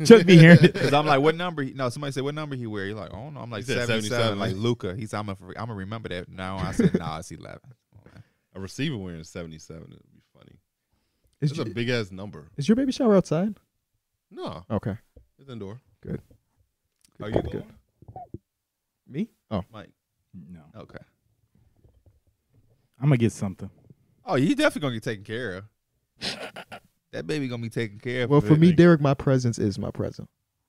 Should Just be hearing it. Because I'm like, what number? He, no, somebody said what number he wear. He's like, I don't know. I'm like He said 77, 77. Like Luca. He's I'm gonna I'm gonna remember that now. I said, nah, it's 11. a receiver wearing 77. It'd be funny. Is, It's a y- big ass number. is your baby shower outside? No, Okay. it's indoor. Are Good, you good, good? good. Me? Oh, Mike. No, Okay. I'm gonna get something. Oh, you definitely gonna get taken care of. that baby gonna be taken care of. well, for me, that thing. Derek, my presence is my present.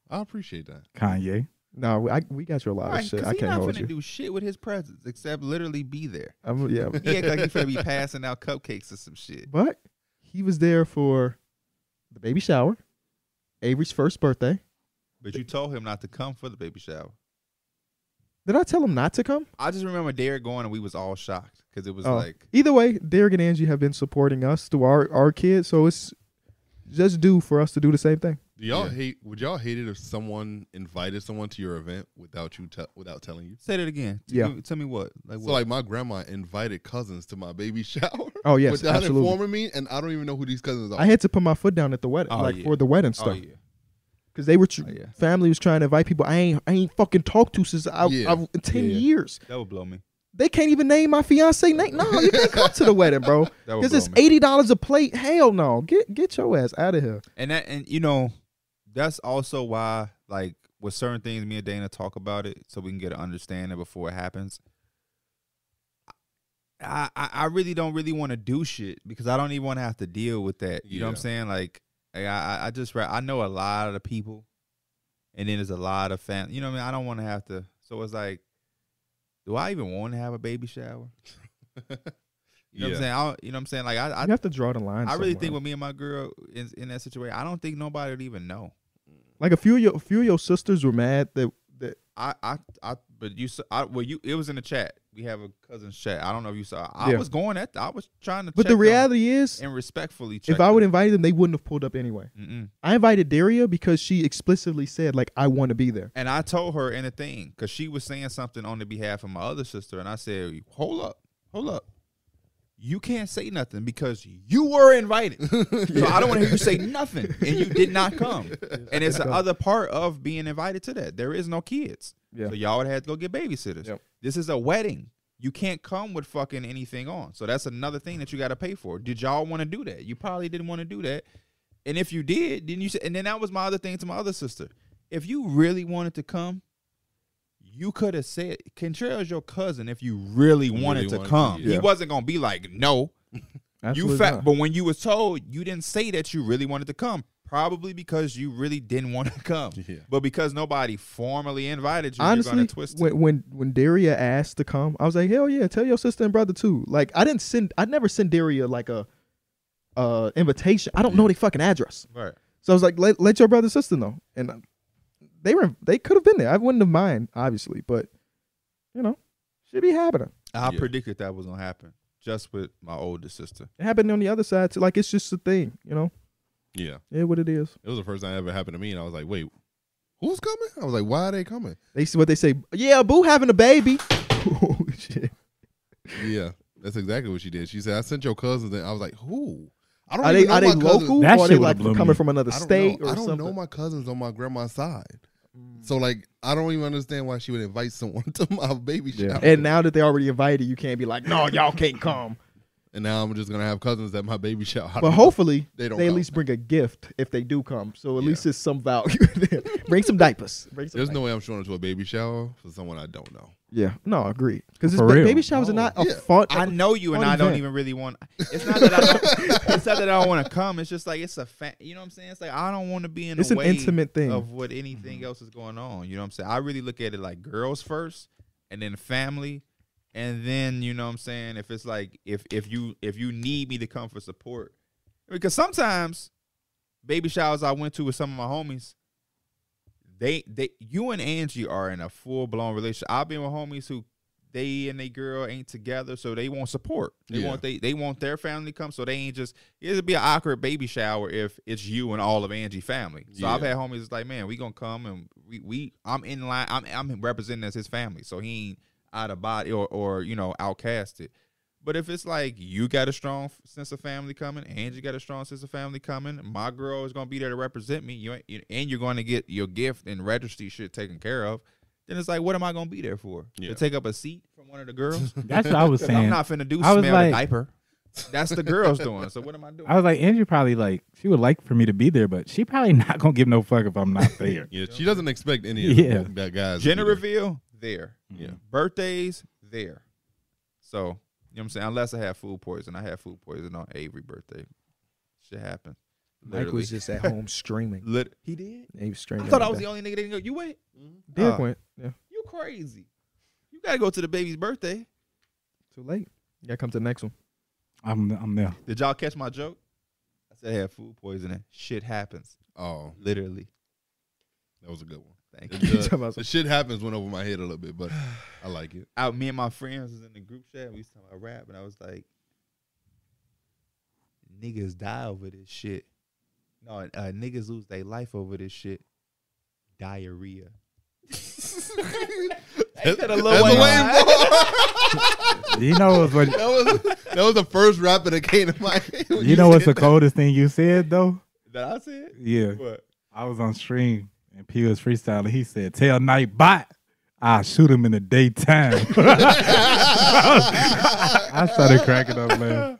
I appreciate that. Kanye. No, I, we got you a lot Right, of shit. 'cause I he can't not hold finna you. do shit with his presence except literally be there. I'm, yeah, He act like he finna be passing out cupcakes or some shit. but he was there for the baby shower, Avery's first birthday. But you told him not to come for the baby shower. Did I tell him not to come? I just remember Derek going and we was all shocked because it was Oh. like Either way, Derek and Angie have been supporting us through our our kids, so it's just due for us to do the same thing. Do y'all Yeah. hate? Would y'all hate it if someone invited someone to your event without you te- without telling you? Say that again. T- Yeah. give- Tell me what. Like, So what? like my grandma invited cousins to my baby shower. Oh yes, without absolutely. informing me, and I don't even know who these cousins are. I had to put my foot down at the wedding, Oh, like yeah. for the wedding oh stuff, yeah. because they were tr- Oh, yeah. family was trying to invite people. I ain't I ain't fucking talked to since I, Yeah. I ten Yeah. years. That would blow me. They can't even name my fiance name. No, you can't come to the wedding, bro. That would Because blow it's me. eighty dollars a plate. Hell no. Get get your ass out of here. And that and you know, that's also why like with certain things me and Dana talk about it so we can get an understanding before it happens. I I, I really don't really want to do shit because I don't even want to have to deal with that. You know what I'm Yeah. saying? Like I I, I just ra- I know a lot of the people and then there's a lot of fam you know what I mean? I don't want to have to so it's like do I even want to have a baby shower? You know what I'm saying? I, you know what I'm saying? Like I, I you have to draw the line. I really think somewhere. with me and my girl in, in that situation, I don't think nobody would even know. like a few of your a few of your sisters were mad that that I, I, I, but you, s- I, well, you, it was in the chat. We have a cousin's chat. I don't know if you saw. I Yeah. was going at, I was trying to. but check the them reality is and respectfully, check if I would invite them, they wouldn't have pulled up anyway. them. Mm-mm. I invited Daria because she explicitly said, like, I want to be there. and I told her in a thing because she was saying something on the behalf of my other sister, and I said, "Hold up, hold up." You can't say nothing because you were invited. So I don't want to hear you say nothing and you did not come. And it's the other part of being invited to that. There is no kids. Yeah. So y'all would have to go get babysitters. Yep. This is a wedding. You can't come with fucking anything on. So that's another thing that you got to pay for. Did y'all want to do that? You probably didn't want to do that. And if you did, then you said, and then that was my other thing to my other sister. If you really wanted to come, you could have said, Contreras, your cousin, if you really wanted to wanted to, come. yeah. He wasn't going to be like, no. you Absolutely fat. not. But when you was told, you didn't say that you really wanted to come. Probably because you really didn't want to come. Yeah. But because nobody formally invited you, you're Honestly, going to twist it. when, when when Daria asked to come, I was like, hell yeah, tell your sister and brother too. Like, I didn't send, I never send Daria like a uh invitation. I don't know their fucking address. Right. So I was like, let, let your brother and sister know. And um, they were they could have been there. I wouldn't have mind, obviously, but you know, should be happening. I Yeah. predicted that was going to happen just with my older sister. It happened on the other side too. Like it's just a thing, you know. Yeah. Yeah, what it is. It was the first time it ever happened to me, and I was like, wait, who's coming? I was like, why are they coming? They see what they say. Yeah, Boo having a baby. oh, shit. Yeah, that's exactly what she did. She said, I sent your cousins, and I was like, who? I don't Are they even are know they my cousins. local? That or are shit they would've like blew coming me. from another I don't state know. or I don't something? Mm. know my cousins on my grandma's side. So like I don't even understand why she would invite someone to my baby yeah. shower. And now that they already invited, you can't be like, no, y'all can't come. And now I'm just gonna have cousins at my baby shower. But hopefully They they, don't at come. least bring a gift if they do come. So at Yeah. least it's some value. there. bring some diapers. Bring some there's diapers. no way I'm showing up to a baby shower for someone I don't know. Yeah. No, agree. Because For real. baby showers are not a yeah. fun. I know you, and Fun I don't event. even really want. It's not that I don't. it's not that I don't want to come. It's just like it's a fa- You know what I'm saying? It's like I don't want to be in. It's the an way intimate thing. of what anything else is going on. You know what I'm saying? I really look at it like girls first, and then family, and then you know what I'm saying. If it's like if if you if you need me to come for support, because sometimes baby showers I went to with some of my homies, they they you and Angie are in a full blown relationship. I've been with homies who they and they girl ain't together, so they want support. They Yeah. want they they want their family to come, so they ain't just it'd be an awkward baby shower if it's you and all of Angie family. So I've Yeah. had homies that's like, man, we gonna come and we we I'm in line. I'm I'm representing as his family, so he ain't out of body or or you know outcasted. But if it's like you got a strong f- sense of family coming, Angie got a strong sense of family coming, my girl is gonna be there to represent me. You, ain't, you and you're going to get your gift and registry shit taken care of. Then it's like, what am I gonna be there for? Yeah. To take up a seat from one of the girls? That's what I was I'm saying. not finna do I smell was the like- diaper. That's the girls doing. So what am I doing? I was like, Andrew probably like she would like for me to be there, but she probably not gonna give no fuck if I'm not there. Yeah, she doesn't expect any of Yeah. the- that guys. to be Gender there. reveal there. Yeah. Birthdays there. So you know what I'm saying. Unless I have food poison, I had food poison on Avery's birthday. Shit happened. Mike was just at home streaming. Lit- he did. He was I streaming. thought I was the only nigga that didn't go. You went. Dick Oh. went. Ah. Yeah. You crazy. You gotta go to the baby's birthday. Too late. You gotta come to the next one. I'm I'm there. Did y'all catch my joke? I said I had food poisoning. Shit happens. Oh, Literally. that was a good one. Thank you. It does- Talking about the shit happens went over my head a little bit, but I like it. out me and my friends was in the group chat. We was talking about rap, and I was like, "Niggas die over this shit. No, uh, niggas lose their life over this shit. Diarrhea." That's, that a that's little the one? way it was. You know what's what that was that was the first rap that came to my head. when you know what's the said that. coldest thing you said though? That I said. Yeah. What? I was on stream and P was freestyling. He said, Tell Night Bot, I'll shoot him in the daytime. I started cracking up, man.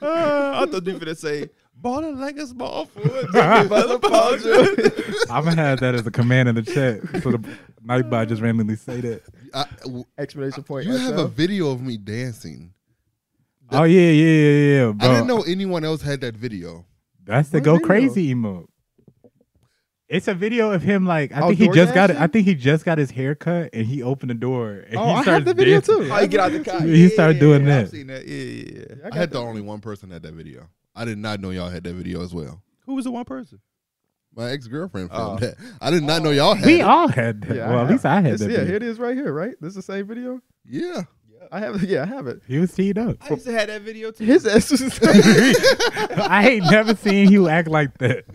Uh, I thought you were gonna say balling like a small foot, taken by the palm." I'm gonna have that as a command in the chat. So the Night Bot just randomly say that. I- w- Explanation point. you have SL. a video of me dancing. Oh yeah, yeah, yeah, yeah, bro. I didn't know anyone else had that video. That's the What go video? crazy emote. It's a video of him like I Oh, think he door just got it. dashing? I think he just got his hair cut and he opened the door and Oh, he I have starts the video dancing. too. How Oh, you get out the car? You start doing Yeah, I've that. seen that. Yeah, yeah, yeah. I I, got had the that. only one person had that video. I did not know y'all had that video as well. Who was the one person? My ex girlfriend Oh. filmed that. I did not know y'all had. We it. all had that. Yeah, well, at have least I had this, that. Yeah, video. here it is right here, right? This is the same video? yeah, I have yeah, I have it. He was teed up. I used to have that video too. His ass was I ain't never seen you act like that.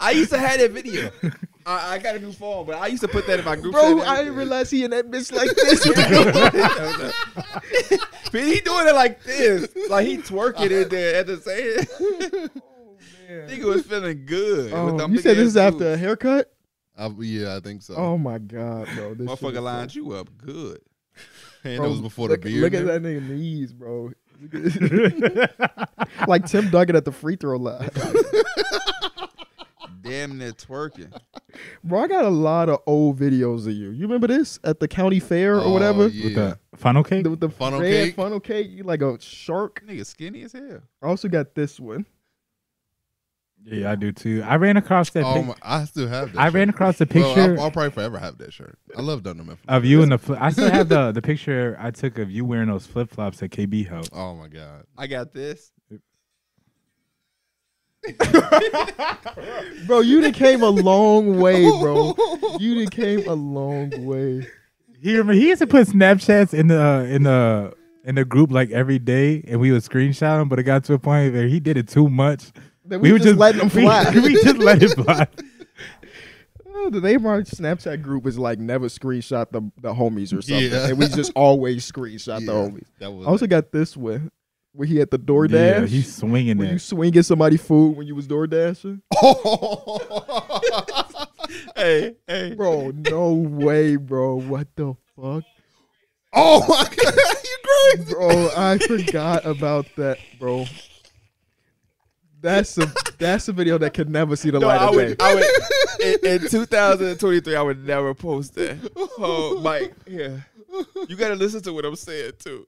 I used to have that video. I, I got a new phone, but I used to put that in my group. Bro, chat I every- didn't realize he in that bitch like this. What the- But he doing it like this, like he twerking in there at the same. Nigga was feeling good. with oh, them you said big this is ass after a boobs. haircut? I, yeah, I think so. Oh my god, bro. This shit is Motherfucker lined you up good. and Bro, it was before look, the beard. Look and at that nigga knees, bro. like Tim Duncan at the free throw line. Damn near twerking. bro, I got a lot of old videos of you. You remember this at the county fair or Oh, whatever? yeah. With the funnel cake? The- With the Funnel red cake. funnel cake, you like a shark. Nigga skinny as hell. I also got this one. Yeah, I do too. I ran across that. Oh pic- my, I still have that. I shirt. ran across the Well, picture I'll, I'll probably forever have that shirt. I love Dunder Mifflin. of you in the. Fl- I still have the the picture I took of you wearing those flip flops at KB House. oh my god. I got this. Bro, you done came a long way, bro. You done came a long way. He remember he used to put Snapchats in the in the in the group like every day, and we would screenshot him. But it got to a point where he did it too much, That we, were just, letting them fly. We, we just let it fly. Oh, the Neymar Snapchat group is like never screenshot the, the homies or something. Yeah. And we just always screenshot the homies. That was I also got this one where he had the DoorDash. Yeah, he's swinging were you that. swinging somebody food when you was door dashing? hey, hey. Bro, no way, bro. What the fuck? oh my god, you crazy? Bro, I forgot about that, bro. That's a that's a video that could never see the No, light I of day. would, I would, in, in 2023, I would never post that. Oh, Mike, yeah. You got to listen to what I'm saying, too.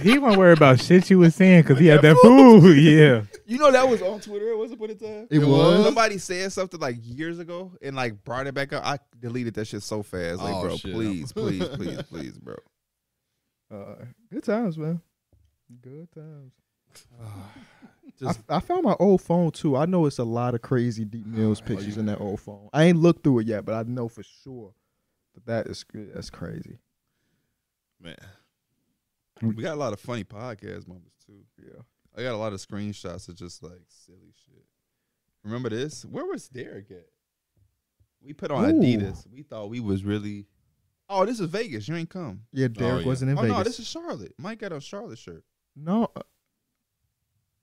He wasn't worried about shit you was saying because he had that food. Yeah. You know that was on Twitter at one point in time? It was? Somebody said something like years ago and like brought it back up. I deleted that shit so fast. Like, Oh, bro, shit. please, please, please, please, bro. Uh, good times, man. Good times. Just- Oh, I, I found my old phone too. I know it's a lot of crazy deep Mills pictures in that old phone. I ain't looked through it yet, but I know for sure that that is that's crazy. Man, We got a lot of funny podcast moments, too. Yeah. I got a lot of screenshots of just like silly shit. Remember this? Where was Derek at? We put on Ooh. Adidas. We thought we was really. Oh, this is Vegas. You ain't come. Yeah, Derek yeah. wasn't in oh Vegas. no, this is Charlotte. Mike got a Charlotte shirt. No. uh,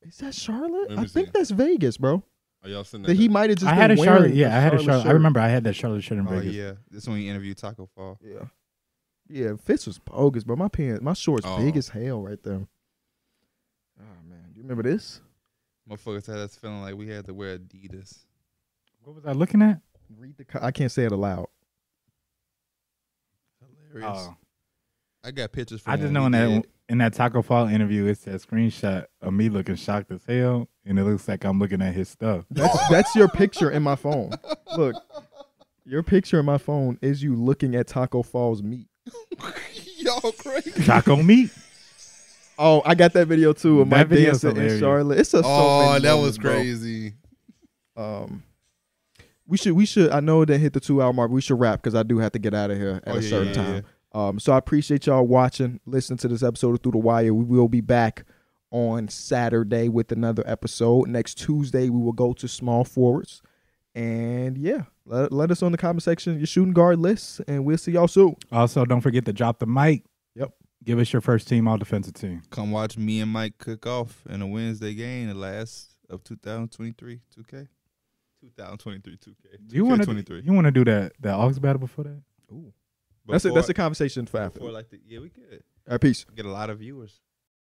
Is that Charlotte? Let me I think see. that's Vegas, bro. are y'all sitting That he might have just I had a been wearing Charlotte. Yeah, the I had a Charlotte. I shirt. remember I had that Charlotte shirt in Oh Vegas. yeah, this when we interviewed Taco Fall. Yeah. Yeah, Fitz was bogus, bro. My pants, my shorts Oh. big as hell right there. Oh man, you remember this? Motherfuckers had us feeling like we had to wear Adidas. What was I looking at? Read the. Co- I can't say it aloud. Hilarious. I got pictures. From Oh, I when just know we in that did- in that Taco Fall interview, it's that screenshot of me looking shocked as hell, and it looks like I'm looking at his stuff. That's that's your picture in my phone. Look, your picture in my phone is you looking at Taco Falls meat. y'all crazy? Taco meat. Oh, I got that video too of That my video's dancing in hilarious. Charlotte. It's a Oh, that was crazy. Um, we should we should I know it didn't hit the two hour mark. We should wrap because I do have to get out of here at Oh, a yeah, certain yeah, time. Um, so I appreciate y'all watching, listening to this episode of Through the Wire. We will be back on Saturday with another episode. Next Tuesday we will go to small forwards, and yeah, let, let us know in the comment section your shooting guard lists, and we'll see y'all soon. Also, don't forget to drop the mic. Yep. Give us your first team all defensive team. Come watch me and Mike cook off in a Wednesday game, the last of 2023 2K. 2023 2K. Do you want to 23? you want to do that that Ox battle before that? That's a, that's a conversation for after. Before like the, yeah, we could All right, peace. get a lot of viewers.